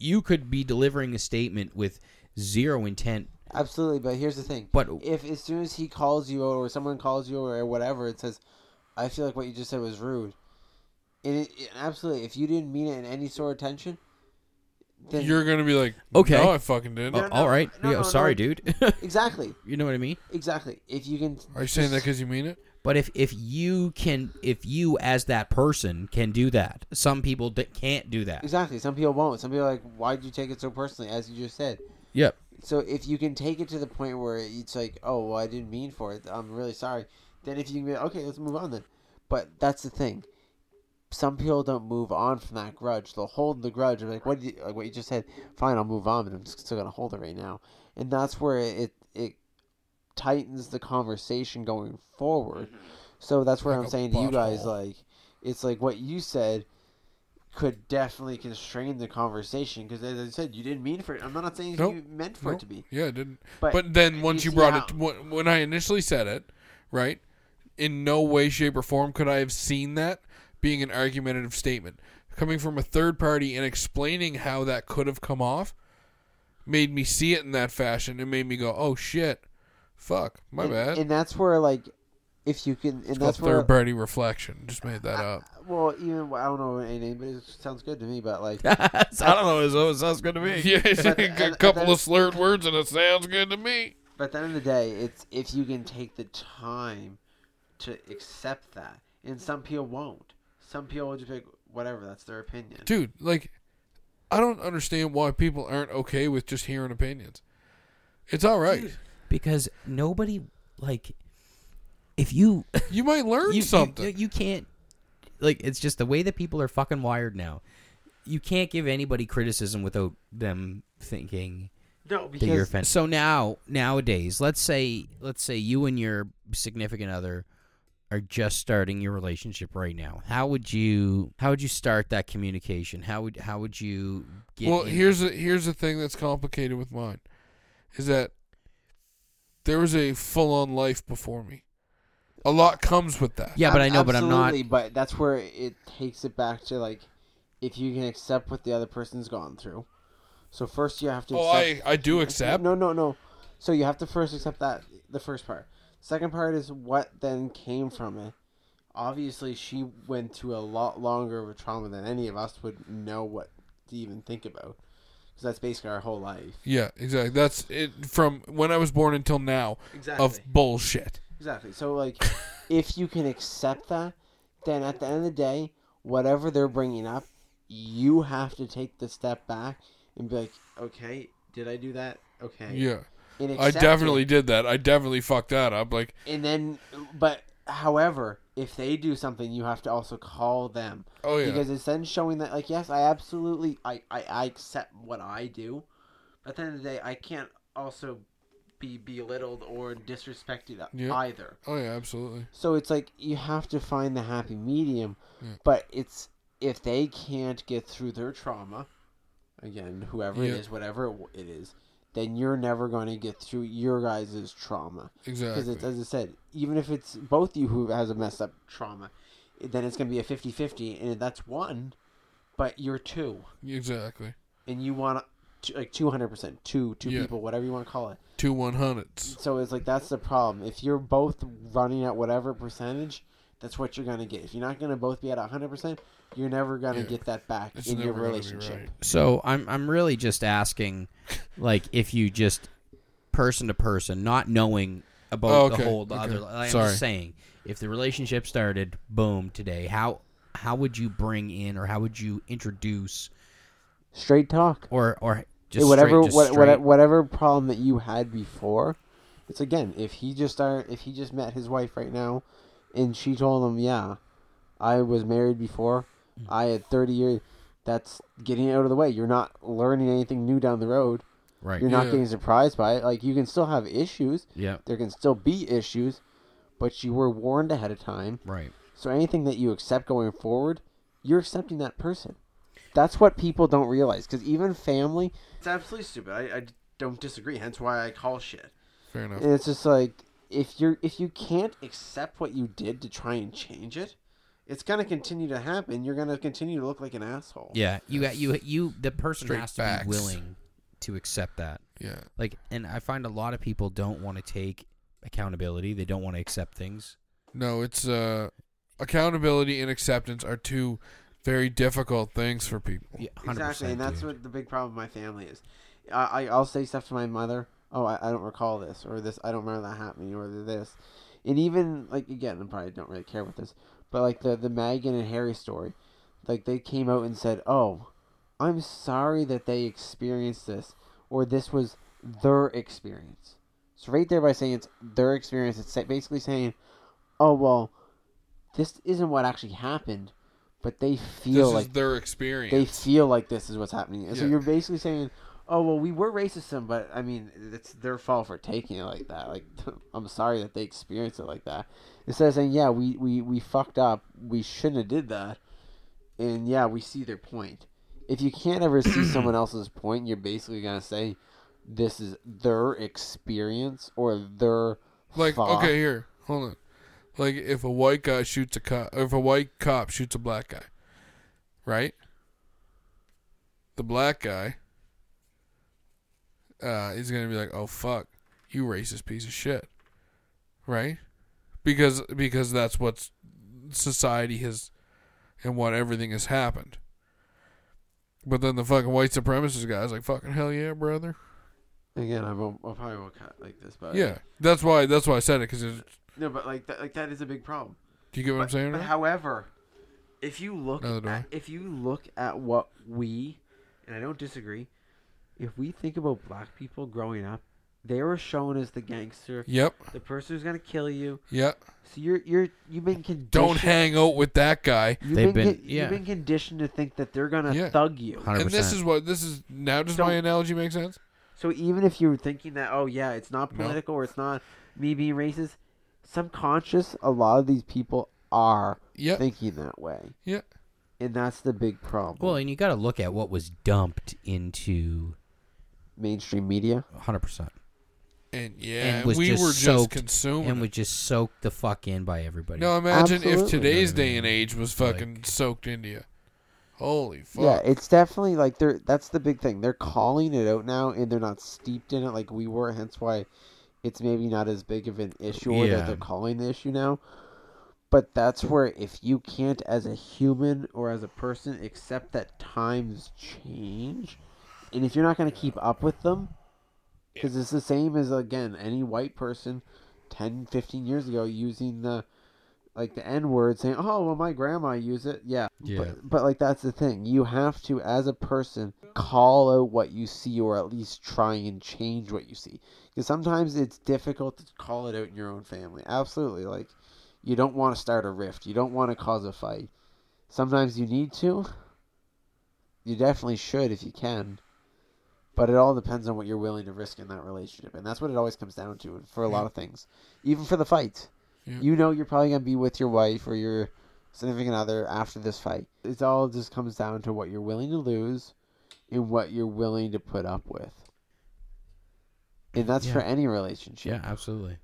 [SPEAKER 4] you could be delivering a statement with zero intent
[SPEAKER 2] Absolutely, but here's the thing:
[SPEAKER 4] but
[SPEAKER 2] if as soon as he calls you or someone calls you or whatever, it says, "I feel like what you just said was rude," and it, it- absolutely, if you didn't mean it in any sort of tension, then
[SPEAKER 1] You're gonna be like,
[SPEAKER 4] Okay.
[SPEAKER 1] no, I fucking didn't.
[SPEAKER 4] Oh,
[SPEAKER 2] no,
[SPEAKER 4] all right
[SPEAKER 2] no,
[SPEAKER 4] Yeah,
[SPEAKER 2] no,
[SPEAKER 4] sorry
[SPEAKER 2] no.
[SPEAKER 4] dude [laughs]
[SPEAKER 2] exactly,
[SPEAKER 4] You know what I mean?
[SPEAKER 2] exactly. If you can,
[SPEAKER 1] Are you saying that
[SPEAKER 2] just-
[SPEAKER 1] because you mean it?
[SPEAKER 4] But if if you can, if you as that person can do that, some people d- can't do that.
[SPEAKER 2] Exactly. Some people won't. Some people are like, why'd you take it so personally, as you just said.
[SPEAKER 4] [laughs] Yep.
[SPEAKER 2] So if you can take it to the point where it's like, oh, well, I didn't mean for it. I'm really sorry. Then if you can be okay, let's move on then. But that's the thing. Some people don't move on from that grudge. They'll hold the grudge. and be Like what did you, like what you just said. Fine, I'll move on, but I'm still gonna hold it right now. And that's where it it tightens the conversation going forward. So that's where
[SPEAKER 1] Mm-hmm. Like
[SPEAKER 2] I'm
[SPEAKER 1] a
[SPEAKER 2] saying to you guys,
[SPEAKER 1] butthole.
[SPEAKER 2] like it's like what you said could definitely constrain the conversation because as I said, you didn't mean for it. I'm not saying
[SPEAKER 1] Nope.
[SPEAKER 2] you meant for
[SPEAKER 1] Nope.
[SPEAKER 2] it to be.
[SPEAKER 1] Yeah, it didn't.
[SPEAKER 2] But,
[SPEAKER 1] But then once you
[SPEAKER 2] see
[SPEAKER 1] brought
[SPEAKER 2] how-
[SPEAKER 1] it, when when I initially said it, right, in no way, shape, or form could I have seen that being an argumentative statement coming from a third party and explaining how that could have come off made me see it in that fashion and made me go, oh shit, fuck, my
[SPEAKER 2] and,
[SPEAKER 1] bad.
[SPEAKER 2] and that's where like if you can, and
[SPEAKER 1] it's called
[SPEAKER 2] that's where
[SPEAKER 1] third party reflection. Just made that up.
[SPEAKER 2] well, even I don't know any name, but it sounds good to me. But like,
[SPEAKER 4] I don't know. It sounds good to me.
[SPEAKER 1] Yeah, it's [laughs]
[SPEAKER 2] But-
[SPEAKER 1] a
[SPEAKER 2] and-
[SPEAKER 1] couple
[SPEAKER 2] and then-
[SPEAKER 1] of slurred words and it sounds good to me.
[SPEAKER 2] but at the end of the day, it's if you can take the time to accept that, and some people won't. Some people will just be like, whatever. That's their opinion.
[SPEAKER 1] dude like i don't understand why people aren't okay with just hearing opinions it's all right
[SPEAKER 4] Because nobody like if you
[SPEAKER 1] You might learn
[SPEAKER 4] [laughs] you,
[SPEAKER 1] something.
[SPEAKER 4] You, you can't like it's just the way that people are fucking wired now. You can't give anybody criticism without them thinking
[SPEAKER 2] No,
[SPEAKER 4] that you're
[SPEAKER 2] because
[SPEAKER 4] offended. So now nowadays, let's say let's say you and your significant other are just starting your relationship right now. How would you how would you start that communication? How would how would you get
[SPEAKER 1] well,
[SPEAKER 4] in-
[SPEAKER 1] here's a, here's the thing that's complicated with mine, is that there was a full on life before me. A lot comes with that.
[SPEAKER 4] Yeah, but I know but I'm not
[SPEAKER 2] absolutely, But that's where it takes it back to like, if you can accept what the other person's gone through. So first you have to.
[SPEAKER 1] Oh,
[SPEAKER 2] accept,
[SPEAKER 1] I I do accept.
[SPEAKER 2] No, no, no. So you have to first accept that the first part. Second part is what then came from it. Obviously, she went through a lot longer of a trauma than any of us would know what to even think about, because that's basically our whole life.
[SPEAKER 1] Yeah, exactly. That's it from when I was born until now
[SPEAKER 2] Exactly.
[SPEAKER 1] of bullshit.
[SPEAKER 2] Exactly. So like, if you can accept that, then at the end of the day, whatever they're bringing up, you have to take the step back and be like, okay, did I do that? Okay.
[SPEAKER 1] Yeah.
[SPEAKER 2] And
[SPEAKER 1] I
[SPEAKER 2] accept
[SPEAKER 1] definitely
[SPEAKER 2] it.
[SPEAKER 1] did that. I definitely fucked that up. Like,
[SPEAKER 2] And then, but however, if they do something, you have to also call them
[SPEAKER 1] oh yeah.
[SPEAKER 2] because it's then showing that like, yes, I absolutely, I, I, I accept what I do. But at the end of the day, I can't also be belittled or disrespected
[SPEAKER 1] Yeah.
[SPEAKER 2] either.
[SPEAKER 1] oh yeah, absolutely.
[SPEAKER 2] So it's like you have to find the happy medium,
[SPEAKER 1] Yeah.
[SPEAKER 2] but it's if they can't get through their trauma, again, whoever
[SPEAKER 1] Yeah.
[SPEAKER 2] it is, whatever it is, then you're never going to get through your guys' trauma. Because
[SPEAKER 1] Exactly.
[SPEAKER 2] it's as I said, even if it's both you who has a messed up trauma, then it's going to be a 50-50, and that's one, but you're two,
[SPEAKER 1] Exactly.
[SPEAKER 2] and you want to, like two hundred percent, two two
[SPEAKER 1] Yeah.
[SPEAKER 2] people, whatever you want to call it.
[SPEAKER 1] Two one hundreds.
[SPEAKER 2] So it's like that's the problem. If you're both running at whatever percentage, that's what you're gonna get. If you're not gonna both be at hundred percent, you're never gonna
[SPEAKER 1] Yeah.
[SPEAKER 2] get that back
[SPEAKER 1] It's
[SPEAKER 2] in your
[SPEAKER 1] never gonna be
[SPEAKER 2] relationship.
[SPEAKER 1] right.
[SPEAKER 4] So I'm I'm really just asking, like, if you just person to person, not knowing about
[SPEAKER 1] Oh,
[SPEAKER 4] the
[SPEAKER 1] okay,
[SPEAKER 4] whole the
[SPEAKER 1] okay.
[SPEAKER 4] other. I'm
[SPEAKER 1] Sorry.
[SPEAKER 4] just saying, if the relationship started, boom, today, how how would you bring in or how would you introduce
[SPEAKER 2] Straight talk.
[SPEAKER 4] or or just
[SPEAKER 2] whatever
[SPEAKER 4] straight, just
[SPEAKER 2] what,
[SPEAKER 4] straight-
[SPEAKER 2] what, whatever problem that you had before, it's again if he just started, if he just met his wife right now, and she told him, yeah, I was married before,
[SPEAKER 4] Mm.
[SPEAKER 2] I had thirty years. That's getting it out of the way. You're not learning anything new down the road.
[SPEAKER 4] right?
[SPEAKER 2] You're not
[SPEAKER 1] Yeah.
[SPEAKER 2] getting surprised by it. Like you can still have issues.
[SPEAKER 4] Yeah,
[SPEAKER 2] there can still be issues, but you were warned ahead of time.
[SPEAKER 4] right.
[SPEAKER 2] So anything that you accept going forward, you're accepting that person. That's what people don't realize because even family. It's absolutely stupid. I, I don't disagree. Hence why I call shit.
[SPEAKER 1] Fair enough.
[SPEAKER 2] And it's just like if you're if you can't accept what you did to try and change it, it's gonna continue to happen. You're gonna continue to look like an asshole.
[SPEAKER 4] Yeah, you got you you the person
[SPEAKER 1] Straight
[SPEAKER 4] has to
[SPEAKER 1] facts.
[SPEAKER 4] be willing to accept that.
[SPEAKER 1] Yeah.
[SPEAKER 4] Like, and I find a lot of people don't want to take accountability. They don't want to accept things.
[SPEAKER 1] No, it's uh, accountability and acceptance are two very difficult things for people.
[SPEAKER 4] Yeah, 100%,
[SPEAKER 2] Exactly, and that's
[SPEAKER 4] dude.
[SPEAKER 2] what the big problem with my family is. I, I I'll say stuff to my mother. Oh, I, I don't recall this, or this. I don't remember that happening, or this. And even like again, I probably don't really care about this, but like the the Megan and Harry story, like they came out and said, "Oh, I'm sorry that they experienced this, or this was their experience." So right there, by saying it's their experience, it's sa- basically saying, "Oh well, this isn't what actually happened." But they
[SPEAKER 1] This
[SPEAKER 2] feel
[SPEAKER 1] is
[SPEAKER 2] like
[SPEAKER 1] their
[SPEAKER 2] they
[SPEAKER 1] experience.
[SPEAKER 2] feel like this is what's happening. And so
[SPEAKER 1] Yeah.
[SPEAKER 2] you're basically saying, "Oh well, we were racist, to 'em, but I mean, it's their fault for taking it like that. Like, [laughs] I'm sorry that they experienced it like that." Instead of saying, "Yeah, we we we fucked up. We shouldn't have did that," and yeah, we see their point. If you can't
[SPEAKER 1] [clears throat]
[SPEAKER 2] ever see someone else's point, you're basically gonna say, "This is their experience or their
[SPEAKER 1] like,
[SPEAKER 2] thought."
[SPEAKER 1] okay, here, hold on. Like, if a white guy shoots a cop, if a white cop shoots a black guy, right? The black guy, uh, is gonna be like, "Oh fuck, you racist piece of shit," right? Because because that's what society has, and what everything has happened. But then the fucking white supremacist guy's like, "Fucking hell yeah, brother."
[SPEAKER 2] Again, I won't. I probably won't cut like this, but
[SPEAKER 1] Yeah, that's why. That's why I said it because do
[SPEAKER 2] no, but like that, like that is a big problem.
[SPEAKER 1] you get what I'm
[SPEAKER 2] But-
[SPEAKER 1] saying?
[SPEAKER 2] But
[SPEAKER 1] or not?
[SPEAKER 2] however, if you look
[SPEAKER 1] Neither do I.
[SPEAKER 2] at, if you look at what we, and I don't disagree, if we think about black people growing up, They were shown as the gangster,
[SPEAKER 1] Yep.
[SPEAKER 2] the person who's gonna kill you.
[SPEAKER 1] Yep.
[SPEAKER 2] So you're you're you've been conditioned.
[SPEAKER 1] Don't hang out with that guy.
[SPEAKER 2] You've
[SPEAKER 4] They've been-
[SPEAKER 2] con-
[SPEAKER 4] yeah.
[SPEAKER 2] You've been conditioned to think that they're gonna
[SPEAKER 1] Yeah.
[SPEAKER 2] thug you.
[SPEAKER 4] 100%.
[SPEAKER 1] And this is what this is now does my
[SPEAKER 2] Don't-
[SPEAKER 1] analogy make sense?
[SPEAKER 2] So even if you're thinking that, oh yeah, it's not
[SPEAKER 1] No.
[SPEAKER 2] political or it's not me being racist, subconscious, a lot of these people are
[SPEAKER 1] Yep.
[SPEAKER 2] thinking that way,
[SPEAKER 1] Yeah.
[SPEAKER 2] and that's the big problem.
[SPEAKER 4] well, and you got to look at what was dumped into
[SPEAKER 2] mainstream media.
[SPEAKER 4] 100%.
[SPEAKER 1] And yeah,
[SPEAKER 4] And was
[SPEAKER 1] we
[SPEAKER 4] just
[SPEAKER 1] were just
[SPEAKER 4] soaked
[SPEAKER 1] consuming.
[SPEAKER 4] And
[SPEAKER 1] it.
[SPEAKER 4] was just soaked the fuck in by everybody.
[SPEAKER 1] No, imagine if
[SPEAKER 2] Absolutely.
[SPEAKER 1] today's
[SPEAKER 4] No, no,
[SPEAKER 1] day and age was fucking soaked into you. Holy fuck.
[SPEAKER 2] Yeah, it's definitely like they're that's the big thing. They're calling it out now, and they're not steeped in it like we were. Hence why it's maybe not as big of an issue, or
[SPEAKER 4] Yeah.
[SPEAKER 2] that they're calling the issue now. But that's where if you can't, as a human or as a person, accept that times change, and if you're not going to keep up with them, because it's the same as again any white person 10 15 years ago using the like the n word saying oh well my grandma used it yeah,
[SPEAKER 4] Yeah.
[SPEAKER 2] But, but like that's the thing you have to as a person call out what you see or at least try and change what you see because sometimes it's difficult to call it out in your own family absolutely like you don't want to start a rift you don't want to cause a fight sometimes you need to you definitely should if you can but it all depends on what you're willing to risk in that relationship, and that's what it always comes down to for a lot of things, even for the fight.
[SPEAKER 1] Yeah.
[SPEAKER 2] You know, you're probably gonna be with your wife or your significant other after this fight. It all just comes down to what you're willing to lose, and what you're willing to put up with, and that's for
[SPEAKER 4] Yeah.
[SPEAKER 2] any relationship.
[SPEAKER 4] Yeah, absolutely.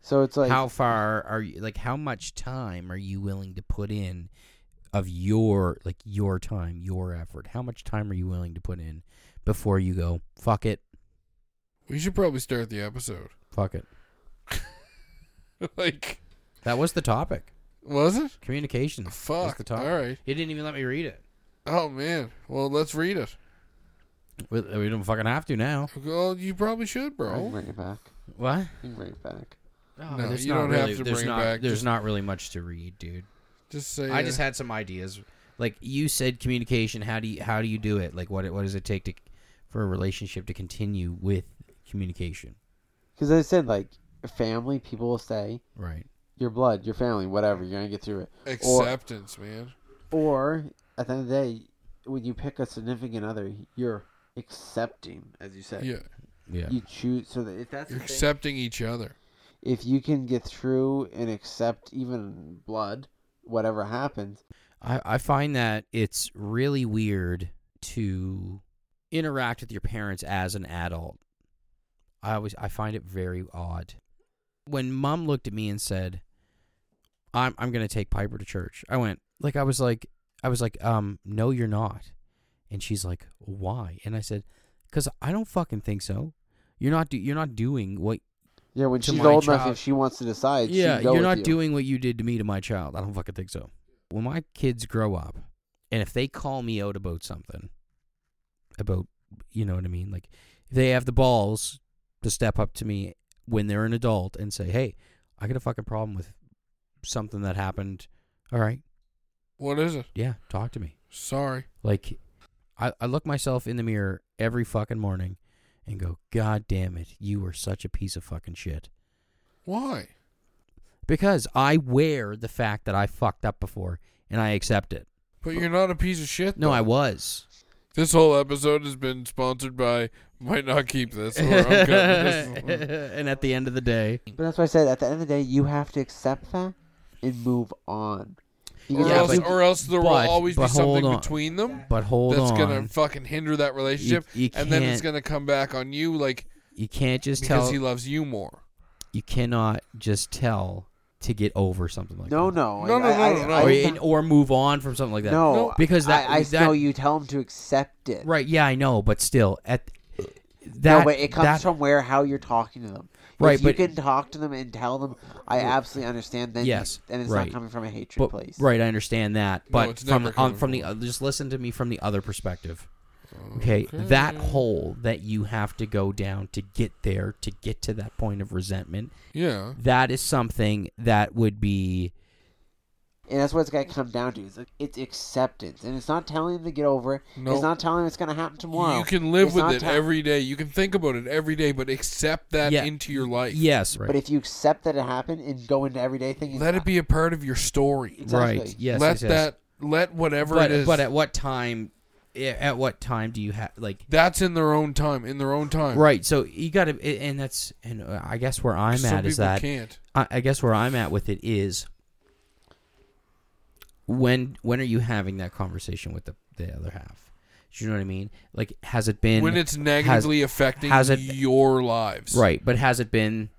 [SPEAKER 2] So it's like
[SPEAKER 4] how far are you like how much time are you willing to put in of your like your time, your effort? How much time are you willing to put in before you go, fuck it,
[SPEAKER 1] We should probably start the episode. [laughs]
[SPEAKER 4] fuck it.
[SPEAKER 1] like,
[SPEAKER 4] That was the topic.
[SPEAKER 1] was it?
[SPEAKER 4] Communication. Was
[SPEAKER 1] Fuck.
[SPEAKER 4] Mm, the topic.
[SPEAKER 1] All right.
[SPEAKER 4] You didn't even let me read it.
[SPEAKER 1] Oh, man. Well, let's read it.
[SPEAKER 4] We, we don't fucking have to now.
[SPEAKER 1] Well, you probably should,
[SPEAKER 2] I can
[SPEAKER 1] bro.
[SPEAKER 2] bring it back.
[SPEAKER 4] What?
[SPEAKER 2] I can bring it back.
[SPEAKER 1] No, you don't have to
[SPEAKER 4] there's
[SPEAKER 1] bring it
[SPEAKER 4] not
[SPEAKER 1] back,
[SPEAKER 4] there's
[SPEAKER 1] just-
[SPEAKER 4] not really much to read, dude.
[SPEAKER 1] Just say.
[SPEAKER 4] I
[SPEAKER 1] uh,
[SPEAKER 4] just had some ideas. Like you said, communication. How do you how do you do it? Like what what does it take to for a relationship to continue with communication?
[SPEAKER 2] Because I said like family, people will say
[SPEAKER 4] Right.
[SPEAKER 2] your blood, your family, whatever. You're gonna get through it. or-
[SPEAKER 1] acceptance, man.
[SPEAKER 2] Or at the end of the day, when you pick a significant other, you're accepting, as you said.
[SPEAKER 1] Yeah.
[SPEAKER 4] Yeah.
[SPEAKER 2] You choose so that if that's the
[SPEAKER 1] You're
[SPEAKER 2] thing,
[SPEAKER 1] accepting each other.
[SPEAKER 2] if you can get through and accept even blood, whatever happens,
[SPEAKER 4] I, I find that it's really weird to interact with your parents as an adult. I always I find it very odd. When mom looked at me and said, I'm I'm gonna take Piper to church, I went like I was like I was like, um, no you're not. And she's like, Why? And I said, Cause I don't fucking think so. You're not do- you're not doing what
[SPEAKER 2] yeah, when
[SPEAKER 4] To
[SPEAKER 2] she's
[SPEAKER 4] my
[SPEAKER 2] old enough,
[SPEAKER 4] child-
[SPEAKER 2] if she wants to decide, she
[SPEAKER 4] yeah,
[SPEAKER 2] can go
[SPEAKER 4] you're
[SPEAKER 2] with
[SPEAKER 4] not
[SPEAKER 2] you.
[SPEAKER 4] doing what you did to me to my child. I don't fucking think so. When my kids grow up, and if they call me out about something, about you know what I mean, like if they have the balls to step up to me when they're an adult and say, "Hey, I got a fucking problem with something that happened." All right,
[SPEAKER 1] What is it?
[SPEAKER 4] yeah, talk to me.
[SPEAKER 1] Sorry.
[SPEAKER 4] Like, I, I look myself in the mirror every fucking morning and go, "God damn it, you were such a piece of fucking shit."
[SPEAKER 1] Why?
[SPEAKER 4] Because I wear the fact that I fucked up before and I accept it.
[SPEAKER 1] But you're not a piece of shit.
[SPEAKER 4] No,
[SPEAKER 1] though. [laughs]
[SPEAKER 4] I was.
[SPEAKER 1] This whole episode has been sponsored by. Might not keep this. Or I'm cutting
[SPEAKER 4] [laughs]
[SPEAKER 1] this one.
[SPEAKER 4] and at the end of the day,
[SPEAKER 2] But that's why I said at the end of the day, you have to accept that and move on.
[SPEAKER 1] Or,
[SPEAKER 2] Because
[SPEAKER 4] Yeah,
[SPEAKER 2] if
[SPEAKER 1] else,
[SPEAKER 2] you-
[SPEAKER 4] but-
[SPEAKER 1] or else there will
[SPEAKER 4] but-
[SPEAKER 1] always be
[SPEAKER 4] but hold
[SPEAKER 1] something
[SPEAKER 4] on.
[SPEAKER 1] between them
[SPEAKER 4] but hold
[SPEAKER 1] that's
[SPEAKER 4] on.
[SPEAKER 1] gonna fucking hinder that relationship,
[SPEAKER 4] You- you
[SPEAKER 1] and then it's
[SPEAKER 4] can't-
[SPEAKER 1] gonna come back on you, like
[SPEAKER 4] you can't just
[SPEAKER 1] because
[SPEAKER 4] tell.
[SPEAKER 1] he loves you more.
[SPEAKER 4] you cannot just tell to get over something like
[SPEAKER 2] no,
[SPEAKER 4] that.
[SPEAKER 2] no,
[SPEAKER 1] No,
[SPEAKER 2] I-
[SPEAKER 1] no,
[SPEAKER 2] I-
[SPEAKER 1] no, no,
[SPEAKER 2] I-
[SPEAKER 1] no.
[SPEAKER 2] I-
[SPEAKER 4] or, and- or move on from something like that.
[SPEAKER 2] no,
[SPEAKER 1] No,
[SPEAKER 4] because that-
[SPEAKER 2] I, I
[SPEAKER 4] that-
[SPEAKER 2] know you tell them to accept it.
[SPEAKER 4] Right? Yeah, I know, but still, at that
[SPEAKER 2] no, but it comes
[SPEAKER 4] that,
[SPEAKER 2] from where how you're talking to them.
[SPEAKER 4] Right,
[SPEAKER 2] if you
[SPEAKER 4] but-
[SPEAKER 2] can talk to them and tell them, I absolutely understand. Then you-
[SPEAKER 4] Yes,
[SPEAKER 2] and it's
[SPEAKER 4] right.
[SPEAKER 2] not coming from a hatred
[SPEAKER 4] but,
[SPEAKER 2] place.
[SPEAKER 4] Right, I understand that, but
[SPEAKER 1] it's
[SPEAKER 4] from
[SPEAKER 1] never
[SPEAKER 4] the, um,
[SPEAKER 1] coming
[SPEAKER 4] from the uh, just listen to me from the other perspective. Okay, that hole that you have to go down to get there to get to that point of resentment,
[SPEAKER 1] Yeah,
[SPEAKER 4] that is something that would be
[SPEAKER 2] And that's what it's got to come down to. It's, it's acceptance, and it's not telling him to get over it.
[SPEAKER 1] Nope.
[SPEAKER 2] It's not telling him it's going to happen tomorrow.
[SPEAKER 1] You can live
[SPEAKER 2] It's
[SPEAKER 1] with
[SPEAKER 2] not
[SPEAKER 1] it
[SPEAKER 2] tell-
[SPEAKER 1] every day. You can think about it every day, but accept that
[SPEAKER 4] Yeah.
[SPEAKER 1] into your life.
[SPEAKER 4] Yes, right.
[SPEAKER 2] But if you accept that it happened and go into everyday thinking,
[SPEAKER 1] Let it be a part of your story.
[SPEAKER 2] Exactly.
[SPEAKER 4] Right. Yes.
[SPEAKER 1] let
[SPEAKER 4] yes, yes.
[SPEAKER 1] that let whatever
[SPEAKER 4] But
[SPEAKER 1] it is.
[SPEAKER 4] but at what time? yeah, At what time do you have like?
[SPEAKER 1] that's in their own time. In their own time.
[SPEAKER 4] Right. So you got to, and that's, and uh, I guess where I'm
[SPEAKER 1] Some
[SPEAKER 4] at is
[SPEAKER 1] people
[SPEAKER 4] that
[SPEAKER 1] can't.
[SPEAKER 4] I, I guess where I'm at with it is when when are you having that conversation with the, the other half? Do you know what I mean? Like, has it been
[SPEAKER 1] When it's negatively affecting
[SPEAKER 4] has it-
[SPEAKER 1] your lives.
[SPEAKER 4] right? But has it been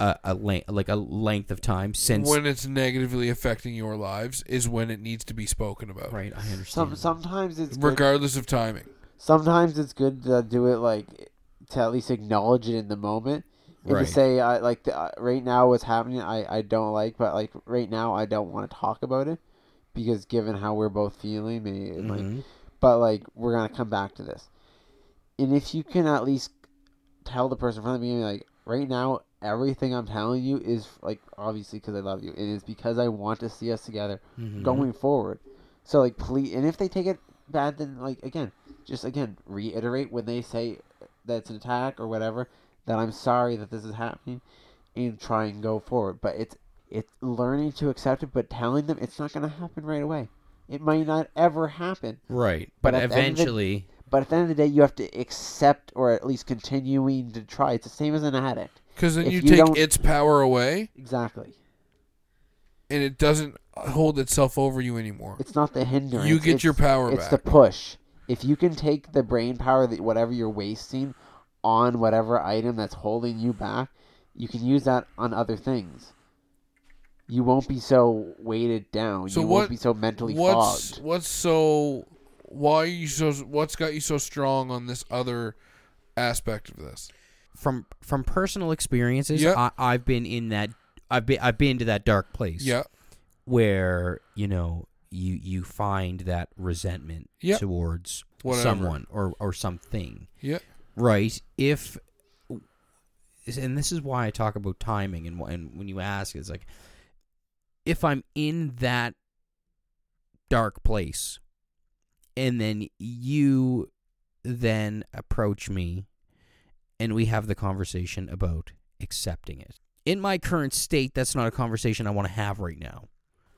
[SPEAKER 4] a, a length like a length of time since?
[SPEAKER 1] When it's negatively affecting your lives is when it needs to be spoken about.
[SPEAKER 4] right. I understand.
[SPEAKER 2] some sometimes it's good.
[SPEAKER 1] Regardless of timing.
[SPEAKER 2] sometimes it's good to do it like to at least acknowledge it in the moment and
[SPEAKER 4] Right.
[SPEAKER 2] to say I like the, uh, right now what's happening I, I don't like but like right now I don't want to talk about it because given how we're both feeling maybe and, like
[SPEAKER 4] Mhm.
[SPEAKER 2] but like we're gonna come back to this and if you can at least tell the person from the beginning like right now everything I'm telling you is like obviously because I love you it is because I want to see us together
[SPEAKER 4] Mhm.
[SPEAKER 2] going forward. So like please, and if they take it bad, then like again, just again reiterate when they say that it's an attack or whatever that I'm sorry that this is happening, and try and go forward. But it's it's learning to accept it, but telling them it's not going to happen right away. It might not ever happen.
[SPEAKER 4] Right. But,
[SPEAKER 2] But at the end of the-
[SPEAKER 4] eventually,
[SPEAKER 2] But at the end of the day, you have to accept or at least continuing to try. It's the same as an addict.
[SPEAKER 1] Because then
[SPEAKER 2] If
[SPEAKER 1] you,
[SPEAKER 2] you
[SPEAKER 1] take
[SPEAKER 2] don't-
[SPEAKER 1] its power away
[SPEAKER 2] Exactly.
[SPEAKER 1] and it doesn't hold itself over you anymore.
[SPEAKER 2] It's not the hindrance.
[SPEAKER 1] You get
[SPEAKER 2] it's-
[SPEAKER 1] your power
[SPEAKER 2] It's
[SPEAKER 1] back.
[SPEAKER 2] the push. If you can take the brain power that whatever you're wasting on whatever item that's holding you back, you can use that on other things. You won't be so weighted down.
[SPEAKER 1] So
[SPEAKER 2] you
[SPEAKER 1] what-
[SPEAKER 2] won't be so mentally
[SPEAKER 1] what's
[SPEAKER 2] fogged.
[SPEAKER 1] what's so why are you so what's got you so strong on this other aspect of this
[SPEAKER 4] from from personal experiences,
[SPEAKER 1] Yeah.
[SPEAKER 4] I, I've been in that. I've been I've been to that dark place.
[SPEAKER 1] yeah
[SPEAKER 4] where you know you you find that resentment
[SPEAKER 1] Yep.
[SPEAKER 4] towards
[SPEAKER 1] Whatever.
[SPEAKER 4] someone or or something
[SPEAKER 1] yeah
[SPEAKER 4] right if and this is why i talk about timing and, wh- and when you ask it's like if i'm in that dark place and then you then approach me and we have the conversation about accepting it in my current state that's not a conversation i want to have right now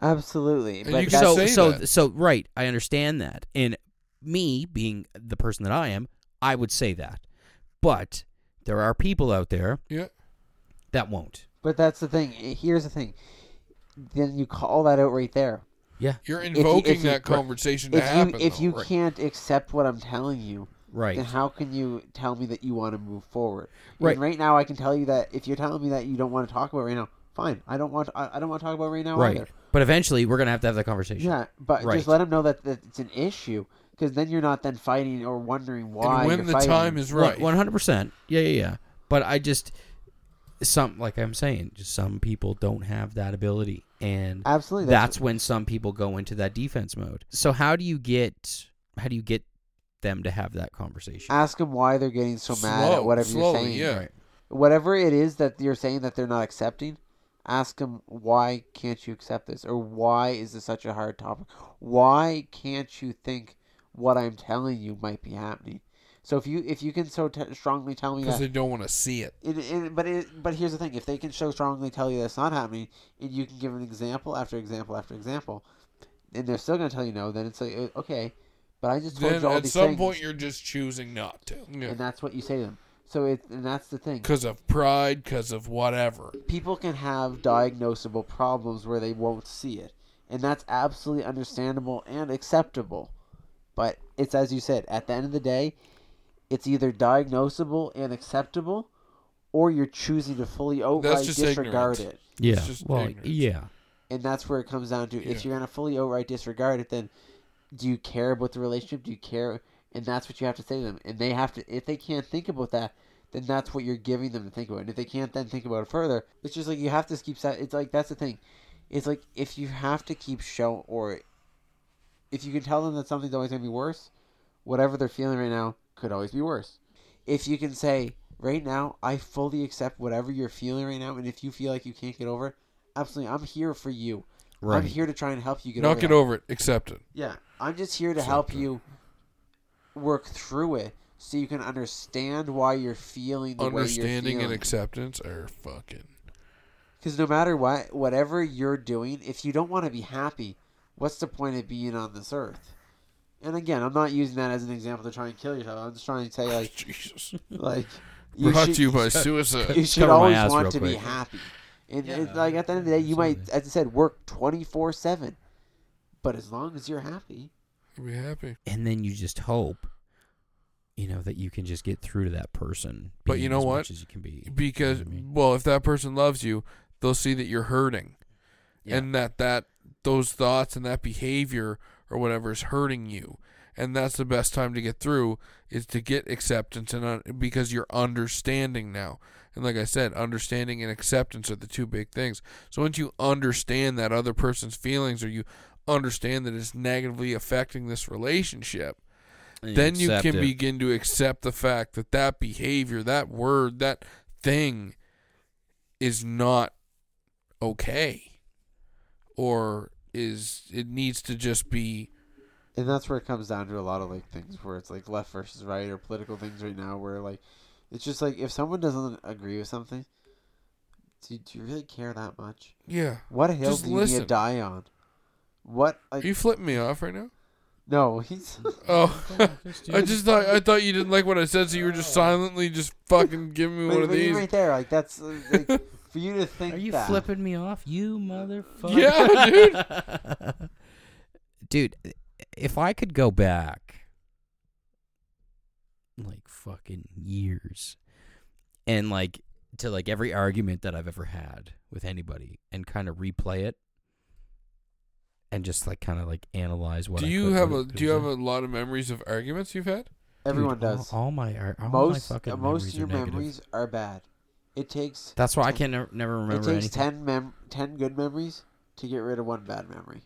[SPEAKER 2] Absolutely.
[SPEAKER 1] And
[SPEAKER 2] but
[SPEAKER 1] you can
[SPEAKER 2] that's-
[SPEAKER 4] so
[SPEAKER 1] say
[SPEAKER 4] so
[SPEAKER 1] that.
[SPEAKER 4] so right i understand that and me being the person that i am i would say that but there are people out there
[SPEAKER 1] yeah
[SPEAKER 4] that won't
[SPEAKER 2] but that's the thing. Eh, Here's the thing. Then you call that out right there.
[SPEAKER 4] yeah
[SPEAKER 1] you're
[SPEAKER 2] you-
[SPEAKER 1] invoking
[SPEAKER 2] if you-
[SPEAKER 1] that conversation
[SPEAKER 2] If
[SPEAKER 1] to
[SPEAKER 2] you
[SPEAKER 1] happen
[SPEAKER 2] if
[SPEAKER 1] though,
[SPEAKER 2] you
[SPEAKER 1] right?
[SPEAKER 2] can't accept what I'm telling you,
[SPEAKER 4] right
[SPEAKER 2] then how can you tell me that you want to move forward?
[SPEAKER 4] Right.
[SPEAKER 2] And right now, I can tell you that if you're telling me that you don't want to talk about it right now, fine. I don't want. I, I don't want to talk about it right now
[SPEAKER 4] right
[SPEAKER 2] either.
[SPEAKER 4] but eventually we're gonna have to have that conversation
[SPEAKER 2] Yeah, but
[SPEAKER 4] Right.
[SPEAKER 2] just let them know that, that it's an issue because then you're not then fighting or wondering why.
[SPEAKER 1] and
[SPEAKER 2] you're
[SPEAKER 1] when the
[SPEAKER 2] fighting.
[SPEAKER 1] time is right
[SPEAKER 4] one hundred percent. Yeah, yeah, yeah. But I just some like I'm saying, just some people don't have that ability, and
[SPEAKER 2] Absolutely,
[SPEAKER 4] that's,
[SPEAKER 2] that's-
[SPEAKER 4] when some people go into that defense mode. So how do you get how do you get them to have that conversation?
[SPEAKER 2] ask them why they're getting so mad
[SPEAKER 1] Slow-
[SPEAKER 2] at whatever
[SPEAKER 1] slowly,
[SPEAKER 2] you're saying.
[SPEAKER 1] yeah
[SPEAKER 4] Right.
[SPEAKER 2] Whatever it is that you're saying that they're not accepting, ask them why can't you accept this or why is this such a hard topic? Why can't you think what I'm telling you might be happening? So if you if you can so t- strongly tell me
[SPEAKER 1] because
[SPEAKER 2] that
[SPEAKER 1] they don't want to see it
[SPEAKER 2] It, it, but it, but here's the thing: if they can so strongly tell you that's not happening, and you can give an example after example after example, and they're still going to tell you no, then it's like uh, okay, but I just told
[SPEAKER 1] then
[SPEAKER 2] you all
[SPEAKER 1] at
[SPEAKER 2] these
[SPEAKER 1] some
[SPEAKER 2] things,
[SPEAKER 1] point you're just choosing not to
[SPEAKER 2] and that's what you say to them. So it, and that's the thing:
[SPEAKER 1] because of pride because of whatever
[SPEAKER 2] people can have diagnosable problems where they won't see it, and that's absolutely understandable and acceptable. But it's as you said: at the end of the day, it's either diagnosable and acceptable, or you're choosing to fully outright
[SPEAKER 1] just ignorance.
[SPEAKER 2] disregard it.
[SPEAKER 4] Yeah.
[SPEAKER 1] just
[SPEAKER 4] well,
[SPEAKER 1] ignorance.
[SPEAKER 4] yeah.
[SPEAKER 2] and that's where it comes down to
[SPEAKER 1] Yeah.
[SPEAKER 2] if you're gonna fully outright disregard it then do you care about the relationship do you care and that's what you have to say to them and they have to if they can't think about that then that's what you're giving them to think about and if they can't then think about it further it's just like you have to keep sa- it's like that's the thing it's like if you have to keep showing or if you can tell them that something's always gonna be worse whatever they're feeling right now could always be worse if you can say right now i fully accept whatever you're feeling right now and if you feel like you can't get over it absolutely i'm here for you I'm
[SPEAKER 4] Right.
[SPEAKER 2] here to try and help you get
[SPEAKER 1] Knock
[SPEAKER 2] over
[SPEAKER 1] it
[SPEAKER 2] that.
[SPEAKER 1] over it. Accept it.
[SPEAKER 2] Yeah, I'm just here to
[SPEAKER 1] Accept
[SPEAKER 2] help
[SPEAKER 1] it.
[SPEAKER 2] you work through it so you can understand why you're feeling the
[SPEAKER 1] Understanding
[SPEAKER 2] way you're
[SPEAKER 1] and
[SPEAKER 2] feeling.
[SPEAKER 1] acceptance are fucking.
[SPEAKER 2] Because no matter what, whatever you're doing, if you don't want to be happy, what's the point of being on this earth? And again, I'm not using that as an example to try and kill yourself. I'm just trying to say,
[SPEAKER 1] [laughs]
[SPEAKER 2] like,
[SPEAKER 1] Jesus.
[SPEAKER 2] like you
[SPEAKER 1] Brought
[SPEAKER 2] should,
[SPEAKER 1] to you
[SPEAKER 2] [laughs]
[SPEAKER 1] by suicide. [laughs]
[SPEAKER 2] you should
[SPEAKER 4] Cover my
[SPEAKER 2] always
[SPEAKER 4] ass
[SPEAKER 2] want
[SPEAKER 4] real
[SPEAKER 2] to be
[SPEAKER 4] quick.
[SPEAKER 2] happy. And,
[SPEAKER 4] Yeah.
[SPEAKER 2] and, like at the end of the day, you might, as I said, work 24 seven. But as long as you're happy,
[SPEAKER 1] Be happy.
[SPEAKER 4] and then you just hope, you know, that you can just get through to that person.
[SPEAKER 1] But you
[SPEAKER 4] being
[SPEAKER 1] know
[SPEAKER 4] as
[SPEAKER 1] what?
[SPEAKER 4] Much as you can be.
[SPEAKER 1] Because
[SPEAKER 4] I mean-
[SPEAKER 1] well, if that person loves you, they'll see that you're hurting,
[SPEAKER 4] Yeah.
[SPEAKER 1] and that that those thoughts and that behavior or whatever is hurting you, and that's the best time to get through is to get acceptance and un- because you're understanding now. And like I said, understanding and acceptance are the two big things. So once you understand that other person's feelings, or you understand that it's negatively affecting this relationship
[SPEAKER 4] And
[SPEAKER 1] then you
[SPEAKER 4] accept
[SPEAKER 1] can
[SPEAKER 4] it.
[SPEAKER 1] begin to accept the fact that that behavior, that word, that thing is not okay or is it needs to just be
[SPEAKER 2] and that's where it comes down to a lot of like things where it's like left versus right or political things right now where like it's just like if someone doesn't agree with something do, do you really care that much
[SPEAKER 1] yeah
[SPEAKER 2] what hill
[SPEAKER 1] Just
[SPEAKER 2] do you need to
[SPEAKER 1] listen.
[SPEAKER 2] die on what
[SPEAKER 1] are
[SPEAKER 2] like
[SPEAKER 1] you flipping me off right now
[SPEAKER 2] no [laughs] he's
[SPEAKER 1] oh [laughs] i just thought i thought you didn't like what i said so you were just silently just fucking giving me
[SPEAKER 2] but,
[SPEAKER 1] one of
[SPEAKER 2] but
[SPEAKER 1] these
[SPEAKER 2] even right there like that's uh, like,
[SPEAKER 1] [laughs]
[SPEAKER 2] for you to think
[SPEAKER 4] Are you
[SPEAKER 2] that
[SPEAKER 4] flipping me off, you motherfucker?
[SPEAKER 1] yeah dude
[SPEAKER 2] [laughs]
[SPEAKER 4] dude, if I could go back like fucking years and like to like every argument that I've ever had with anybody and kind of replay it and just like kind of like analyze what
[SPEAKER 1] do
[SPEAKER 4] I
[SPEAKER 1] you
[SPEAKER 4] could-
[SPEAKER 1] have
[SPEAKER 4] what I
[SPEAKER 1] a
[SPEAKER 4] could
[SPEAKER 1] do you
[SPEAKER 4] have
[SPEAKER 1] have
[SPEAKER 4] done.
[SPEAKER 1] a lot of memories of arguments you've had
[SPEAKER 4] Dude,
[SPEAKER 2] everyone
[SPEAKER 4] all-
[SPEAKER 2] does
[SPEAKER 4] all, my ar- all
[SPEAKER 2] most
[SPEAKER 4] my fucking
[SPEAKER 2] uh,
[SPEAKER 4] memories
[SPEAKER 2] most of
[SPEAKER 4] are
[SPEAKER 2] your
[SPEAKER 4] negative.
[SPEAKER 2] memories are bad it takes
[SPEAKER 4] That's why I can never, never
[SPEAKER 2] it
[SPEAKER 4] remember
[SPEAKER 2] takes
[SPEAKER 4] anything.
[SPEAKER 2] 10 mem- 10 good memories to get rid of one bad memory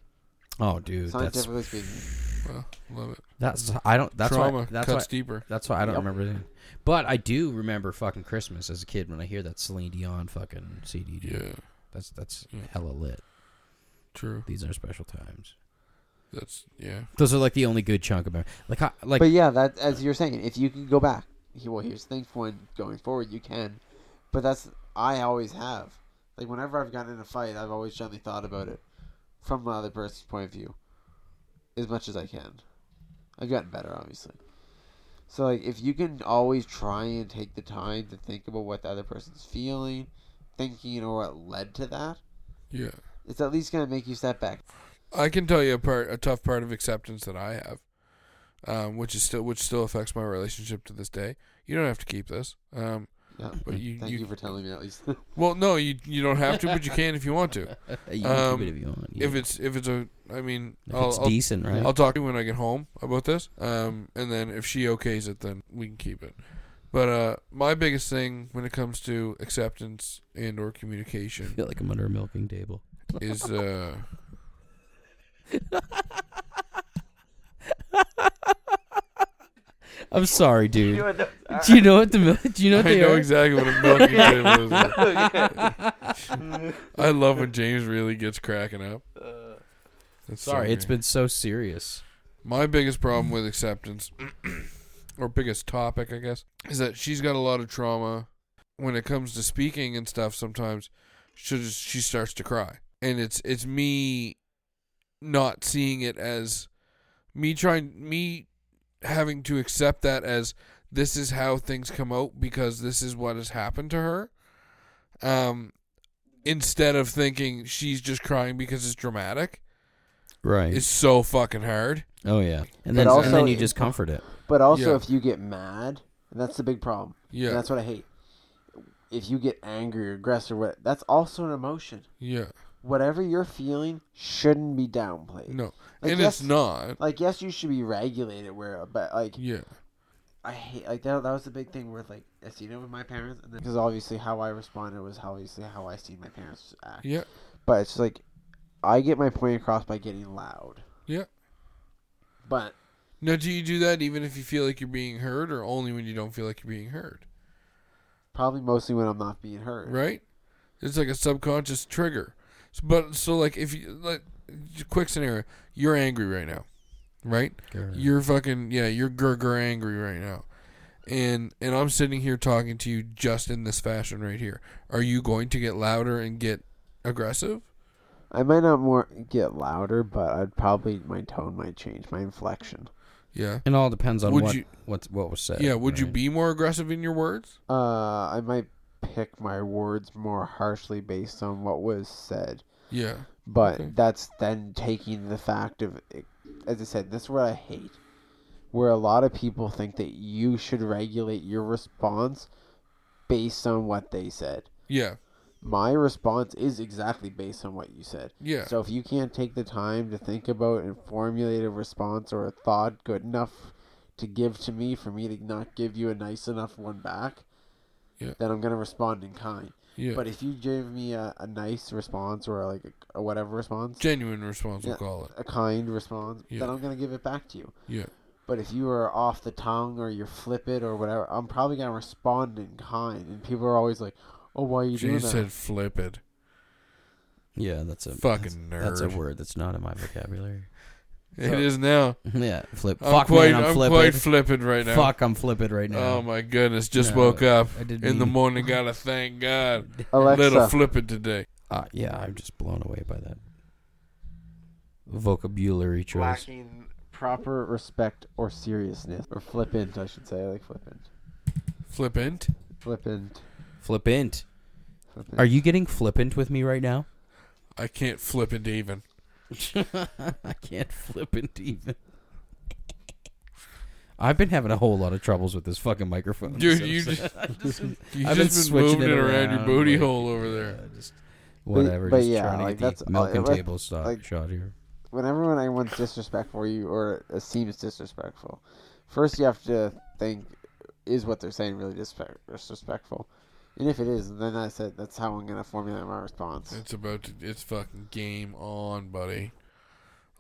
[SPEAKER 4] Oh dude, that's
[SPEAKER 2] scientifically speaking
[SPEAKER 1] well Oh, love it
[SPEAKER 4] that's I don't that's
[SPEAKER 1] trauma
[SPEAKER 4] why that's why
[SPEAKER 1] cuts deeper
[SPEAKER 4] That's why I don't
[SPEAKER 2] Yep.
[SPEAKER 4] remember anything. But I do remember fucking Christmas as a kid when I hear that Celine Dion fucking CD. dude.
[SPEAKER 1] yeah
[SPEAKER 4] That's that's
[SPEAKER 1] Yeah.
[SPEAKER 4] hella lit.
[SPEAKER 1] true
[SPEAKER 4] These are special times.
[SPEAKER 1] that's yeah
[SPEAKER 4] Those are like the only good chunk of memory. Like I, like
[SPEAKER 2] but yeah, that as you're saying, if you can go back, he- well, here's the thing. When going forward, you can. But that's I always have. Like whenever I've gotten in a fight, I've always generally thought about it from the other person's point of view, as much as I can. I've gotten better, obviously. So like, if you can always try and take the time to think about what the other person's feeling, thinking, or what led to that,
[SPEAKER 1] yeah
[SPEAKER 2] it's at least gonna make you step back.
[SPEAKER 1] I can tell you a part, a tough part of acceptance that I have, um, which is still, which still affects my relationship to this day. You don't have to keep this, um,
[SPEAKER 2] Yeah.
[SPEAKER 4] Mm,
[SPEAKER 1] but you,
[SPEAKER 2] Thank
[SPEAKER 1] you,
[SPEAKER 2] you for telling me at least. [laughs]
[SPEAKER 1] well, no, you, you don't have to, but
[SPEAKER 4] [laughs]
[SPEAKER 1] you can if you want to.
[SPEAKER 4] you
[SPEAKER 1] um,
[SPEAKER 4] can keep it if you want. yeah.
[SPEAKER 1] If it's, if it's a, I mean,
[SPEAKER 4] If
[SPEAKER 1] I'll,
[SPEAKER 4] it's
[SPEAKER 1] I'll,
[SPEAKER 4] decent, right?
[SPEAKER 1] I'll talk to you when I get home about this, um, and then if she okays it, then we can keep it. But uh, my biggest thing when it comes to acceptance and or
[SPEAKER 4] I
[SPEAKER 1] communication
[SPEAKER 4] [laughs] feel like I'm under a milking table.
[SPEAKER 1] is uh
[SPEAKER 4] I'm sorry, dude. [laughs] Do you know what the uh, mil- do you know what
[SPEAKER 1] I
[SPEAKER 4] they
[SPEAKER 1] know
[SPEAKER 4] are?
[SPEAKER 1] exactly what a milking table is.
[SPEAKER 4] [laughs]
[SPEAKER 1] I love when James really gets cracking up. That's so
[SPEAKER 4] Sorry, it's
[SPEAKER 1] great.
[SPEAKER 4] been so serious.
[SPEAKER 1] my biggest problem with acceptance, [clears throat] or biggest topic, I guess, is that she's got a lot of trauma when it comes to speaking and stuff. Sometimes she just she starts to cry, and it's it's me not seeing it as me trying me having to accept that as this is how things come out because this is what has happened to her. Um, instead of thinking she's just crying because it's dramatic,
[SPEAKER 4] Right.
[SPEAKER 1] is so fucking hard.
[SPEAKER 4] oh yeah.
[SPEAKER 2] But
[SPEAKER 4] And then
[SPEAKER 2] also
[SPEAKER 4] and then you
[SPEAKER 2] it-
[SPEAKER 4] just comfort it.
[SPEAKER 2] But also,
[SPEAKER 1] Yeah.
[SPEAKER 2] if you get mad, and that's the big problem.
[SPEAKER 1] Yeah,
[SPEAKER 2] And that's what I hate. If you get angry or aggressive, what that's also an emotion.
[SPEAKER 1] yeah,
[SPEAKER 2] Whatever you're feeling shouldn't be downplayed.
[SPEAKER 1] no,
[SPEAKER 2] Like,
[SPEAKER 1] and
[SPEAKER 2] yes,
[SPEAKER 1] it's not.
[SPEAKER 2] Like yes, you should be regulated where, but like
[SPEAKER 1] Yeah,
[SPEAKER 2] I hate like that. That was the big thing with like I seen it with my parents, and because obviously how I responded was obviously how I seen my parents act.
[SPEAKER 1] yeah,
[SPEAKER 2] But it's like I get my point across by getting loud.
[SPEAKER 1] yeah.
[SPEAKER 2] But
[SPEAKER 1] Now, do you do that even if you feel like you're being heard, or only when you don't feel like you're being heard?
[SPEAKER 2] probably mostly when I'm not being heard.
[SPEAKER 1] Right? It's like a subconscious trigger. So, but so like if you like quick scenario, you're angry right now, right? You're fucking yeah, you're gurgur angry right now. And and I'm sitting here talking to you just in this fashion right here. Are you going to get louder and get aggressive?
[SPEAKER 2] I might not more get louder, but I'd probably my tone might change, my inflection.
[SPEAKER 1] Yeah.
[SPEAKER 4] It all depends on
[SPEAKER 1] Would
[SPEAKER 4] what
[SPEAKER 1] you-
[SPEAKER 4] what's what was said.
[SPEAKER 1] Yeah, would you
[SPEAKER 4] right?
[SPEAKER 1] be more aggressive in your words?
[SPEAKER 2] Uh, I might pick my words more harshly based on what was said,
[SPEAKER 1] Yeah.
[SPEAKER 2] but
[SPEAKER 1] Okay.
[SPEAKER 2] that's then taking the fact of, as I said, this is what I hate, where a lot of people think that you should regulate your response based on what they said.
[SPEAKER 1] Yeah.
[SPEAKER 2] My response is exactly based on what you said.
[SPEAKER 1] Yeah.
[SPEAKER 2] So if you can't take the time to think about and formulate a response or a thought good enough to give to me for me to not give you a nice enough one back,
[SPEAKER 1] Yeah.
[SPEAKER 2] then I'm gonna respond in kind.
[SPEAKER 1] yeah.
[SPEAKER 2] But if you give me a, a nice response or like a, a whatever response,
[SPEAKER 1] Genuine response we'll
[SPEAKER 2] Yeah.
[SPEAKER 1] call it.
[SPEAKER 2] a kind response,
[SPEAKER 1] Yeah.
[SPEAKER 2] then I'm gonna give it back to you.
[SPEAKER 1] Yeah.
[SPEAKER 2] But if you are off the tongue or you're flippant or whatever, I'm probably gonna respond in kind. And people are always like, "Oh, why are you
[SPEAKER 1] She
[SPEAKER 2] doing that?"
[SPEAKER 1] said flip it.
[SPEAKER 4] Yeah, that's a
[SPEAKER 1] Fucking
[SPEAKER 4] That's, that's
[SPEAKER 1] nerd.
[SPEAKER 4] a word that's not in my
[SPEAKER 1] [laughs]
[SPEAKER 4] vocabulary.
[SPEAKER 1] It is now.
[SPEAKER 4] yeah, flip.
[SPEAKER 1] I'm
[SPEAKER 4] Fuck
[SPEAKER 1] quite
[SPEAKER 4] man, I'm,
[SPEAKER 1] I'm
[SPEAKER 4] flipping.
[SPEAKER 1] quite flippant right now.
[SPEAKER 4] Fuck, I'm flipping right now.
[SPEAKER 1] Oh my goodness! Just
[SPEAKER 4] No,
[SPEAKER 1] woke up
[SPEAKER 4] I didn't
[SPEAKER 1] in the
[SPEAKER 4] mean-
[SPEAKER 1] morning. Gotta thank God.
[SPEAKER 2] Alexa,
[SPEAKER 1] Little flippant today.
[SPEAKER 4] Uh, yeah, I'm just blown away by that vocabulary choice.
[SPEAKER 2] lacking proper respect or seriousness or flippant i should say I like flippant
[SPEAKER 1] Flippant.
[SPEAKER 2] flippant,
[SPEAKER 4] Flippant.
[SPEAKER 2] flippant.
[SPEAKER 4] Are you getting flippant with me
[SPEAKER 1] [laughs]
[SPEAKER 4] right now?
[SPEAKER 1] I can't flippant even.
[SPEAKER 4] I can't flippant even. I've been having a whole lot of troubles with this fucking microphone.
[SPEAKER 1] Dude,
[SPEAKER 4] this
[SPEAKER 1] you
[SPEAKER 4] episode.
[SPEAKER 1] just-
[SPEAKER 4] [laughs] I've just been,
[SPEAKER 1] You've
[SPEAKER 4] I've been
[SPEAKER 1] just been,
[SPEAKER 4] switching
[SPEAKER 1] moving it
[SPEAKER 4] it
[SPEAKER 1] around, your booty
[SPEAKER 4] like,
[SPEAKER 1] hole over there.
[SPEAKER 4] uh, just
[SPEAKER 2] But-
[SPEAKER 4] whatever.
[SPEAKER 2] but
[SPEAKER 4] just
[SPEAKER 2] yeah,
[SPEAKER 4] trying to
[SPEAKER 2] like,
[SPEAKER 4] get
[SPEAKER 2] that's- uh,
[SPEAKER 4] the milk and
[SPEAKER 2] like-
[SPEAKER 4] table shot,
[SPEAKER 2] like-
[SPEAKER 4] shot here.
[SPEAKER 2] when everyone anyone's disrespectful you or it seems disrespectful first you have to think is what they're saying really disrespect- disrespectful and if it is then that's it that's how i'm going to formulate my response
[SPEAKER 1] It's about to. It's fucking game on, buddy.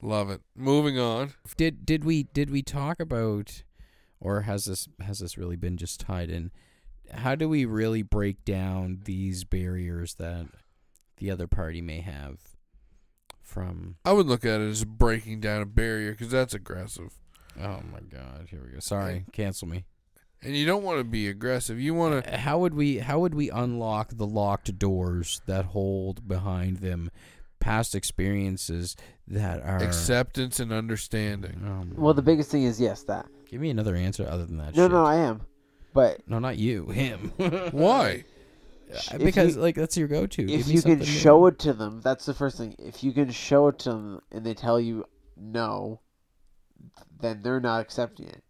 [SPEAKER 1] Love it. Moving on.
[SPEAKER 4] did did we did we talk about or has this has this really been just tied in how do we really break down these barriers that the other party may have from
[SPEAKER 1] I would look at it as breaking down a barrier because that's aggressive,
[SPEAKER 4] oh my god here we go sorry cancel me
[SPEAKER 1] and you don't want to be aggressive. You want to.
[SPEAKER 4] [laughs] how would we how would we unlock the locked doors that hold behind them past experiences that are
[SPEAKER 1] Acceptance and understanding.
[SPEAKER 4] Oh my-
[SPEAKER 2] well the biggest thing is yes that
[SPEAKER 4] give me another answer other than that
[SPEAKER 2] no
[SPEAKER 4] shit.
[SPEAKER 2] no i am but
[SPEAKER 4] no not you
[SPEAKER 2] [laughs]
[SPEAKER 4] him [laughs]
[SPEAKER 1] Why?
[SPEAKER 4] Uh,
[SPEAKER 2] If
[SPEAKER 4] because
[SPEAKER 2] you-
[SPEAKER 4] like that's your go-to. Give
[SPEAKER 2] if
[SPEAKER 4] me
[SPEAKER 2] you can
[SPEAKER 4] something
[SPEAKER 2] show
[SPEAKER 4] new.
[SPEAKER 2] it to them that's the first thing if you can show it to them and they tell you no then they're not accepting it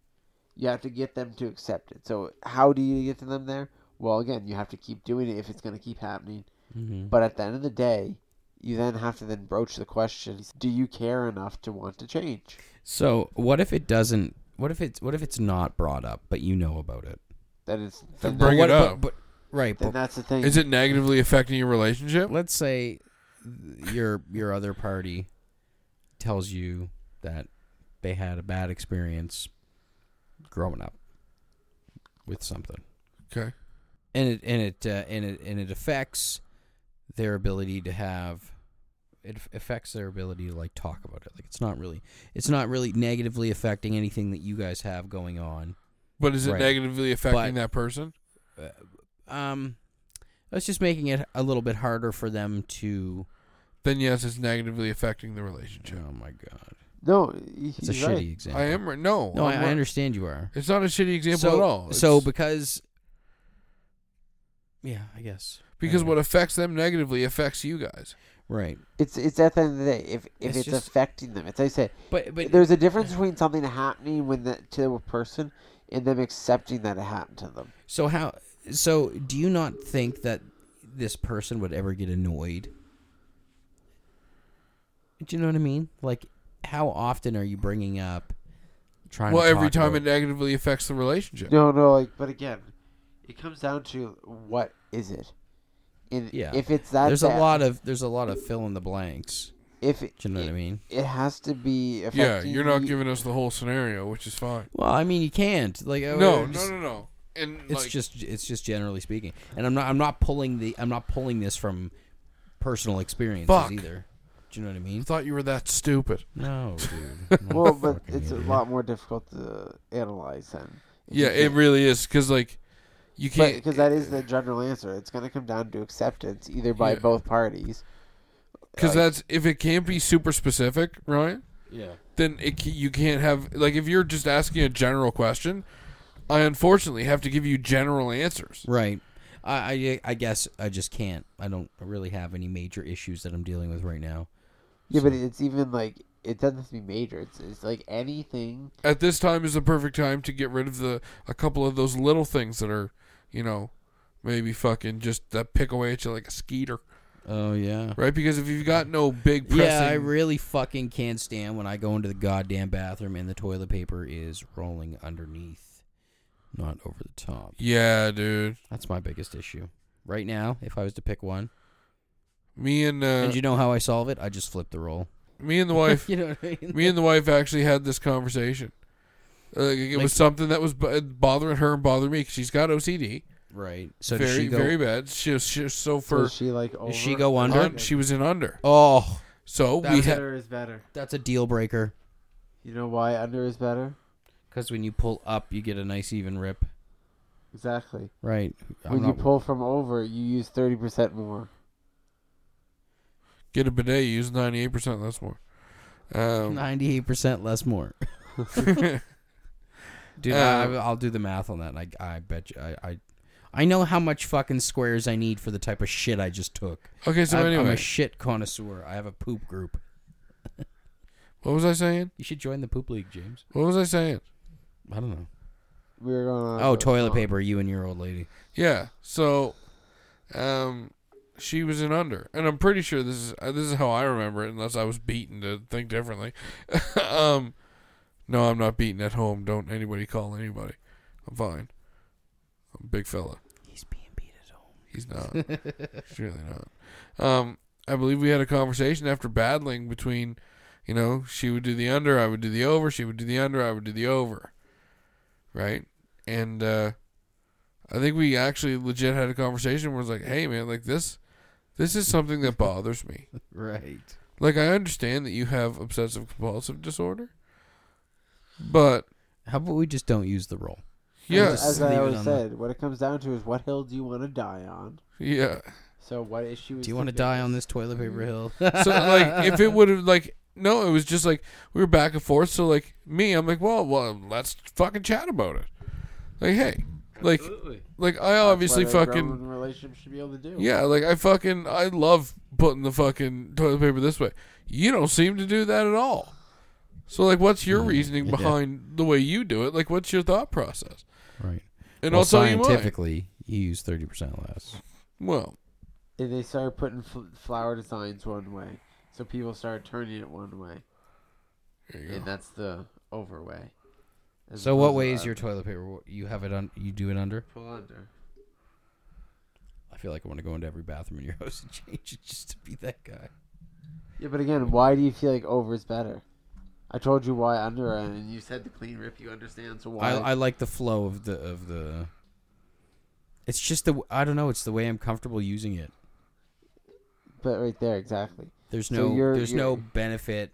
[SPEAKER 2] you have to get them to accept it so how do you get to them there well again you have to keep doing it if it's going to keep happening
[SPEAKER 4] Mhm.
[SPEAKER 2] but at the end of the day you then have to then broach the question do you care enough to want to change
[SPEAKER 4] So what if it doesn't? What if it's what if it's not brought up, but you know about it?
[SPEAKER 2] then it's
[SPEAKER 1] Then
[SPEAKER 2] then,
[SPEAKER 1] bring
[SPEAKER 4] But
[SPEAKER 1] it
[SPEAKER 4] what-
[SPEAKER 1] up.
[SPEAKER 4] but, but right.
[SPEAKER 2] then
[SPEAKER 4] But
[SPEAKER 2] that's the thing
[SPEAKER 1] Is it negatively affecting your relationship?
[SPEAKER 4] let's say th- your your other party tells you that they had a bad experience growing up with something,
[SPEAKER 1] Okay.
[SPEAKER 4] and it and it uh, and it and it affects their ability to have. It aff- affects their ability to like talk about it. Like it's not really, it's not really negatively affecting anything that you guys have going on.
[SPEAKER 1] But is it
[SPEAKER 4] Right.
[SPEAKER 1] negatively affecting
[SPEAKER 4] But-
[SPEAKER 1] that person?
[SPEAKER 4] um that's just making it a little bit harder for them to
[SPEAKER 1] Then yes, it's negatively affecting the relationship.
[SPEAKER 4] oh my god
[SPEAKER 2] no
[SPEAKER 4] it's
[SPEAKER 2] he's
[SPEAKER 4] a
[SPEAKER 2] right.
[SPEAKER 4] shitty example
[SPEAKER 1] I am right. No,
[SPEAKER 4] no i,
[SPEAKER 1] I'm
[SPEAKER 4] I
[SPEAKER 1] right.
[SPEAKER 4] understand you are
[SPEAKER 1] It's not a shitty example
[SPEAKER 4] so,
[SPEAKER 1] at all.
[SPEAKER 4] so
[SPEAKER 1] It's-
[SPEAKER 4] because yeah i guess
[SPEAKER 1] because
[SPEAKER 4] Alright.
[SPEAKER 1] what affects them negatively affects you guys.
[SPEAKER 4] right
[SPEAKER 2] it's it's at the end of the day if if
[SPEAKER 4] It's
[SPEAKER 2] it's,
[SPEAKER 4] just-
[SPEAKER 2] affecting them it's like i said
[SPEAKER 4] but but
[SPEAKER 2] there's a difference between something happening when the, to a person and them accepting that it happened to them.
[SPEAKER 4] so how so do you not think that this person would ever get annoyed do you know what i mean like how often are you bringing up trying
[SPEAKER 1] Well,
[SPEAKER 4] to
[SPEAKER 1] every
[SPEAKER 4] talk
[SPEAKER 1] time it
[SPEAKER 4] about,
[SPEAKER 1] negatively affects the relationship.
[SPEAKER 2] No, no, like, but again, it comes down to what is it? And
[SPEAKER 4] Yeah.
[SPEAKER 2] if it's that,
[SPEAKER 4] there's a
[SPEAKER 2] bad-
[SPEAKER 4] lot of there's a lot of fill in the blanks
[SPEAKER 2] If it,
[SPEAKER 4] Do you know what I mean?
[SPEAKER 2] It has to be. Affecting
[SPEAKER 1] yeah, you're not
[SPEAKER 2] you-
[SPEAKER 1] giving us the whole scenario, which is fine.
[SPEAKER 4] Well, I mean, you can't. Like, I-
[SPEAKER 1] No,
[SPEAKER 4] I'm
[SPEAKER 1] no,
[SPEAKER 4] just-
[SPEAKER 1] no, no. And
[SPEAKER 4] It's
[SPEAKER 1] like,
[SPEAKER 4] just, it's just generally speaking, and I'm not, I'm not pulling the, I'm not pulling this from personal experiences
[SPEAKER 1] Fuck.
[SPEAKER 4] either. Do you know what
[SPEAKER 1] I
[SPEAKER 4] I mean?
[SPEAKER 1] thought you were that stupid.
[SPEAKER 4] No,
[SPEAKER 2] [laughs]
[SPEAKER 4] dude.
[SPEAKER 2] Well, but it's a lot more difficult to analyze then.
[SPEAKER 1] Yeah, it really is because like you can't.
[SPEAKER 2] because that is the general answer. It's going to come down to acceptance, either by
[SPEAKER 1] Yeah.
[SPEAKER 2] both parties.
[SPEAKER 1] Because
[SPEAKER 2] like-
[SPEAKER 1] that's if it can't be super specific, right?
[SPEAKER 4] Yeah.
[SPEAKER 1] Then it ca- you can't have like if you're just asking a general question. I unfortunately have to give you general answers.
[SPEAKER 4] Right. I, I I guess I just can't. I don't really have any major issues that I'm dealing with right now.
[SPEAKER 2] Yeah, but it's even like it doesn't have to be major. It's it's like anything.
[SPEAKER 1] At this time is the perfect time to get rid of the a couple of those little things that are, you know, maybe fucking just that pick away at you like a skeeter,
[SPEAKER 4] Oh yeah.
[SPEAKER 1] right? Because if you've got no big pressing,
[SPEAKER 4] Yeah, I really fucking can't stand when I go into the goddamn bathroom and the toilet paper is rolling underneath, not over the top.
[SPEAKER 1] yeah, dude.
[SPEAKER 4] That's my biggest issue. Right now, if I was to pick one,
[SPEAKER 1] Me and uh,
[SPEAKER 4] and you know how I solve it, I just flip the roll.
[SPEAKER 1] me and the
[SPEAKER 4] [laughs]
[SPEAKER 1] wife
[SPEAKER 4] you know what I mean?
[SPEAKER 1] me and the wife actually had this conversation. Like, it
[SPEAKER 4] Like-
[SPEAKER 1] was something that was bo- bothering her and bothering me 'cause she's got OCD,
[SPEAKER 4] Right. So does
[SPEAKER 1] very
[SPEAKER 4] she go?
[SPEAKER 1] very bad. She was, she was so
[SPEAKER 2] So
[SPEAKER 1] for
[SPEAKER 2] is she like over,
[SPEAKER 4] does she go under?
[SPEAKER 1] un- she was in under.
[SPEAKER 4] Oh,
[SPEAKER 1] So
[SPEAKER 4] That
[SPEAKER 1] we
[SPEAKER 4] was
[SPEAKER 1] had
[SPEAKER 2] Under is better.
[SPEAKER 4] that's a deal breaker.
[SPEAKER 2] You know why under is better?
[SPEAKER 4] Because when you pull up, you get a nice even rip.
[SPEAKER 2] Exactly.
[SPEAKER 4] Right. I'm
[SPEAKER 2] when you
[SPEAKER 4] not-
[SPEAKER 2] pull from over, you use thirty percent more.
[SPEAKER 1] get a bidet. You use ninety eight percent less more. Um, [laughs]
[SPEAKER 4] [laughs] 98% less more. [laughs] Dude, I,
[SPEAKER 1] Uh,
[SPEAKER 4] I'll do the math on that. And I, I bet you. I, I, I know how much fucking squares I need for the type of shit I just took.
[SPEAKER 1] okay, so
[SPEAKER 4] I'm, I'm
[SPEAKER 1] anyway,
[SPEAKER 4] a shit connoisseur. I have a poop group.
[SPEAKER 1] what was I saying?
[SPEAKER 4] You should join the poop league, James.
[SPEAKER 1] What was I saying?
[SPEAKER 4] I don't know.
[SPEAKER 2] We were going on.
[SPEAKER 4] Oh, toilet paper, you and your old lady.
[SPEAKER 1] Yeah. So, um, she was in under, and I'm pretty sure this is uh, this is how I remember it, unless I was beaten to think differently. [laughs] um, no, I'm not beaten at home. Don't anybody call anybody. I'm fine. I'm a big fella.
[SPEAKER 4] He's being beat at home.
[SPEAKER 1] He's not.
[SPEAKER 2] [laughs]
[SPEAKER 4] [laughs]
[SPEAKER 1] He's really not. Um, I believe we had a conversation after battling between, you know, she would do the under, I would do the over, she would do the under, I would do the over. Right? And uh, I think we actually legit had a conversation where it's like, hey man, like this this is something that bothers me.
[SPEAKER 4] Right.
[SPEAKER 1] Like I understand that you have obsessive compulsive disorder. But
[SPEAKER 4] How about we just don't use the roll?
[SPEAKER 1] yeah,
[SPEAKER 4] just-
[SPEAKER 2] As
[SPEAKER 4] Leave
[SPEAKER 2] I
[SPEAKER 4] it
[SPEAKER 2] always
[SPEAKER 4] on the-
[SPEAKER 2] said, what it comes down to is what hill do you want to die on.
[SPEAKER 1] yeah.
[SPEAKER 2] So what issue? Is
[SPEAKER 4] Do you want to
[SPEAKER 2] the
[SPEAKER 4] die
[SPEAKER 2] biggest?
[SPEAKER 4] on this toilet paper hill? [laughs]
[SPEAKER 1] So like, if it would have like, no, it was just like we were back and forth. So like me, I'm like, well, well, let's fucking chat about it. Like, hey, like, like I
[SPEAKER 2] That's
[SPEAKER 1] obviously
[SPEAKER 2] what a
[SPEAKER 1] fucking
[SPEAKER 2] grown relationship should be able to do.
[SPEAKER 1] yeah, like I fucking I love putting the fucking toilet paper this way. You don't seem to do that at all. So like, what's your reasoning
[SPEAKER 4] Mm, yeah.
[SPEAKER 1] behind the way you do it? Like, what's your thought process?
[SPEAKER 4] right.
[SPEAKER 1] And
[SPEAKER 4] well,
[SPEAKER 1] I'll tell you mine.
[SPEAKER 4] scientifically, you use 30% less.
[SPEAKER 1] Well,
[SPEAKER 2] And they started putting fl- flower designs one way, so people started turning it one way,
[SPEAKER 1] there you
[SPEAKER 2] and
[SPEAKER 1] go.
[SPEAKER 2] that's the over way. As
[SPEAKER 4] So what
[SPEAKER 2] opposed
[SPEAKER 4] way
[SPEAKER 2] to
[SPEAKER 4] is
[SPEAKER 2] up,
[SPEAKER 4] your toilet paper? What- You have it on. You do it under.
[SPEAKER 2] pull under?
[SPEAKER 4] I feel like I want to go into every bathroom in your [laughs] house and change it just to be that guy.
[SPEAKER 2] Yeah, but again, why do you feel like over is better? I told you why under, and you said the clean rip. You understand, so why?
[SPEAKER 4] I, I like the flow of the of the. It's just the I don't know. It's the way I'm comfortable using it.
[SPEAKER 2] but right there, exactly.
[SPEAKER 4] There's
[SPEAKER 2] So
[SPEAKER 4] no
[SPEAKER 2] you're-
[SPEAKER 4] there's no
[SPEAKER 2] you're-
[SPEAKER 4] benefit.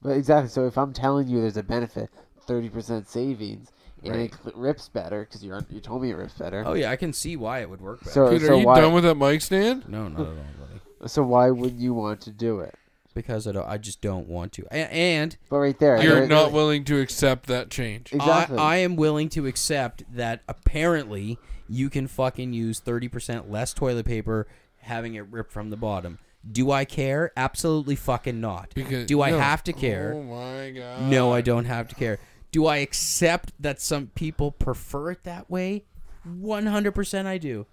[SPEAKER 2] But exactly. So if I'm telling you there's a benefit, thirty percent savings, and
[SPEAKER 4] Right.
[SPEAKER 2] it cl- rips better because you you told me it rips better.
[SPEAKER 4] Oh yeah, I can see why it would work. Better.
[SPEAKER 2] so
[SPEAKER 1] Dude,
[SPEAKER 2] so
[SPEAKER 1] are you
[SPEAKER 2] why
[SPEAKER 1] done with that mic stand?
[SPEAKER 4] no, not at all, buddy.
[SPEAKER 2] so why would you want to do it?
[SPEAKER 4] Because I don't, I just don't want to. And, and
[SPEAKER 2] But right there,
[SPEAKER 1] You're
[SPEAKER 2] there-
[SPEAKER 1] not willing to accept that change.
[SPEAKER 2] exactly.
[SPEAKER 4] I, I am willing to accept that apparently you can fucking use 30% less toilet paper having it ripped from the bottom. Do I care? Absolutely fucking not.
[SPEAKER 1] Because
[SPEAKER 4] Do I
[SPEAKER 1] no.
[SPEAKER 4] have to care?
[SPEAKER 1] Oh my god.
[SPEAKER 4] No, I don't have to care. Do I accept that some people prefer it that way? 100% I do.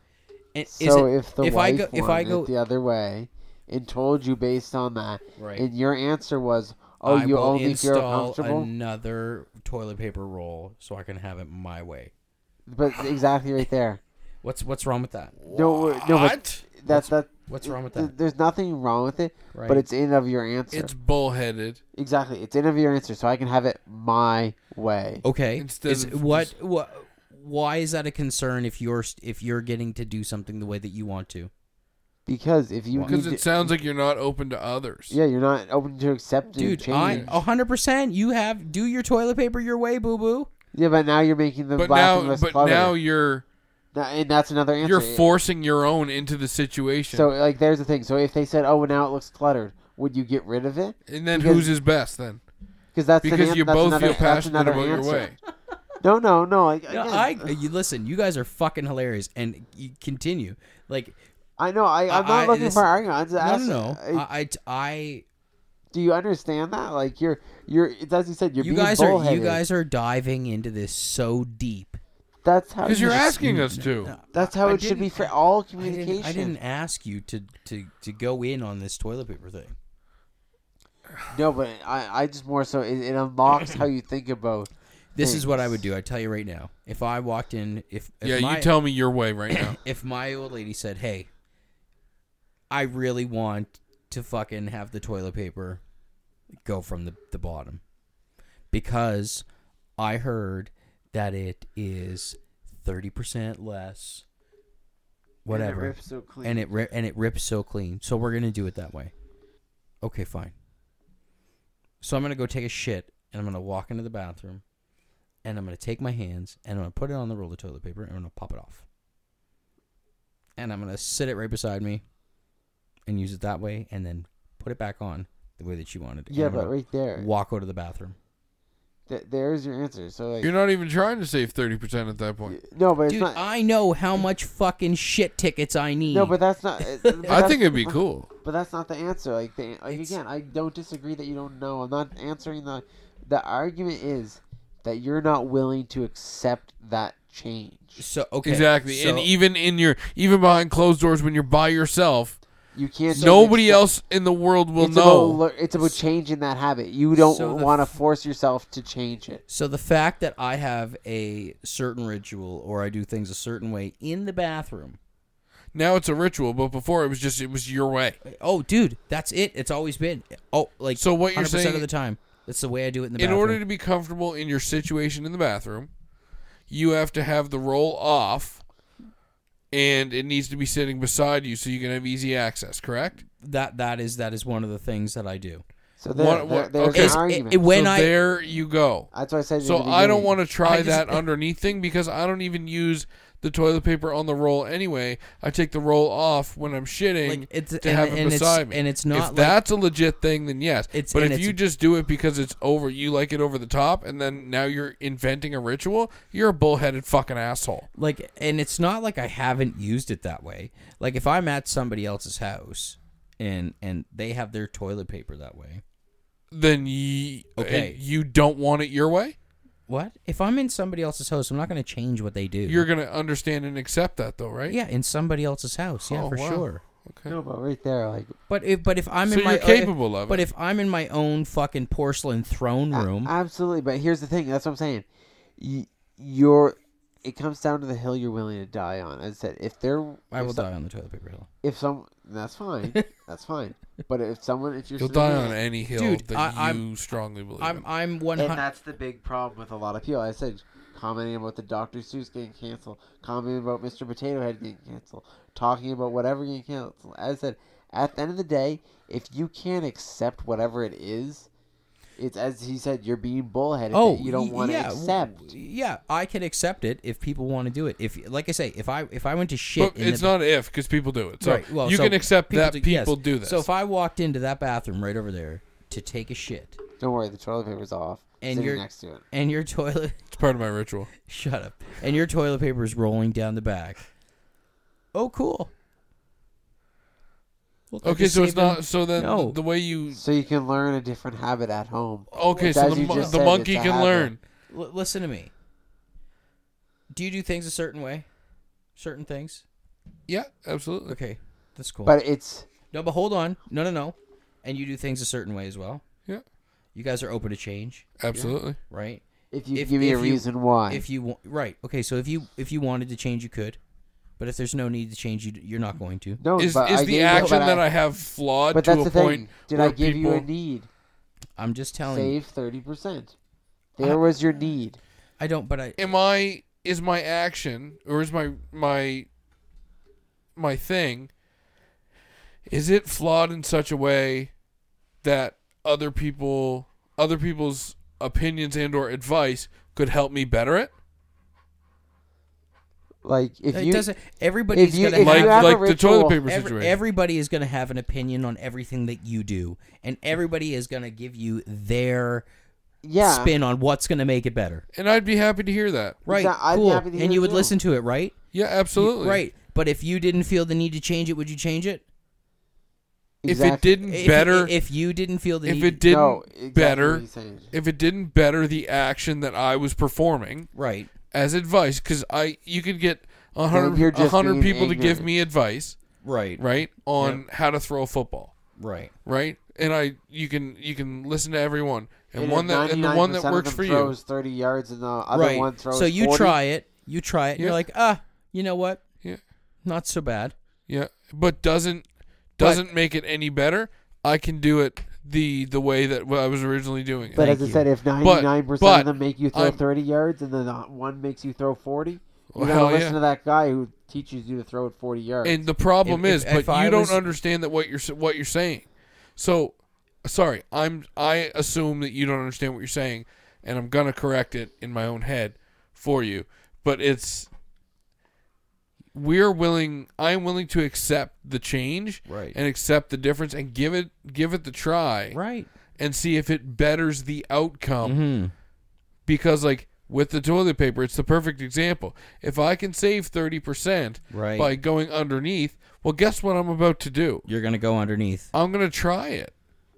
[SPEAKER 4] And is
[SPEAKER 2] So
[SPEAKER 4] it-
[SPEAKER 2] if the
[SPEAKER 4] if
[SPEAKER 2] wife
[SPEAKER 4] I go if I
[SPEAKER 2] wanted
[SPEAKER 4] go
[SPEAKER 2] it the other way and told you based on that,
[SPEAKER 4] Right.
[SPEAKER 2] and your answer was, "Oh,
[SPEAKER 4] I
[SPEAKER 2] you
[SPEAKER 4] will
[SPEAKER 2] only feel
[SPEAKER 4] install
[SPEAKER 2] comfortable,"
[SPEAKER 4] another toilet paper roll so I can have it my way.
[SPEAKER 2] but exactly right there.
[SPEAKER 4] What's what's wrong with that?
[SPEAKER 2] No, no, but
[SPEAKER 1] What?
[SPEAKER 2] that's that.
[SPEAKER 4] What's wrong with
[SPEAKER 2] th-
[SPEAKER 4] that?
[SPEAKER 2] There's nothing wrong with it,
[SPEAKER 4] Right.
[SPEAKER 2] but it's in of your answer.
[SPEAKER 1] It's bullheaded.
[SPEAKER 2] exactly, it's in of your answer, so I can have it my way.
[SPEAKER 4] Okay.
[SPEAKER 1] Instead
[SPEAKER 4] is,
[SPEAKER 1] of
[SPEAKER 4] what what why is that a concern if you're if you're getting to do something the way that you want to?
[SPEAKER 2] Because if you
[SPEAKER 1] Because
[SPEAKER 2] need
[SPEAKER 1] it
[SPEAKER 2] to-
[SPEAKER 1] sounds like you're not open to others.
[SPEAKER 2] yeah, you're not open to accepting
[SPEAKER 4] Dude, I
[SPEAKER 2] change.
[SPEAKER 4] 100%. You have do your toilet paper your way, boo boo.
[SPEAKER 2] yeah, but now you're making them
[SPEAKER 1] But
[SPEAKER 2] laugh and
[SPEAKER 1] now,
[SPEAKER 2] less
[SPEAKER 1] but
[SPEAKER 2] clutter.
[SPEAKER 1] now you're
[SPEAKER 2] Tha- and that's another answer.
[SPEAKER 1] you're
[SPEAKER 2] It-
[SPEAKER 1] forcing your own into the situation.
[SPEAKER 2] So like, there's the thing. So if they said, "Oh, well, now it looks cluttered," would you get rid of it?
[SPEAKER 1] and then
[SPEAKER 2] because-
[SPEAKER 1] whose is best then?
[SPEAKER 2] Because that's an
[SPEAKER 1] Because
[SPEAKER 2] an-
[SPEAKER 1] you
[SPEAKER 2] that's
[SPEAKER 1] both
[SPEAKER 2] another,
[SPEAKER 1] feel
[SPEAKER 2] that's
[SPEAKER 1] passionate
[SPEAKER 2] another
[SPEAKER 1] about your
[SPEAKER 2] answer.
[SPEAKER 1] way.
[SPEAKER 2] No, no, no. I,
[SPEAKER 4] No,
[SPEAKER 2] again,
[SPEAKER 4] I you, listen. You guys are fucking hilarious, and you continue. Like
[SPEAKER 2] I know. I, I'm not
[SPEAKER 4] I-
[SPEAKER 2] looking
[SPEAKER 4] this-
[SPEAKER 2] for argument. I'm just
[SPEAKER 4] no,
[SPEAKER 2] asking,
[SPEAKER 4] no, no.
[SPEAKER 2] I-
[SPEAKER 4] I, I,
[SPEAKER 2] do you understand that? Like you're, you're. It's as you said.
[SPEAKER 4] I
[SPEAKER 2] You're
[SPEAKER 4] you
[SPEAKER 2] being
[SPEAKER 4] guys are you
[SPEAKER 2] bullheaded.
[SPEAKER 4] guys are diving into this so deep.
[SPEAKER 2] That's how.
[SPEAKER 1] Because you're
[SPEAKER 2] you-
[SPEAKER 1] asking us to.
[SPEAKER 2] That's how
[SPEAKER 4] I
[SPEAKER 2] it should be
[SPEAKER 4] didn't-
[SPEAKER 2] for all
[SPEAKER 4] I
[SPEAKER 2] communication.
[SPEAKER 4] didn't, I didn't ask you to, to, to go in on this toilet paper thing.
[SPEAKER 2] No, but I, I just more so it, it unlocks how you think
[SPEAKER 1] [laughs]
[SPEAKER 2] about.
[SPEAKER 4] This is what I
[SPEAKER 2] Thanks.
[SPEAKER 4] would do. I tell you right now. If I walked in, if, if
[SPEAKER 1] Yeah,
[SPEAKER 4] my,
[SPEAKER 1] you tell me your way right
[SPEAKER 2] [coughs]
[SPEAKER 1] now.
[SPEAKER 4] [laughs] if my old lady said, "Hey, I really want to fucking have the toilet paper go from the, the bottom because I heard that it is 30%
[SPEAKER 2] And
[SPEAKER 4] less
[SPEAKER 2] it
[SPEAKER 4] whatever
[SPEAKER 2] rips so clean.
[SPEAKER 4] and it ri- and it rips so clean. So we're going to do it that way." Okay, fine. So I'm going to go take a shit and I'm going to walk into the bathroom and I'm going to take my hands and I'm going to put it on the roll of toilet paper and I'm going to pop it off and I'm gonna sit it right beside me and use it that way and then put it back on the way that you wanted. And
[SPEAKER 2] yeah,
[SPEAKER 4] I'm
[SPEAKER 2] but
[SPEAKER 4] gonna
[SPEAKER 2] right there,
[SPEAKER 4] walk out of the bathroom.
[SPEAKER 2] th- there's your answer. So like,
[SPEAKER 1] You're not even trying to save thirty percent at that point.
[SPEAKER 2] no, but it's
[SPEAKER 4] Dude,
[SPEAKER 2] not.
[SPEAKER 4] I know how much fucking shit tickets I need.
[SPEAKER 2] no, but that's [laughs] not. it- but
[SPEAKER 1] I
[SPEAKER 2] that's-
[SPEAKER 1] think it'd be cool.
[SPEAKER 2] But that's not the answer. Like, the, like
[SPEAKER 4] It's-
[SPEAKER 2] again, I don't disagree that you don't know. I'm not answering the. The argument is that you're not willing to accept that change.
[SPEAKER 4] so okay,
[SPEAKER 1] exactly.
[SPEAKER 4] so-
[SPEAKER 1] and even in your even behind closed doors when you're by yourself,
[SPEAKER 2] You can't.
[SPEAKER 1] nobody
[SPEAKER 2] accept-
[SPEAKER 1] else in the world will
[SPEAKER 2] it's
[SPEAKER 1] know.
[SPEAKER 2] About, lear- it's about changing that habit. You don't
[SPEAKER 4] So the
[SPEAKER 2] want to force yourself to change it.
[SPEAKER 4] so the fact that I have a certain ritual or I do things a certain way in the bathroom.
[SPEAKER 1] now it's a ritual, but before it was just it was your way.
[SPEAKER 4] Oh, dude, that's it. It's always been. Oh, like
[SPEAKER 1] So what you're
[SPEAKER 4] 100%
[SPEAKER 1] saying-
[SPEAKER 4] of the time, that's the way I do it in the
[SPEAKER 1] in
[SPEAKER 4] bathroom.
[SPEAKER 1] order to be comfortable in your situation in the bathroom, you have to have the roll off and it needs to be sitting beside you so you can have easy access, correct?
[SPEAKER 4] that that is that is one of the things that I do.
[SPEAKER 2] So there,
[SPEAKER 1] What- what-
[SPEAKER 2] there- there's
[SPEAKER 1] okay.
[SPEAKER 2] an
[SPEAKER 1] Is- it-
[SPEAKER 2] argument.
[SPEAKER 4] it- when
[SPEAKER 1] so
[SPEAKER 4] I
[SPEAKER 1] there you go.
[SPEAKER 2] That's why I said.
[SPEAKER 1] So I don't want to try
[SPEAKER 4] I just-
[SPEAKER 1] that underneath thing because I don't even use the toilet paper on the roll anyway. I take the roll off when I'm shitting
[SPEAKER 4] Like, it's-
[SPEAKER 1] to
[SPEAKER 4] and-
[SPEAKER 1] have it
[SPEAKER 4] and it's-
[SPEAKER 1] beside me.
[SPEAKER 4] and it's not
[SPEAKER 1] if
[SPEAKER 4] like-
[SPEAKER 1] that's a legit thing, then yes.
[SPEAKER 4] It's-
[SPEAKER 1] but
[SPEAKER 4] and
[SPEAKER 1] if
[SPEAKER 4] it's-
[SPEAKER 1] you just do it because it's over, you like it over the top, and then now you're inventing a ritual. You're a bullheaded fucking asshole.
[SPEAKER 4] like and it's not like i haven't used it that way like if i'm at somebody else's house and and they have their toilet paper that way
[SPEAKER 1] Then you
[SPEAKER 4] Okay.
[SPEAKER 1] you don't want it your way.
[SPEAKER 4] what if i'm in somebody else's house i'm not going to change what they do
[SPEAKER 1] You're gonna understand and accept that though, right?
[SPEAKER 4] yeah in somebody else's house yeah
[SPEAKER 1] Oh,
[SPEAKER 4] for
[SPEAKER 1] wow.
[SPEAKER 4] sure
[SPEAKER 1] Okay.
[SPEAKER 2] No, but right there, like
[SPEAKER 4] but if but if i'm
[SPEAKER 1] So
[SPEAKER 4] in my uh,
[SPEAKER 1] you're capable of
[SPEAKER 4] but
[SPEAKER 1] it.
[SPEAKER 4] if i'm in my own fucking porcelain throne room
[SPEAKER 2] absolutely. But here's the thing. That's what I'm saying. You, you're. It comes down to the hill you're willing to die on. As I said, if they're,
[SPEAKER 4] i
[SPEAKER 2] if
[SPEAKER 4] will
[SPEAKER 2] some-
[SPEAKER 4] die on the toilet paper hill
[SPEAKER 2] If some, that's fine. that's fine.
[SPEAKER 1] [laughs]
[SPEAKER 2] But if someone, if you're
[SPEAKER 1] You'll
[SPEAKER 2] sitting
[SPEAKER 1] die
[SPEAKER 2] there-
[SPEAKER 1] on any hill
[SPEAKER 4] Dude,
[SPEAKER 1] that
[SPEAKER 4] I-
[SPEAKER 1] you
[SPEAKER 4] I'm-
[SPEAKER 1] strongly believe.
[SPEAKER 4] i'm
[SPEAKER 1] in.
[SPEAKER 4] i'm one
[SPEAKER 2] And
[SPEAKER 4] hundred
[SPEAKER 2] that's the big problem with a lot of people. I said commenting about the Dr. Seuss getting canceled, commenting about Mr. Potato Head getting canceled, talking about whatever getting canceled. As I said, at the end of the day, if you can't accept whatever it is, it's as he said, you're being bullheaded. that you don't
[SPEAKER 4] y-
[SPEAKER 2] want
[SPEAKER 4] Oh, yeah,
[SPEAKER 2] to
[SPEAKER 4] w-
[SPEAKER 2] accept.
[SPEAKER 4] yeah i can accept it if people want to do it if like i say if i if i went to shit
[SPEAKER 1] But
[SPEAKER 4] in
[SPEAKER 1] it's
[SPEAKER 4] the
[SPEAKER 1] not if because people do it. So
[SPEAKER 4] right. Well,
[SPEAKER 1] you
[SPEAKER 4] so
[SPEAKER 1] can accept that
[SPEAKER 4] yes.
[SPEAKER 1] people do this.
[SPEAKER 4] So if I walked into that bathroom right over there to take a shit,
[SPEAKER 2] Don't worry, the toilet paper's off.
[SPEAKER 4] And
[SPEAKER 2] And sitting
[SPEAKER 4] you're-
[SPEAKER 2] next to it.
[SPEAKER 4] and your toilet [laughs]
[SPEAKER 1] it's part of my ritual.
[SPEAKER 4] shut up, and your toilet paper is rolling down the back. Oh, cool. Look, I
[SPEAKER 1] Okay,
[SPEAKER 4] just
[SPEAKER 1] so it's
[SPEAKER 4] saved him.
[SPEAKER 1] not. So then
[SPEAKER 4] No.
[SPEAKER 1] the way you.
[SPEAKER 2] So you can learn a different habit at home.
[SPEAKER 1] Okay,
[SPEAKER 2] Which,
[SPEAKER 1] so
[SPEAKER 2] as
[SPEAKER 1] the,
[SPEAKER 2] you
[SPEAKER 1] mon-
[SPEAKER 2] just
[SPEAKER 1] the
[SPEAKER 2] said,
[SPEAKER 1] monkey
[SPEAKER 2] it's a
[SPEAKER 1] can
[SPEAKER 2] habit.
[SPEAKER 1] learn.
[SPEAKER 4] L- listen to me. Do you do things a certain way? Certain things.
[SPEAKER 1] Yeah, absolutely.
[SPEAKER 4] Okay, that's cool.
[SPEAKER 2] But it's
[SPEAKER 4] no, but hold on. No, no, no. And you do things a certain way as well.
[SPEAKER 1] Yeah,
[SPEAKER 4] You guys are open to change,
[SPEAKER 1] absolutely.
[SPEAKER 4] right?
[SPEAKER 2] if you
[SPEAKER 4] If-
[SPEAKER 2] give me a
[SPEAKER 4] if you-
[SPEAKER 2] reason why.
[SPEAKER 4] if you wa- right okay so if you if you wanted to change you could but if there's no need to change you you're not going to
[SPEAKER 2] no,
[SPEAKER 1] Is,
[SPEAKER 2] but I
[SPEAKER 1] is
[SPEAKER 2] gave
[SPEAKER 1] the
[SPEAKER 2] you-
[SPEAKER 1] action
[SPEAKER 2] but
[SPEAKER 1] that I have flawed
[SPEAKER 2] But
[SPEAKER 1] to
[SPEAKER 2] that's
[SPEAKER 1] a
[SPEAKER 2] the thing.
[SPEAKER 1] point
[SPEAKER 2] Did
[SPEAKER 1] where
[SPEAKER 2] I give
[SPEAKER 1] people
[SPEAKER 2] you a need?
[SPEAKER 4] i'm just telling you
[SPEAKER 2] Save thirty percent. There was your need.
[SPEAKER 4] i don't but i
[SPEAKER 1] am I is my action or is my my my thing is it flawed in such a way that other people other people's opinions and or advice could help me better it?
[SPEAKER 2] Like if
[SPEAKER 4] it
[SPEAKER 2] you
[SPEAKER 4] doesn't. Everybody's
[SPEAKER 2] you-
[SPEAKER 4] gonna
[SPEAKER 2] if
[SPEAKER 1] Like
[SPEAKER 4] have,
[SPEAKER 2] you have a
[SPEAKER 1] like the toilet
[SPEAKER 2] ritual,
[SPEAKER 1] paper
[SPEAKER 4] every-
[SPEAKER 1] situation.
[SPEAKER 4] everybody is gonna have an opinion on everything that you do, and everybody is gonna give you their
[SPEAKER 2] yeah,
[SPEAKER 4] spin on what's gonna make it better.
[SPEAKER 1] and I'd be happy to hear that.
[SPEAKER 4] Right.
[SPEAKER 2] Yeah, I'd be
[SPEAKER 4] cool.
[SPEAKER 2] happy to hear
[SPEAKER 4] and you would
[SPEAKER 2] too.
[SPEAKER 4] listen to it, right?
[SPEAKER 1] Yeah, absolutely.
[SPEAKER 4] Right. But if you didn't feel the need to change it, would you change it?
[SPEAKER 1] If it
[SPEAKER 2] exactly.
[SPEAKER 1] didn't
[SPEAKER 4] If-
[SPEAKER 1] better
[SPEAKER 4] If, you didn't feel the
[SPEAKER 1] if
[SPEAKER 4] need,
[SPEAKER 1] it didn't
[SPEAKER 2] No, exactly what
[SPEAKER 1] better
[SPEAKER 2] he's saying.
[SPEAKER 1] if it didn't better the action that I was performing
[SPEAKER 4] right?
[SPEAKER 1] as advice cuz I you could get a
[SPEAKER 2] you're
[SPEAKER 1] 100
[SPEAKER 2] just
[SPEAKER 1] a hundred
[SPEAKER 2] being
[SPEAKER 1] people to give
[SPEAKER 2] ignorant.
[SPEAKER 1] me advice,
[SPEAKER 4] Right.
[SPEAKER 1] right? On how to throw a football.
[SPEAKER 4] Right.
[SPEAKER 1] right? And I, you can you can listen to everyone, and,
[SPEAKER 2] And
[SPEAKER 1] one
[SPEAKER 2] if
[SPEAKER 1] that and the one
[SPEAKER 2] 99%
[SPEAKER 1] that
[SPEAKER 2] of
[SPEAKER 1] works
[SPEAKER 2] them
[SPEAKER 1] for you.
[SPEAKER 2] throws thirty yards and the other
[SPEAKER 4] right.
[SPEAKER 2] one throws.
[SPEAKER 4] so you
[SPEAKER 2] 40.
[SPEAKER 4] try it. You try it. And
[SPEAKER 1] Yeah.
[SPEAKER 4] You're like, ah, you know what?
[SPEAKER 1] Yeah.
[SPEAKER 4] Not so bad.
[SPEAKER 1] Yeah, but doesn't
[SPEAKER 4] But-
[SPEAKER 1] doesn't make it any better. I can do it the the way that I was originally doing it.
[SPEAKER 2] But
[SPEAKER 4] Thank
[SPEAKER 2] as I
[SPEAKER 4] you.
[SPEAKER 2] said, if ninety nine percent
[SPEAKER 1] but
[SPEAKER 2] of them make you throw
[SPEAKER 1] I'm-
[SPEAKER 2] thirty yards and then not one makes you throw forty,
[SPEAKER 1] Well,
[SPEAKER 2] you
[SPEAKER 1] hell
[SPEAKER 2] gotta listen
[SPEAKER 1] yeah.
[SPEAKER 2] to that guy who teaches you to throw it forty yards.
[SPEAKER 1] and the problem
[SPEAKER 4] If-
[SPEAKER 1] is,
[SPEAKER 4] if-
[SPEAKER 1] but
[SPEAKER 4] if
[SPEAKER 1] you
[SPEAKER 4] I
[SPEAKER 1] don't
[SPEAKER 4] was-
[SPEAKER 1] understand that what you're s- what you're saying. So, sorry, I'm I assume that you don't understand what you're saying, and I'm gonna correct it in my own head for you. But it's we're willing. I'm willing to accept the change,
[SPEAKER 4] Right.
[SPEAKER 1] and accept the difference, and give it give it the try,
[SPEAKER 4] Right.
[SPEAKER 1] and see if it betters the outcome
[SPEAKER 4] Hmm.
[SPEAKER 1] because like with the toilet paper it's the perfect example if i can save 30%
[SPEAKER 4] Right.
[SPEAKER 1] by going underneath well guess what i'm about to do
[SPEAKER 4] You're gonna go underneath.
[SPEAKER 1] i'm going to try it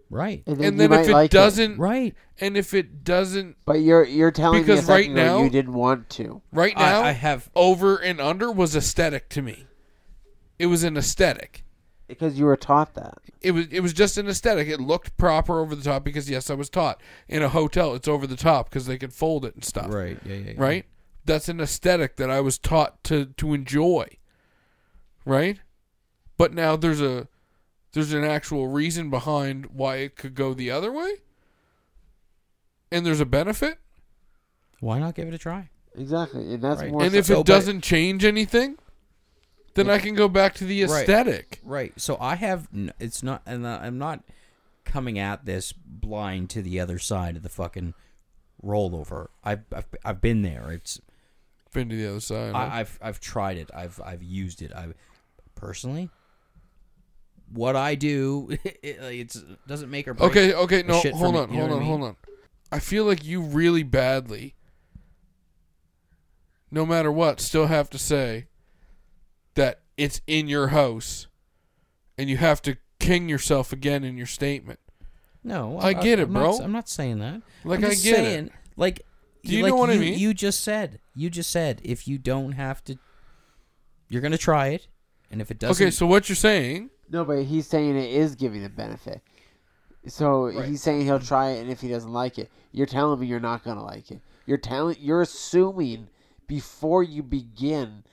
[SPEAKER 4] Right.
[SPEAKER 1] and
[SPEAKER 2] you
[SPEAKER 1] then if
[SPEAKER 2] might
[SPEAKER 1] it
[SPEAKER 2] like
[SPEAKER 1] doesn't
[SPEAKER 4] Right.
[SPEAKER 1] and if it doesn't
[SPEAKER 2] but you're you're telling me a
[SPEAKER 1] Because right
[SPEAKER 2] second ago
[SPEAKER 1] now-
[SPEAKER 2] you didn't want to.
[SPEAKER 1] right
[SPEAKER 4] I-
[SPEAKER 1] now
[SPEAKER 4] I have-
[SPEAKER 1] over and under was aesthetic to me it was an aesthetic
[SPEAKER 2] Because you were taught that.
[SPEAKER 1] it was it was just an aesthetic it looked proper over the top because yes i was taught in a hotel it's over the top because they can fold it and stuff
[SPEAKER 4] Right. Yeah. Yeah. yeah.
[SPEAKER 1] right? That's an aesthetic that I was taught to to enjoy, right? But now there's a there's an actual reason behind why it could go the other way, and there's a benefit.
[SPEAKER 4] Why not give it a try?
[SPEAKER 2] Exactly. And that's
[SPEAKER 4] Right.
[SPEAKER 2] more
[SPEAKER 1] and if
[SPEAKER 2] so-
[SPEAKER 4] so,
[SPEAKER 1] it
[SPEAKER 4] but-
[SPEAKER 1] doesn't change anything, then I can go back to the
[SPEAKER 4] Right.
[SPEAKER 1] aesthetic.
[SPEAKER 4] Right. So I have. n- It's not. And I- I'm not coming at this blind to the other side of the fucking rollover. I've I've, I've been there. It's
[SPEAKER 1] Been to the other side. huh?
[SPEAKER 4] I, I've I've tried it. I've I've used it. I personally, what I do, [laughs] it, it's doesn't make or break.
[SPEAKER 1] okay, okay, no,
[SPEAKER 4] shit
[SPEAKER 1] hold
[SPEAKER 4] from it,
[SPEAKER 1] on,
[SPEAKER 4] you know
[SPEAKER 1] hold
[SPEAKER 4] what I
[SPEAKER 1] on,
[SPEAKER 4] mean?
[SPEAKER 1] hold on. I feel like you really badly, no matter what, still have to say that it's in your house, and you have to king yourself again in your statement.
[SPEAKER 4] No,
[SPEAKER 1] I get it,
[SPEAKER 4] I'm
[SPEAKER 1] bro.
[SPEAKER 4] Not, I'm not saying that.
[SPEAKER 1] Like,
[SPEAKER 4] I'm
[SPEAKER 1] I
[SPEAKER 4] just
[SPEAKER 1] get it.
[SPEAKER 4] saying, Like,
[SPEAKER 1] Do you know
[SPEAKER 4] like
[SPEAKER 1] what I
[SPEAKER 4] you,
[SPEAKER 1] mean?
[SPEAKER 4] You just said. You just said if you don't have to, you're gonna try it, and if it doesn't,
[SPEAKER 1] Okay, so what you're saying?
[SPEAKER 2] no, but he's saying it is giving the benefit. So he's saying he'll try it, and if he doesn't like it, you're telling me you're not gonna like it. You're telling you're assuming before you begin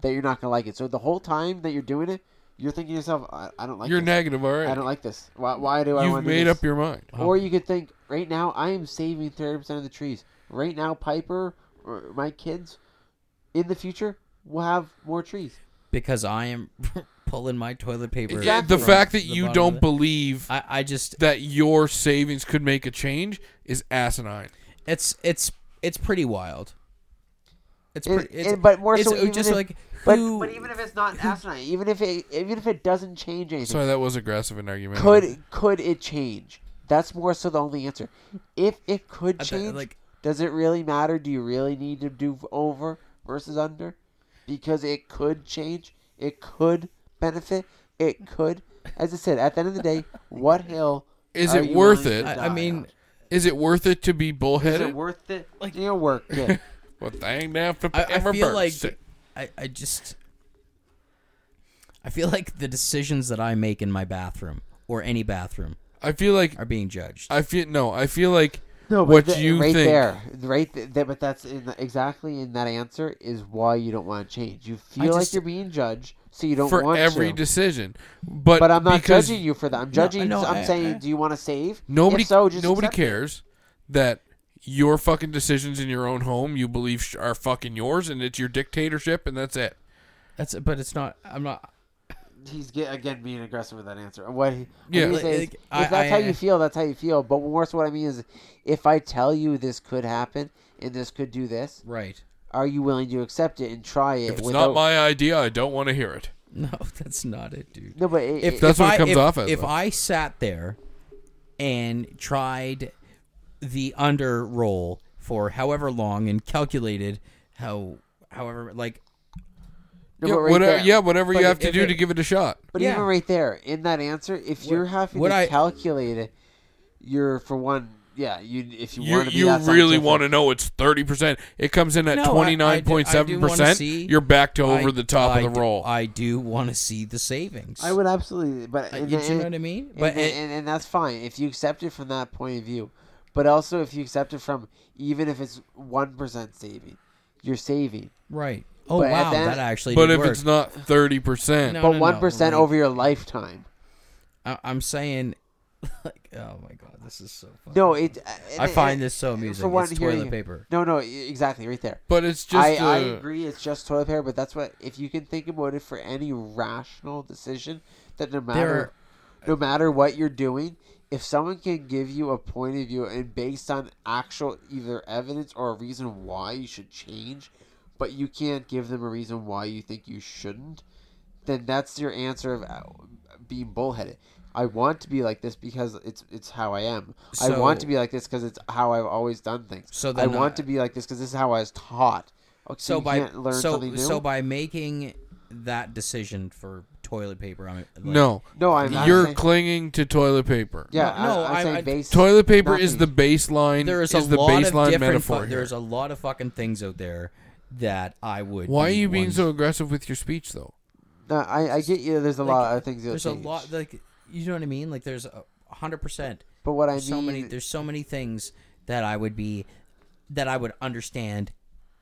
[SPEAKER 2] that you're not gonna like it. So the whole time that you're doing it, you're thinking to yourself, I, I don't like.
[SPEAKER 1] you're
[SPEAKER 2] this.
[SPEAKER 1] negative, all right.
[SPEAKER 2] I don't like this. Why? Why do I?
[SPEAKER 1] You've
[SPEAKER 2] wanna do
[SPEAKER 1] made
[SPEAKER 2] this?
[SPEAKER 1] up your mind.
[SPEAKER 2] Or you could think, right now, I am saving 30% of the trees. Right now, Piper, or my kids, in the future, will have more trees.
[SPEAKER 4] because I am [laughs] pulling my toilet paper.
[SPEAKER 1] Yeah,
[SPEAKER 2] Exactly.
[SPEAKER 1] the fact that
[SPEAKER 4] The
[SPEAKER 1] you
[SPEAKER 4] bottom of
[SPEAKER 1] don't
[SPEAKER 4] it.
[SPEAKER 1] believe
[SPEAKER 4] I, I just
[SPEAKER 1] that your savings could make a change is asinine.
[SPEAKER 4] it's it's it's pretty wild. It's
[SPEAKER 2] It-
[SPEAKER 4] pretty. It's,
[SPEAKER 2] it- but more
[SPEAKER 4] it's
[SPEAKER 2] so even
[SPEAKER 4] just
[SPEAKER 2] if-
[SPEAKER 4] like
[SPEAKER 2] But,
[SPEAKER 4] who,
[SPEAKER 2] but even if it's not asinine, even if it even if it doesn't change anything,
[SPEAKER 1] Sorry, that was aggressive and argumentative.
[SPEAKER 2] could could it change? That's more so the only answer. If it could
[SPEAKER 4] I bet,
[SPEAKER 2] change,
[SPEAKER 4] like-
[SPEAKER 2] does it really matter? Do you really need to do over versus under? Because it could change. It could benefit. It could. As I said, at the end of the day,
[SPEAKER 4] [laughs]
[SPEAKER 2] what hill
[SPEAKER 1] Is
[SPEAKER 2] are
[SPEAKER 1] it
[SPEAKER 2] you
[SPEAKER 1] worth
[SPEAKER 2] willing
[SPEAKER 1] it?
[SPEAKER 2] to
[SPEAKER 4] I, I
[SPEAKER 2] die
[SPEAKER 4] mean,
[SPEAKER 2] on?
[SPEAKER 1] Is it worth it to be
[SPEAKER 2] Is
[SPEAKER 1] bullheaded?
[SPEAKER 2] it worth it? Like your work,
[SPEAKER 4] [laughs]
[SPEAKER 2] yeah.
[SPEAKER 1] Well, thing down for
[SPEAKER 4] I, I
[SPEAKER 1] Amber
[SPEAKER 4] feel like
[SPEAKER 1] Burks.
[SPEAKER 4] I, I just I feel like the decisions that I make in my bathroom or any bathroom
[SPEAKER 1] I feel like
[SPEAKER 4] are being judged.
[SPEAKER 1] I feel no. I feel like
[SPEAKER 2] No, but
[SPEAKER 1] what
[SPEAKER 2] th-
[SPEAKER 1] you
[SPEAKER 2] right
[SPEAKER 1] think.
[SPEAKER 2] there, right th- there, but that's in the, exactly in that answer is why you don't want to change. You feel like
[SPEAKER 4] just-
[SPEAKER 2] you're being judged, so you don't
[SPEAKER 1] for
[SPEAKER 2] want
[SPEAKER 1] every
[SPEAKER 2] to.
[SPEAKER 1] decision, but
[SPEAKER 2] but I'm not
[SPEAKER 1] because
[SPEAKER 2] judging you for that. I'm judging.
[SPEAKER 4] no,
[SPEAKER 2] I'm
[SPEAKER 4] I-
[SPEAKER 2] saying,
[SPEAKER 4] I-
[SPEAKER 2] do you want to save?
[SPEAKER 1] Nobody
[SPEAKER 2] If so, just
[SPEAKER 1] nobody
[SPEAKER 2] accept it.
[SPEAKER 1] cares that your fucking decisions in your own home you believe sh- are fucking yours and it's your dictatorship and that's it.
[SPEAKER 4] That's but it's not. I'm not.
[SPEAKER 2] he's get, again being aggressive with that answer. What he, what
[SPEAKER 1] Yeah.
[SPEAKER 2] he says,
[SPEAKER 4] Like,
[SPEAKER 2] if
[SPEAKER 4] I-
[SPEAKER 2] that's how
[SPEAKER 4] I-
[SPEAKER 2] you feel, that's how you feel. But worse, what I mean is, if I tell you this could happen and this could do this,
[SPEAKER 4] Right. [laughs]
[SPEAKER 2] are you willing to accept it and try it?
[SPEAKER 1] If it's
[SPEAKER 2] without,
[SPEAKER 1] not my idea, I don't want to hear it.
[SPEAKER 4] No, that's not it, dude.
[SPEAKER 2] no, but it,
[SPEAKER 4] if
[SPEAKER 2] it-
[SPEAKER 1] That's
[SPEAKER 4] if
[SPEAKER 1] what it
[SPEAKER 4] I,
[SPEAKER 1] comes
[SPEAKER 4] if,
[SPEAKER 1] off as,
[SPEAKER 4] If
[SPEAKER 1] though.
[SPEAKER 4] I sat there and tried the under roll for however long and calculated how however like
[SPEAKER 2] no,
[SPEAKER 1] yeah,
[SPEAKER 2] but right
[SPEAKER 1] whatever,
[SPEAKER 2] there-
[SPEAKER 1] yeah, whatever you
[SPEAKER 4] But
[SPEAKER 1] have to
[SPEAKER 4] if
[SPEAKER 1] do
[SPEAKER 4] it-
[SPEAKER 1] to give it a shot.
[SPEAKER 2] But
[SPEAKER 4] Yeah.
[SPEAKER 2] even right there in that answer, if you're having
[SPEAKER 4] what
[SPEAKER 2] to
[SPEAKER 4] I-
[SPEAKER 2] calculate it, you're for one, yeah, you if you,
[SPEAKER 1] You,
[SPEAKER 2] want to be
[SPEAKER 1] you
[SPEAKER 2] that
[SPEAKER 1] really want to
[SPEAKER 2] to
[SPEAKER 1] know it's 30%. It comes in at
[SPEAKER 4] No, I- I do- I do wanna
[SPEAKER 1] 29.7%.
[SPEAKER 4] see-
[SPEAKER 1] You're back to over
[SPEAKER 4] I-
[SPEAKER 1] the top
[SPEAKER 4] I
[SPEAKER 1] of the
[SPEAKER 4] do-
[SPEAKER 1] roll.
[SPEAKER 4] I do want to see the savings.
[SPEAKER 2] I would absolutely, but
[SPEAKER 4] Uh,
[SPEAKER 2] and-
[SPEAKER 4] you know
[SPEAKER 2] and-
[SPEAKER 4] what I mean?
[SPEAKER 2] and-
[SPEAKER 4] But
[SPEAKER 2] and,
[SPEAKER 4] it-
[SPEAKER 2] and, and that's fine if you accept it from that point of view. But also, if you accept it from even if it's one percent saving, you're saving.
[SPEAKER 4] right. Oh
[SPEAKER 2] But at
[SPEAKER 4] wow,
[SPEAKER 2] that-
[SPEAKER 4] that actually
[SPEAKER 1] but
[SPEAKER 4] did
[SPEAKER 1] if
[SPEAKER 4] work.
[SPEAKER 1] it's not
[SPEAKER 4] [sighs]
[SPEAKER 1] 30%,
[SPEAKER 4] No,
[SPEAKER 2] But
[SPEAKER 4] no,
[SPEAKER 2] one
[SPEAKER 4] no, like-
[SPEAKER 2] over your lifetime.
[SPEAKER 4] I, I'm saying [laughs] like oh my god, this is so funny.
[SPEAKER 2] No, it. uh,
[SPEAKER 4] I find this so amusing.
[SPEAKER 2] one,
[SPEAKER 4] It's
[SPEAKER 2] here
[SPEAKER 4] toilet
[SPEAKER 2] you-
[SPEAKER 4] paper.
[SPEAKER 2] No, no, e- exactly right there.
[SPEAKER 1] but it's just.
[SPEAKER 2] I, I
[SPEAKER 1] uh,
[SPEAKER 2] agree it's just toilet paper, but that's what if you can think about it for any rational decision that no matter no matter what you're doing, if someone can give you a point of view and based on actual either evidence or a reason why you should change, but you can't give them a reason why you think you shouldn't, then that's your answer of uh, being bullheaded. I want to be like this because it's it's how I am. I want to
[SPEAKER 4] So-
[SPEAKER 2] be like this because it's how I've always done things.
[SPEAKER 4] So
[SPEAKER 2] I
[SPEAKER 4] then
[SPEAKER 2] want
[SPEAKER 4] I-
[SPEAKER 2] to be like this because this is how I was taught. Okay,
[SPEAKER 4] so
[SPEAKER 2] you
[SPEAKER 4] by
[SPEAKER 2] can't learn
[SPEAKER 4] so
[SPEAKER 2] something new.
[SPEAKER 4] so by making that decision for toilet paper, I'm like,
[SPEAKER 1] no.
[SPEAKER 2] no, I'm not
[SPEAKER 1] You're
[SPEAKER 2] saying-
[SPEAKER 1] clinging to toilet paper.
[SPEAKER 2] yeah.
[SPEAKER 4] No,
[SPEAKER 2] I, am
[SPEAKER 4] I-
[SPEAKER 2] saying
[SPEAKER 4] I-
[SPEAKER 2] base
[SPEAKER 1] Toilet paper is
[SPEAKER 2] nothing.
[SPEAKER 1] the baseline.
[SPEAKER 4] There is a
[SPEAKER 1] is the
[SPEAKER 4] lot of
[SPEAKER 1] baseline
[SPEAKER 4] different.
[SPEAKER 1] metaphor.
[SPEAKER 4] fu-
[SPEAKER 1] here.
[SPEAKER 4] there's a lot of fucking things out there that I would.
[SPEAKER 1] Why are
[SPEAKER 4] be
[SPEAKER 1] you being
[SPEAKER 4] one-
[SPEAKER 1] so aggressive with your speech, though?
[SPEAKER 2] No, I, I get you. There's a lot of things. you'll
[SPEAKER 4] There's a
[SPEAKER 2] change.
[SPEAKER 4] lot like you know what I mean. Like there's a hundred percent.
[SPEAKER 2] But what I mean,
[SPEAKER 4] So many. There's so many things that I would be, that I would understand,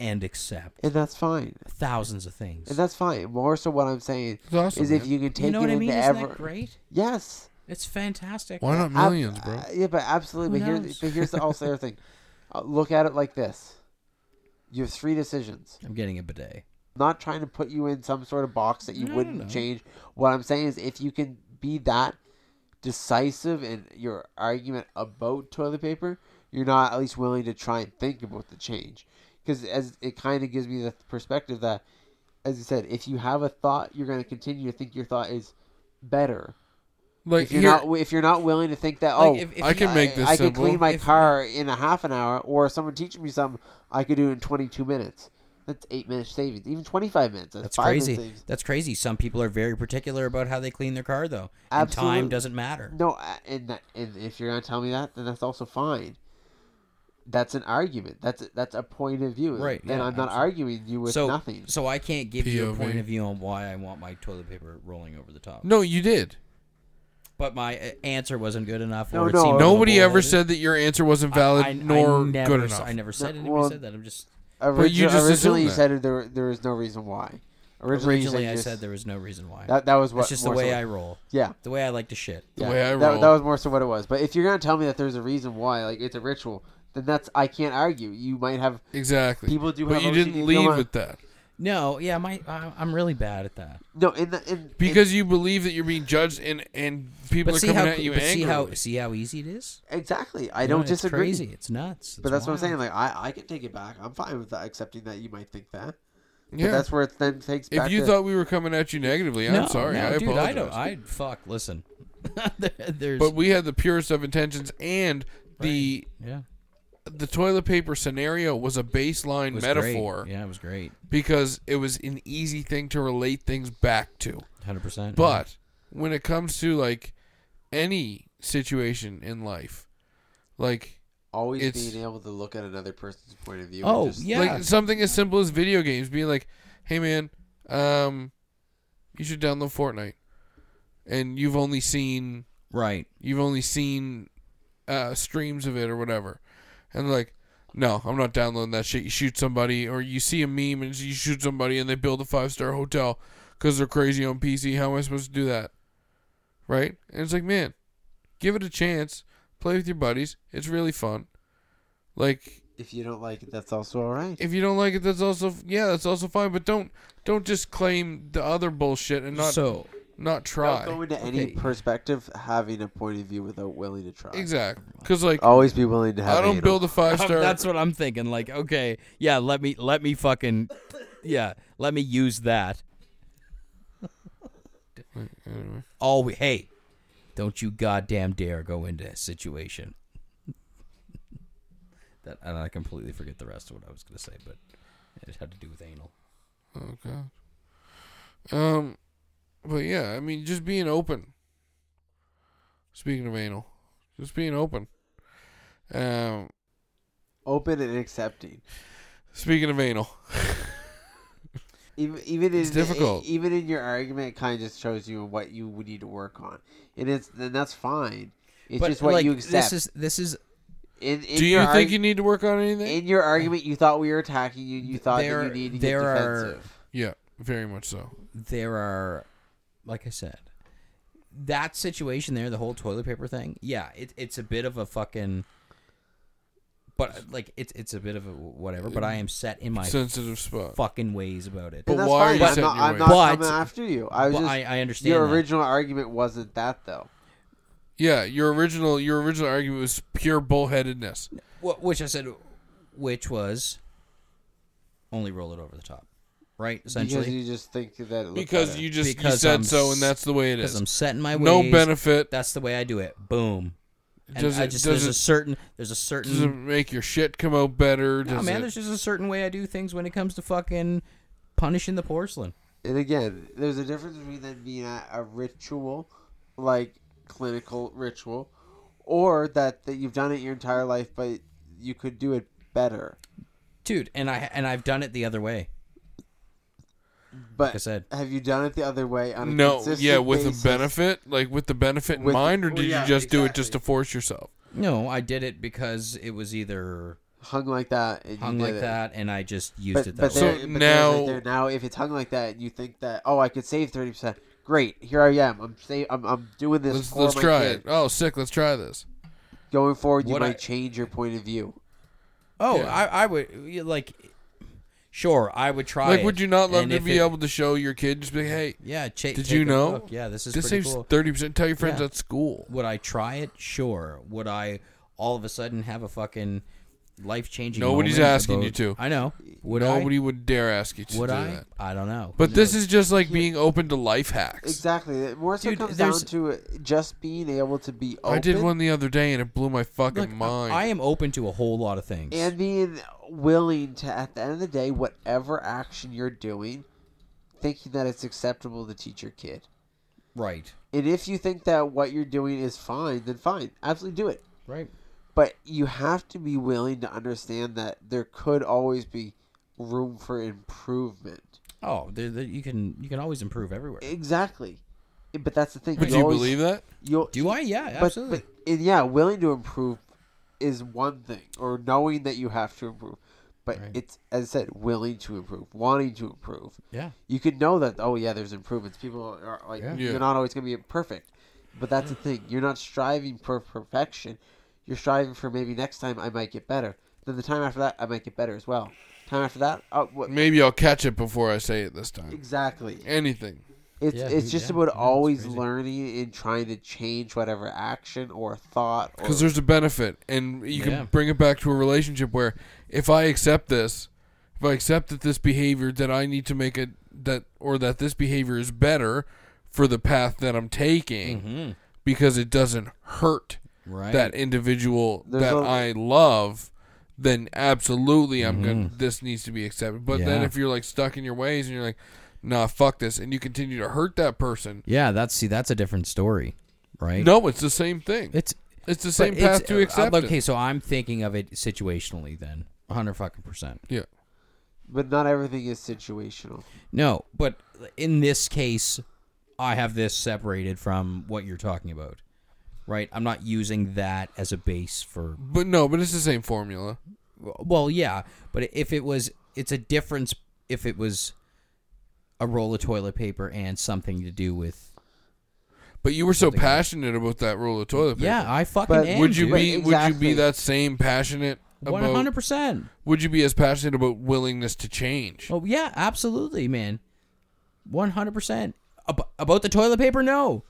[SPEAKER 4] and accept.
[SPEAKER 2] and that's fine.
[SPEAKER 4] Thousands of things.
[SPEAKER 2] And that's fine. More so, what I'm saying
[SPEAKER 1] It's awesome,
[SPEAKER 2] is if
[SPEAKER 1] man.
[SPEAKER 2] you can take
[SPEAKER 4] you know
[SPEAKER 2] it
[SPEAKER 4] what I
[SPEAKER 2] into
[SPEAKER 4] mean? Isn't
[SPEAKER 2] ever.
[SPEAKER 4] that great?
[SPEAKER 2] Yes.
[SPEAKER 4] It's fantastic.
[SPEAKER 1] Why not
[SPEAKER 2] Ab-
[SPEAKER 1] millions, bro?
[SPEAKER 2] uh, yeah, but absolutely. But
[SPEAKER 4] Who
[SPEAKER 2] here's
[SPEAKER 4] knows?
[SPEAKER 2] but here's the also the other
[SPEAKER 4] [laughs]
[SPEAKER 2] thing. Uh, look at it like this. You have three decisions.
[SPEAKER 4] I'm getting a bidet.
[SPEAKER 2] I'm not trying to put you in some sort of box that you
[SPEAKER 4] No,
[SPEAKER 2] wouldn't
[SPEAKER 4] no.
[SPEAKER 2] change. What I'm saying is, if you can be that decisive in your argument about toilet paper, you're not at least willing to try and think about the change. Because as it kind of gives me the perspective that, as you said, if you have a thought, you're going to continue to think your thought is better.
[SPEAKER 1] Like
[SPEAKER 2] If you're
[SPEAKER 1] here,
[SPEAKER 2] not, if you're not willing to think that, oh,
[SPEAKER 4] Like, if- if
[SPEAKER 1] I
[SPEAKER 4] you-
[SPEAKER 1] can make this
[SPEAKER 2] I could
[SPEAKER 1] simple.
[SPEAKER 2] clean my
[SPEAKER 4] If-
[SPEAKER 2] car in a half an hour, or someone teaching me something I could do in 22 minutes. That's eight minutes savings, even 25 minutes. That's,
[SPEAKER 4] That's
[SPEAKER 2] five minutes
[SPEAKER 4] crazy.
[SPEAKER 2] savings.
[SPEAKER 4] That's crazy. Some people are very particular about how they clean their car, though. And
[SPEAKER 2] Absolutely.
[SPEAKER 4] time doesn't matter.
[SPEAKER 2] No, I- and that, and if you're gonna tell me that, then that's also fine. That's an argument. That's that's a point of view.
[SPEAKER 4] Right,
[SPEAKER 2] And
[SPEAKER 4] yeah,
[SPEAKER 2] I'm not
[SPEAKER 4] absolutely.
[SPEAKER 2] arguing you with
[SPEAKER 4] so,
[SPEAKER 2] nothing.
[SPEAKER 4] so I can't give you a
[SPEAKER 1] POV.
[SPEAKER 4] point of view on why I want my toilet paper rolling over the top.
[SPEAKER 1] no, you did.
[SPEAKER 4] But my uh, answer wasn't good enough.
[SPEAKER 2] No,
[SPEAKER 4] or it
[SPEAKER 2] no.
[SPEAKER 4] seemed
[SPEAKER 1] Nobody
[SPEAKER 4] little
[SPEAKER 1] ever
[SPEAKER 4] bullheaded.
[SPEAKER 1] said that your answer wasn't valid
[SPEAKER 4] I- I
[SPEAKER 1] nor
[SPEAKER 4] never
[SPEAKER 1] good
[SPEAKER 4] s-
[SPEAKER 1] enough.
[SPEAKER 4] I never said
[SPEAKER 2] No,
[SPEAKER 4] anybody
[SPEAKER 2] well,
[SPEAKER 4] said that. I'm just
[SPEAKER 1] but you
[SPEAKER 2] Origi-
[SPEAKER 1] just
[SPEAKER 2] originally you
[SPEAKER 1] assumed that.
[SPEAKER 2] said it, there there is no reason why. Originally, you said
[SPEAKER 4] originally
[SPEAKER 2] you
[SPEAKER 4] I
[SPEAKER 2] just-
[SPEAKER 4] said there was no reason why.
[SPEAKER 2] that that was what.
[SPEAKER 4] That's just the
[SPEAKER 2] more so
[SPEAKER 4] way
[SPEAKER 2] what-
[SPEAKER 4] I roll.
[SPEAKER 2] Yeah.
[SPEAKER 4] The way I like to shit.
[SPEAKER 1] The way I roll.
[SPEAKER 2] That, that was more so what it was. But if you're gonna tell me that there's a reason why, like it's a ritual, then that's I can't argue. You might have
[SPEAKER 1] exactly.
[SPEAKER 2] People do
[SPEAKER 1] but
[SPEAKER 2] have
[SPEAKER 1] you
[SPEAKER 2] OCD,
[SPEAKER 1] didn't
[SPEAKER 2] you
[SPEAKER 1] lead
[SPEAKER 2] know what?
[SPEAKER 1] with that
[SPEAKER 4] No, yeah, my I, I'm really bad at that.
[SPEAKER 2] no in the in
[SPEAKER 1] because you believe that you're being judged and and people
[SPEAKER 4] But
[SPEAKER 1] are
[SPEAKER 4] see
[SPEAKER 1] coming
[SPEAKER 4] how
[SPEAKER 1] at you
[SPEAKER 4] but see how
[SPEAKER 1] angrily.
[SPEAKER 4] see how easy it is.
[SPEAKER 2] in- exactly. I
[SPEAKER 4] You know,
[SPEAKER 2] don't
[SPEAKER 4] it's
[SPEAKER 2] disagree.
[SPEAKER 4] Crazy. It's nuts.
[SPEAKER 2] But that's what I'm saying.
[SPEAKER 4] wild.
[SPEAKER 2] Like I, I can take it back. I'm fine with that, accepting that you might think that.
[SPEAKER 1] yeah.
[SPEAKER 2] But that's where it then takes back.
[SPEAKER 1] if you
[SPEAKER 2] to,
[SPEAKER 1] thought we were coming at you negatively, I'm sorry. I
[SPEAKER 4] dude,
[SPEAKER 1] apologize.
[SPEAKER 4] I don't. I fuck. Listen, [laughs] There- there's
[SPEAKER 1] but we had the purest of intentions, and the
[SPEAKER 4] yeah,
[SPEAKER 1] the toilet paper scenario was a baseline
[SPEAKER 4] It was
[SPEAKER 1] metaphor
[SPEAKER 4] Great. Yeah, it was great.
[SPEAKER 1] because it was an easy thing to relate things back to.
[SPEAKER 4] Hundred percent.
[SPEAKER 1] But when it comes to like any situation in life, like
[SPEAKER 2] always
[SPEAKER 1] it's-
[SPEAKER 2] being able to look at another person's point of view. and
[SPEAKER 4] oh
[SPEAKER 2] just-
[SPEAKER 4] yeah,
[SPEAKER 1] like something as simple as video games being like, "Hey man, um you should download Fortnite." And you've only seen
[SPEAKER 4] right.
[SPEAKER 1] you've only seen uh streams of it or whatever. And like, "No, I'm not downloading that shit. You shoot somebody or you see a meme and you shoot somebody and they build a five-star hotel cuz they're crazy on PC. How am I supposed to do that?" Right? And it's like, "Man, give it a chance. Play with your buddies. It's really fun." Like
[SPEAKER 2] If you don't like it, that's also all right.
[SPEAKER 1] if you don't like it, that's also yeah, that's also fine. But don't don't just claim the other bullshit and not
[SPEAKER 4] so
[SPEAKER 1] not
[SPEAKER 2] Don't
[SPEAKER 1] try.
[SPEAKER 2] go into any
[SPEAKER 4] Okay.
[SPEAKER 2] perspective having a point of view without willing to try.
[SPEAKER 1] exactly, because
[SPEAKER 4] Oh,
[SPEAKER 1] like
[SPEAKER 2] Always be willing to have.
[SPEAKER 1] I don't
[SPEAKER 2] anal.
[SPEAKER 1] build a
[SPEAKER 4] [laughs]
[SPEAKER 1] five star.
[SPEAKER 4] That's what I'm thinking. Like, okay, yeah, let me let me fucking yeah, let me use that.
[SPEAKER 1] anyway.
[SPEAKER 4] All we, hey, don't you goddamn dare go into a situation. that and I completely forget the rest of what I was gonna say, but it had to do with anal.
[SPEAKER 1] Oh god. Um, but yeah, I mean, just being open. Speaking of anal, just being open. Um,
[SPEAKER 2] Open and accepting.
[SPEAKER 1] speaking of anal,
[SPEAKER 2] Even even
[SPEAKER 1] It's
[SPEAKER 2] in, e,
[SPEAKER 1] difficult.
[SPEAKER 2] Even in your argument, it kind of just shows you what you would need to work on, and it's then that's fine. It's
[SPEAKER 4] but
[SPEAKER 2] just what
[SPEAKER 4] like,
[SPEAKER 2] you accept.
[SPEAKER 4] This is this is
[SPEAKER 2] in, in
[SPEAKER 1] do you
[SPEAKER 2] your
[SPEAKER 1] think
[SPEAKER 2] arg-
[SPEAKER 1] you need to work on anything?
[SPEAKER 2] in your argument you thought we were attacking you? You thought
[SPEAKER 4] There-
[SPEAKER 2] that you needed to
[SPEAKER 4] there
[SPEAKER 2] get
[SPEAKER 4] are-
[SPEAKER 2] defensive.
[SPEAKER 1] yeah, very much so.
[SPEAKER 4] there are like I said, that situation there, the whole toilet paper thing, yeah, it, it's a bit of a fucking but like it's it's a bit of a whatever, but I am set in my
[SPEAKER 1] Sensitive spot.
[SPEAKER 4] fucking ways about it.
[SPEAKER 1] But
[SPEAKER 2] And that's
[SPEAKER 1] why are
[SPEAKER 2] fine.
[SPEAKER 1] you
[SPEAKER 2] I'm
[SPEAKER 1] setting
[SPEAKER 2] not,
[SPEAKER 1] your
[SPEAKER 2] I'm
[SPEAKER 1] ways?
[SPEAKER 2] not
[SPEAKER 4] But-
[SPEAKER 2] coming after you. I was
[SPEAKER 4] But
[SPEAKER 2] just
[SPEAKER 4] I, I understand
[SPEAKER 2] your
[SPEAKER 4] that.
[SPEAKER 2] original argument wasn't that though.
[SPEAKER 1] Yeah, your original your original argument was pure bullheadedness.
[SPEAKER 4] Wh- which I said, which was only roll it over the top, right?
[SPEAKER 2] Because
[SPEAKER 4] Essentially,
[SPEAKER 2] you just think that it looked
[SPEAKER 1] Because
[SPEAKER 2] better.
[SPEAKER 1] you just you
[SPEAKER 4] Because
[SPEAKER 1] said
[SPEAKER 4] I'm
[SPEAKER 1] so,
[SPEAKER 4] s-
[SPEAKER 1] and that's the way it
[SPEAKER 4] because
[SPEAKER 1] is.
[SPEAKER 4] I'm set in my ways.
[SPEAKER 1] No benefit.
[SPEAKER 4] That's the way I do it. Boom. And
[SPEAKER 1] Does
[SPEAKER 4] I
[SPEAKER 1] it-
[SPEAKER 4] just
[SPEAKER 1] does
[SPEAKER 4] there's
[SPEAKER 1] it-
[SPEAKER 4] a certain there's a
[SPEAKER 1] Does it
[SPEAKER 4] certain
[SPEAKER 1] make your shit come out better?
[SPEAKER 4] no
[SPEAKER 1] Does
[SPEAKER 4] man.
[SPEAKER 1] it-
[SPEAKER 4] There's just a certain way I do things when it comes to fucking punishing the porcelain.
[SPEAKER 2] And again, there's a difference between that being a, a ritual, like clinical ritual, or that, that you've done it your entire life, but you could do it better.
[SPEAKER 4] Dude, and I and I've done it the other way.
[SPEAKER 2] But
[SPEAKER 4] I said.
[SPEAKER 2] have you done it the other way on a
[SPEAKER 1] no,
[SPEAKER 2] consistent
[SPEAKER 1] yeah, with
[SPEAKER 2] basis?
[SPEAKER 1] a benefit, like with the benefit in
[SPEAKER 2] With-
[SPEAKER 1] mind, or
[SPEAKER 2] well,
[SPEAKER 1] did
[SPEAKER 2] yeah,
[SPEAKER 1] you just do it just to
[SPEAKER 2] exactly.
[SPEAKER 1] force yourself?
[SPEAKER 4] No, I did it because it was either
[SPEAKER 2] hung like that and
[SPEAKER 4] hung
[SPEAKER 2] you did
[SPEAKER 4] like
[SPEAKER 2] it.
[SPEAKER 4] that, and I just used
[SPEAKER 2] But,
[SPEAKER 4] it that
[SPEAKER 2] but,
[SPEAKER 4] way.
[SPEAKER 1] So
[SPEAKER 2] there, but now,
[SPEAKER 1] now-
[SPEAKER 2] now, if it's hung like that, you think that oh, I could save thirty percent. Great, here I am. I'm sa- I'm, I'm doing this.
[SPEAKER 1] Let's
[SPEAKER 2] for
[SPEAKER 1] let's
[SPEAKER 2] my
[SPEAKER 1] try
[SPEAKER 2] kid.
[SPEAKER 1] it. Oh, sick. Let's try this.
[SPEAKER 2] Going forward, you
[SPEAKER 4] What
[SPEAKER 2] might
[SPEAKER 4] I-
[SPEAKER 2] change your point of view.
[SPEAKER 4] oh,
[SPEAKER 1] yeah.
[SPEAKER 4] I I would you- like. Sure, I would try.
[SPEAKER 1] Like,
[SPEAKER 4] it,
[SPEAKER 1] would you not love
[SPEAKER 4] and
[SPEAKER 1] to
[SPEAKER 4] if
[SPEAKER 1] be
[SPEAKER 4] it-
[SPEAKER 1] able to show your kid just be, hey,
[SPEAKER 4] Yeah, cha-
[SPEAKER 1] Did
[SPEAKER 4] take
[SPEAKER 1] you
[SPEAKER 4] a
[SPEAKER 1] know?
[SPEAKER 4] look. Yeah, this is
[SPEAKER 1] this
[SPEAKER 4] pretty
[SPEAKER 1] saves
[SPEAKER 4] cool.
[SPEAKER 1] thirty percent. Tell your friends
[SPEAKER 4] Yeah.
[SPEAKER 1] at school.
[SPEAKER 4] Would I try it? Sure. Would I all of a sudden have a fucking life changing?
[SPEAKER 1] Nobody's asking you to.
[SPEAKER 4] I know. Would
[SPEAKER 1] Nobody would dare ask you
[SPEAKER 4] I?
[SPEAKER 1] to
[SPEAKER 4] Would
[SPEAKER 1] do
[SPEAKER 4] I?
[SPEAKER 1] that.
[SPEAKER 4] I don't know.
[SPEAKER 1] But this is just like being open to life hacks.
[SPEAKER 2] Exactly. It more so
[SPEAKER 4] Dude,
[SPEAKER 2] comes down
[SPEAKER 4] there's-
[SPEAKER 2] to just being able to be open
[SPEAKER 1] I did one the other day and it blew my fucking
[SPEAKER 4] Look, I-
[SPEAKER 1] mind.
[SPEAKER 4] I am open to a whole lot of things.
[SPEAKER 2] and being willing to, at the end of the day, whatever action you're doing, thinking that it's acceptable to teach your kid.
[SPEAKER 4] right.
[SPEAKER 2] And if you think that what you're doing is fine, then fine, absolutely do it.
[SPEAKER 4] Right.
[SPEAKER 2] But you have to be willing to understand that there could always be room for improvement.
[SPEAKER 4] Oh, there there- you can you can always improve everywhere.
[SPEAKER 2] Exactly. But that's the thing.
[SPEAKER 1] But do you believe that?
[SPEAKER 2] you
[SPEAKER 4] Do I? Yeah,
[SPEAKER 2] but,
[SPEAKER 4] absolutely.
[SPEAKER 2] But, and yeah, willing to improve is one thing, or knowing that you have to improve. But
[SPEAKER 4] Right.
[SPEAKER 2] it's, as I said, willing to improve, wanting to improve.
[SPEAKER 4] yeah.
[SPEAKER 2] You can know that, oh, yeah, there's improvements. People are like,
[SPEAKER 4] Yeah.
[SPEAKER 1] Yeah.
[SPEAKER 2] you're not always going to be perfect. But that's the thing. You're not striving for perfection. You're striving for maybe next time I might get better. Then the time after that, I might get better as well. Time after that, oh, what?
[SPEAKER 1] Maybe I'll catch it before I say it this time.
[SPEAKER 2] Exactly.
[SPEAKER 1] Anything.
[SPEAKER 2] It's
[SPEAKER 4] Yeah,
[SPEAKER 2] it's
[SPEAKER 4] dude,
[SPEAKER 2] just
[SPEAKER 4] yeah.
[SPEAKER 2] about
[SPEAKER 4] Yeah, it's
[SPEAKER 2] always
[SPEAKER 4] crazy.
[SPEAKER 2] learning and trying to change whatever action or thought. Or
[SPEAKER 1] Because there's a benefit, and you can
[SPEAKER 4] Yeah.
[SPEAKER 1] bring it back to a relationship where if I accept this, if I accept that this behavior that I need to make it that or that this behavior is better for the path that I'm taking because it doesn't hurt
[SPEAKER 4] Mm-hmm. Right.
[SPEAKER 1] that individual
[SPEAKER 2] There's
[SPEAKER 1] that
[SPEAKER 2] a-
[SPEAKER 1] I love, then absolutely I'm gonna this needs to be accepted. But then
[SPEAKER 4] Mm-hmm. Yeah.
[SPEAKER 1] if you're like stuck in your ways and you're like, nah, fuck this, and you continue to hurt that person,
[SPEAKER 4] yeah. That's see. That's a different story. Right.
[SPEAKER 1] no, it's the same thing.
[SPEAKER 4] It's
[SPEAKER 1] It's the same
[SPEAKER 4] But it's-
[SPEAKER 1] path to
[SPEAKER 4] uh,
[SPEAKER 1] acceptance.
[SPEAKER 4] Okay, so I'm thinking of it situationally then, 100 fucking percent.
[SPEAKER 1] yeah.
[SPEAKER 2] but not everything is situational.
[SPEAKER 4] No, but in this case, I have this separated from what you're talking about, right? I'm not using that as a base for.
[SPEAKER 1] But no, but it's the same formula.
[SPEAKER 4] Well, yeah, but if it was, it's a difference if it was a roll of toilet paper and something to do with.
[SPEAKER 1] But you were so passionate about that roll of toilet paper.
[SPEAKER 4] Yeah, I fucking
[SPEAKER 2] But-
[SPEAKER 4] am.
[SPEAKER 1] Would you
[SPEAKER 4] dude.
[SPEAKER 2] But
[SPEAKER 1] be would you
[SPEAKER 2] exactly.
[SPEAKER 1] be that same passionate about
[SPEAKER 4] 100%.
[SPEAKER 1] would you be as passionate about willingness to change?
[SPEAKER 4] Oh yeah, absolutely, man. One hundred percent. Ab- about the toilet paper, no.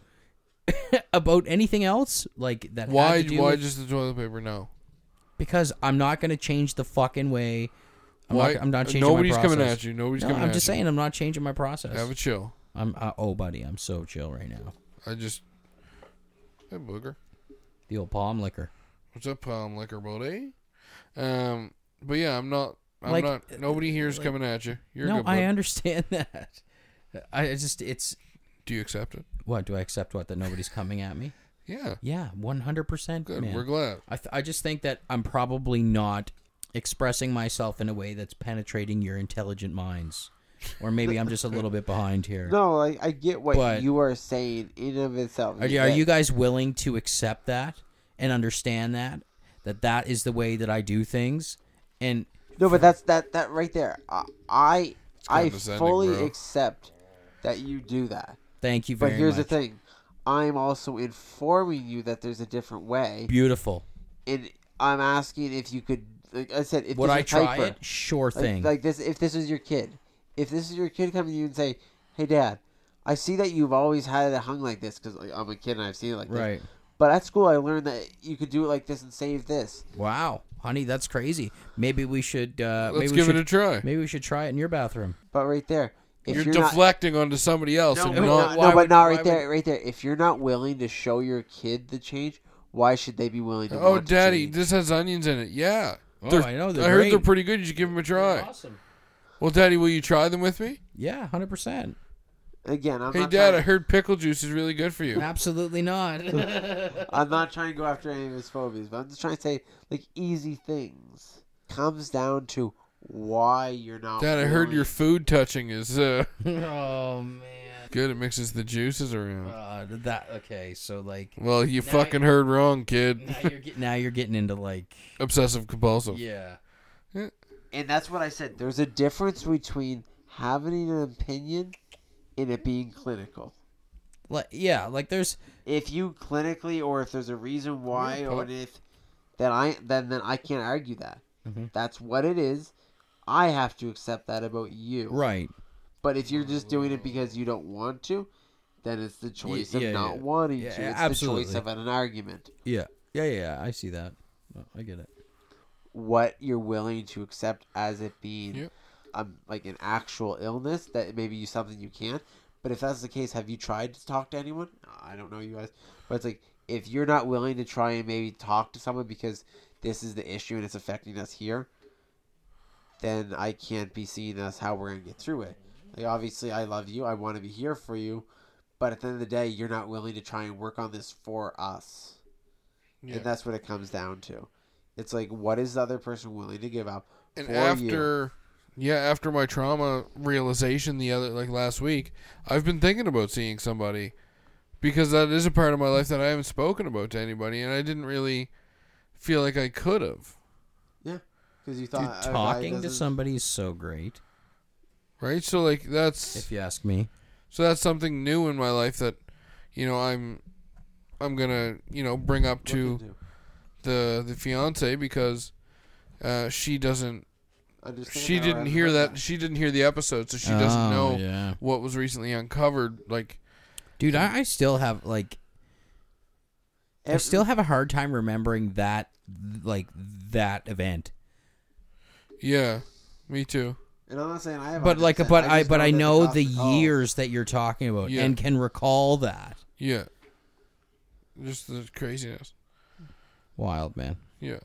[SPEAKER 4] [laughs] about anything else, like that. had
[SPEAKER 1] Why?
[SPEAKER 4] to do
[SPEAKER 1] Why
[SPEAKER 4] with-
[SPEAKER 1] just the toilet paper? No.
[SPEAKER 4] because I'm not going to change the fucking way. I'm
[SPEAKER 1] Why?
[SPEAKER 4] Not, I'm not changing.
[SPEAKER 1] Nobody's
[SPEAKER 4] my process.
[SPEAKER 1] coming at you. Nobody's
[SPEAKER 4] No,
[SPEAKER 1] coming
[SPEAKER 4] I'm
[SPEAKER 1] at
[SPEAKER 4] just
[SPEAKER 1] you.
[SPEAKER 4] saying I'm not changing my process.
[SPEAKER 1] Have a chill.
[SPEAKER 4] I'm uh, oh, buddy, I'm so chill right now.
[SPEAKER 1] I just. Hey, booger.
[SPEAKER 4] The old palm liquor.
[SPEAKER 1] What's up, palm liquor, buddy? Um, but yeah, I'm not. I'm
[SPEAKER 4] Like,
[SPEAKER 1] not. Nobody here is coming at you. You're
[SPEAKER 4] no,
[SPEAKER 1] good.
[SPEAKER 4] I
[SPEAKER 1] bud.
[SPEAKER 4] understand [laughs] that. I I just it's
[SPEAKER 1] Do you accept it?
[SPEAKER 4] what do I accept? What that nobody's coming at me?
[SPEAKER 1] Yeah.
[SPEAKER 4] Yeah, one hundred percent.
[SPEAKER 1] Good. We're glad.
[SPEAKER 4] I, th- I just think that I'm probably not expressing myself in a way that's penetrating your intelligent minds, or maybe I'm just a little bit
[SPEAKER 2] [laughs]
[SPEAKER 4] behind here.
[SPEAKER 2] No, like I get what
[SPEAKER 4] But-
[SPEAKER 2] you are saying in and of itself.
[SPEAKER 4] Are, you- are you guys willing to accept that and understand that that that is the way that I do things? And
[SPEAKER 2] No, but that's that that right there. I I, I
[SPEAKER 1] condescending,
[SPEAKER 2] fully
[SPEAKER 1] bro.
[SPEAKER 2] accept that you do that.
[SPEAKER 4] thank you
[SPEAKER 2] But
[SPEAKER 4] very
[SPEAKER 2] here's
[SPEAKER 4] much.
[SPEAKER 2] the thing. I'm also informing you that there's a different way.
[SPEAKER 4] Beautiful.
[SPEAKER 2] And I'm asking if you could like I said if
[SPEAKER 4] Would
[SPEAKER 2] this
[SPEAKER 4] I
[SPEAKER 2] was
[SPEAKER 4] try
[SPEAKER 2] Piper,
[SPEAKER 4] it? Sure
[SPEAKER 2] like,
[SPEAKER 4] thing.
[SPEAKER 2] like this if this is your kid. If this is your kid coming to you and say, "Hey dad, I see that you've always had it hung like this cuz like, I'm a kid and I've seen it like
[SPEAKER 4] right.
[SPEAKER 2] this." But at school I learned that you could do it like this and save this.
[SPEAKER 4] Wow, honey, that's crazy. Maybe we should.
[SPEAKER 1] Let's
[SPEAKER 4] Uh, maybe
[SPEAKER 1] give
[SPEAKER 4] we should,
[SPEAKER 1] it a try.
[SPEAKER 4] Maybe we should try it in your bathroom.
[SPEAKER 2] But right there, if
[SPEAKER 1] You're,
[SPEAKER 2] you're, not
[SPEAKER 1] deflecting onto somebody else
[SPEAKER 2] No,
[SPEAKER 1] and
[SPEAKER 2] no,
[SPEAKER 1] not.
[SPEAKER 2] no,
[SPEAKER 1] why
[SPEAKER 2] but
[SPEAKER 1] would-
[SPEAKER 2] not
[SPEAKER 1] why
[SPEAKER 2] right
[SPEAKER 1] would-
[SPEAKER 2] there, right there. If you're not willing to show your kid the change, why should they be willing to?
[SPEAKER 1] Oh,
[SPEAKER 2] want to
[SPEAKER 1] daddy,
[SPEAKER 2] change?
[SPEAKER 1] this has onions in it. Yeah.
[SPEAKER 4] Oh,
[SPEAKER 1] They're-
[SPEAKER 4] I know, they're
[SPEAKER 1] I heard they're
[SPEAKER 4] great.
[SPEAKER 1] pretty good. You should give them a try.
[SPEAKER 4] Awesome.
[SPEAKER 1] Well, daddy, will you try them with me?
[SPEAKER 4] Yeah, hundred percent.
[SPEAKER 2] Again, I'm
[SPEAKER 1] Hey,
[SPEAKER 2] not.
[SPEAKER 1] dad, I
[SPEAKER 2] trying,
[SPEAKER 1] heard pickle juice is really good for you.
[SPEAKER 4] Absolutely not.
[SPEAKER 1] [laughs]
[SPEAKER 2] I'm not trying to go after any of his phobias, but I'm just trying to say like easy things comes down to why you're not.
[SPEAKER 1] Dad, I heard
[SPEAKER 2] willing-
[SPEAKER 1] your food touching is uh,
[SPEAKER 4] oh man.
[SPEAKER 1] good. It mixes the juices around.
[SPEAKER 4] Uh, that okay. So like
[SPEAKER 1] Well, you fucking heard wrong, kid.
[SPEAKER 4] now you're getting now you're getting into like
[SPEAKER 1] Obsessive compulsive.
[SPEAKER 4] yeah.
[SPEAKER 2] and that's what I said. There's a difference between having an opinion and it being clinical.
[SPEAKER 4] Like yeah, like there's
[SPEAKER 2] If you clinically, or if there's a reason why,
[SPEAKER 1] Yeah,
[SPEAKER 2] or
[SPEAKER 1] but-
[SPEAKER 2] if then I then then I can't argue that.
[SPEAKER 4] Mm-hmm.
[SPEAKER 2] That's what it is. I have to accept that about you.
[SPEAKER 4] right.
[SPEAKER 2] But if you're just doing it because you don't want to, then it's the choice
[SPEAKER 4] yeah,
[SPEAKER 2] of not
[SPEAKER 4] yeah.
[SPEAKER 2] wanting to.
[SPEAKER 4] Yeah,
[SPEAKER 2] It's the choice
[SPEAKER 4] absolutely.
[SPEAKER 2] of an argument.
[SPEAKER 4] Yeah. Yeah, yeah, yeah, I see that. Oh, I get it.
[SPEAKER 2] What you're willing to accept as it being
[SPEAKER 1] Yep.
[SPEAKER 2] um, like an actual illness that maybe you something you can't. But if that's the case, have you tried to talk to anyone? I don't know you guys, but it's like if you're not willing to try and maybe talk to someone because this is the issue and it's affecting us here, then I can't be seeing us how we're gonna get through it. Like obviously, I love you. I want to be here for you, but at the end of the day, you're not willing to try and work on this for us,
[SPEAKER 1] Yeah.
[SPEAKER 2] and that's what it comes down to. It's like what is the other person willing to give up
[SPEAKER 1] and
[SPEAKER 2] for you?
[SPEAKER 1] after yeah after my trauma realization the other like last week i've been thinking about seeing somebody because that is a part of my life that i haven't spoken about to anybody and i didn't really feel like i could have
[SPEAKER 2] Because you
[SPEAKER 4] Dude,
[SPEAKER 2] thought uh,
[SPEAKER 4] talking to
[SPEAKER 2] doesn't-
[SPEAKER 4] somebody is so great,
[SPEAKER 1] right so like that's
[SPEAKER 4] if you ask me.
[SPEAKER 1] so that's something new in my life that you know i'm i'm gonna you know bring up
[SPEAKER 2] Look
[SPEAKER 1] to
[SPEAKER 2] into.
[SPEAKER 1] the the fiance because uh, she doesn't
[SPEAKER 2] Understand
[SPEAKER 1] she
[SPEAKER 2] how
[SPEAKER 1] didn't
[SPEAKER 2] I
[SPEAKER 1] hear
[SPEAKER 2] heard
[SPEAKER 1] that she didn't hear the episode so she
[SPEAKER 4] Oh,
[SPEAKER 1] doesn't know
[SPEAKER 4] Yeah.
[SPEAKER 1] what was recently uncovered like
[SPEAKER 4] Dude, I, I still have like I
[SPEAKER 2] Every-
[SPEAKER 4] still have a hard time remembering that like that event.
[SPEAKER 1] Yeah, me too.
[SPEAKER 2] And I'm not saying I have.
[SPEAKER 4] But
[SPEAKER 2] 100%,
[SPEAKER 4] like but I
[SPEAKER 2] just
[SPEAKER 4] but I
[SPEAKER 2] that
[SPEAKER 4] know
[SPEAKER 2] off
[SPEAKER 4] the
[SPEAKER 2] call-
[SPEAKER 4] years that you're talking about
[SPEAKER 1] Yeah.
[SPEAKER 4] and can recall that.
[SPEAKER 1] Yeah. Just the craziness.
[SPEAKER 4] Wild man.
[SPEAKER 1] Yeah.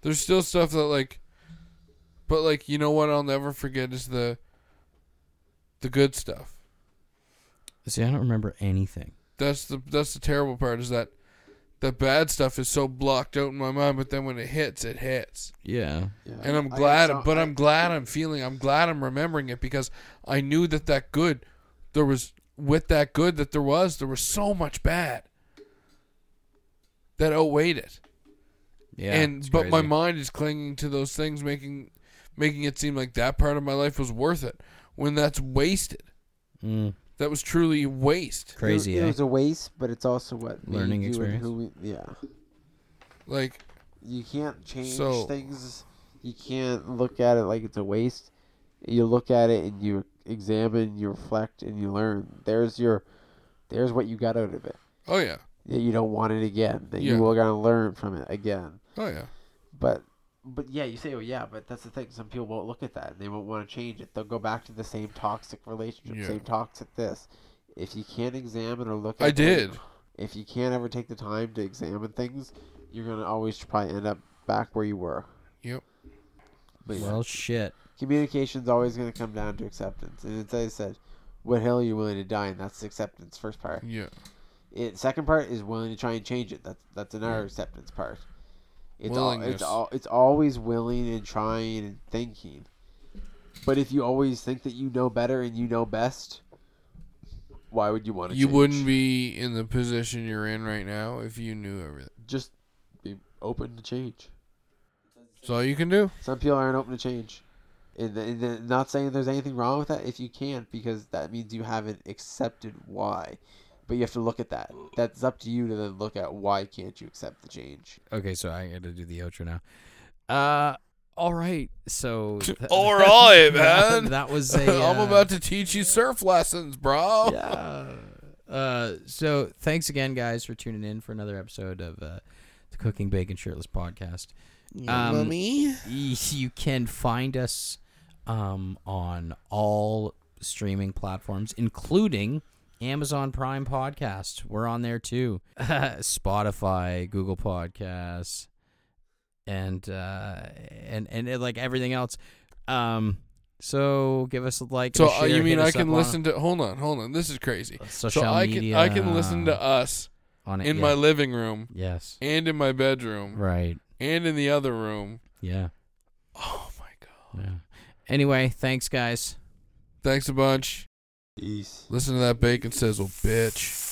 [SPEAKER 1] There's still stuff that like but like you know what I'll never forget is the the good stuff.
[SPEAKER 4] See, I don't remember anything.
[SPEAKER 1] That's the that's the terrible part is that the bad stuff is so blocked out in my mind, but then when it hits, it hits.
[SPEAKER 4] Yeah.
[SPEAKER 2] Yeah.
[SPEAKER 1] And I'm
[SPEAKER 2] I
[SPEAKER 1] glad
[SPEAKER 2] saw-
[SPEAKER 1] but
[SPEAKER 2] I-
[SPEAKER 1] I'm glad I'm feeling I'm glad I'm remembering it because I knew that that good there was with that good that there was, there was so much bad that outweighed it.
[SPEAKER 4] Yeah.
[SPEAKER 1] and but my mind is clinging to those things making making it seem like that part of my life was worth it when that's wasted
[SPEAKER 4] Mm,
[SPEAKER 1] that was truly waste
[SPEAKER 4] crazy,
[SPEAKER 2] It,
[SPEAKER 4] eh?
[SPEAKER 2] it was a waste, but it's also what made
[SPEAKER 4] Learning
[SPEAKER 2] you and
[SPEAKER 4] experience.
[SPEAKER 2] Who we, yeah,
[SPEAKER 1] like
[SPEAKER 2] you can't change
[SPEAKER 1] So-
[SPEAKER 2] things. You can't look at it like it's a waste. You look at it and you examine, you reflect, and you learn. There's your, there's what you got out of it.
[SPEAKER 1] Oh yeah.
[SPEAKER 2] That you don't want it again. That
[SPEAKER 1] Yeah.
[SPEAKER 2] you will gotta learn from it again.
[SPEAKER 1] Oh yeah.
[SPEAKER 2] But, but yeah, you say, oh yeah, but that's the thing. Some people won't look at that. and They won't want to change it. They'll go back to the same toxic relationship,
[SPEAKER 1] Yeah.
[SPEAKER 2] same toxic this. If you can't examine or look at,
[SPEAKER 1] I
[SPEAKER 2] what-
[SPEAKER 1] did.
[SPEAKER 2] If you can't ever take the time to examine things, you're gonna always probably end up back where you were.
[SPEAKER 1] Yep.
[SPEAKER 2] But yeah.
[SPEAKER 3] Well, shit.
[SPEAKER 2] communication's always going to come down to acceptance. And it's like I said, what hill are you willing to die on? That's the acceptance first part.
[SPEAKER 1] Yeah.
[SPEAKER 2] It second part is willing to try and change it. That's that's another acceptance part. It's all,
[SPEAKER 1] Willingness.
[SPEAKER 2] it's all it's always willing and trying and thinking. But if you always think that you know better and you know best, why would you want to?
[SPEAKER 1] You wouldn't be in the position you're in right now if you knew everything.
[SPEAKER 2] just be open to change.
[SPEAKER 1] That's all you can do.
[SPEAKER 2] Some people aren't open to change. And, th- and th- not saying there's anything wrong with that if you can't, because that means you haven't accepted why. But you have to look at that. That's up to you to then look at why can't you accept the change.
[SPEAKER 4] Okay, so I got to do the outro now. Uh, all right.
[SPEAKER 1] [laughs]
[SPEAKER 4] So
[SPEAKER 1] All right,
[SPEAKER 4] [laughs] that-
[SPEAKER 1] man. [laughs]
[SPEAKER 4] That was a.
[SPEAKER 1] I'm
[SPEAKER 4] uh,
[SPEAKER 1] about to teach you surf lessons, bro.
[SPEAKER 4] Yeah. Uh, so thanks again, guys, for tuning in for another episode of uh, the Cooking Bacon Shirtless podcast. Um,
[SPEAKER 1] Mummy.
[SPEAKER 4] y- You can find us um, on all streaming platforms, including Amazon Prime Podcast. We're on there too. [laughs] Spotify, Google Podcasts, and uh, and and uh, like everything else. Um, so give us a like.
[SPEAKER 1] So
[SPEAKER 4] and a
[SPEAKER 1] uh,
[SPEAKER 4] share,
[SPEAKER 1] you mean
[SPEAKER 4] hit
[SPEAKER 1] I
[SPEAKER 4] us up
[SPEAKER 1] can
[SPEAKER 4] on
[SPEAKER 1] listen to? Hold on, hold on. This is crazy.
[SPEAKER 4] Social
[SPEAKER 1] so I
[SPEAKER 4] media.
[SPEAKER 1] can I can listen to us
[SPEAKER 4] on it,
[SPEAKER 1] in
[SPEAKER 4] yeah.
[SPEAKER 1] my living room
[SPEAKER 4] Yes.
[SPEAKER 1] and in my bedroom
[SPEAKER 4] Right.
[SPEAKER 1] and in the other room.
[SPEAKER 4] Yeah.
[SPEAKER 1] Oh my god!
[SPEAKER 4] Yeah. Anyway, thanks, guys.
[SPEAKER 1] Thanks a bunch.
[SPEAKER 2] Peace.
[SPEAKER 1] Listen to that bacon sizzle, bitch.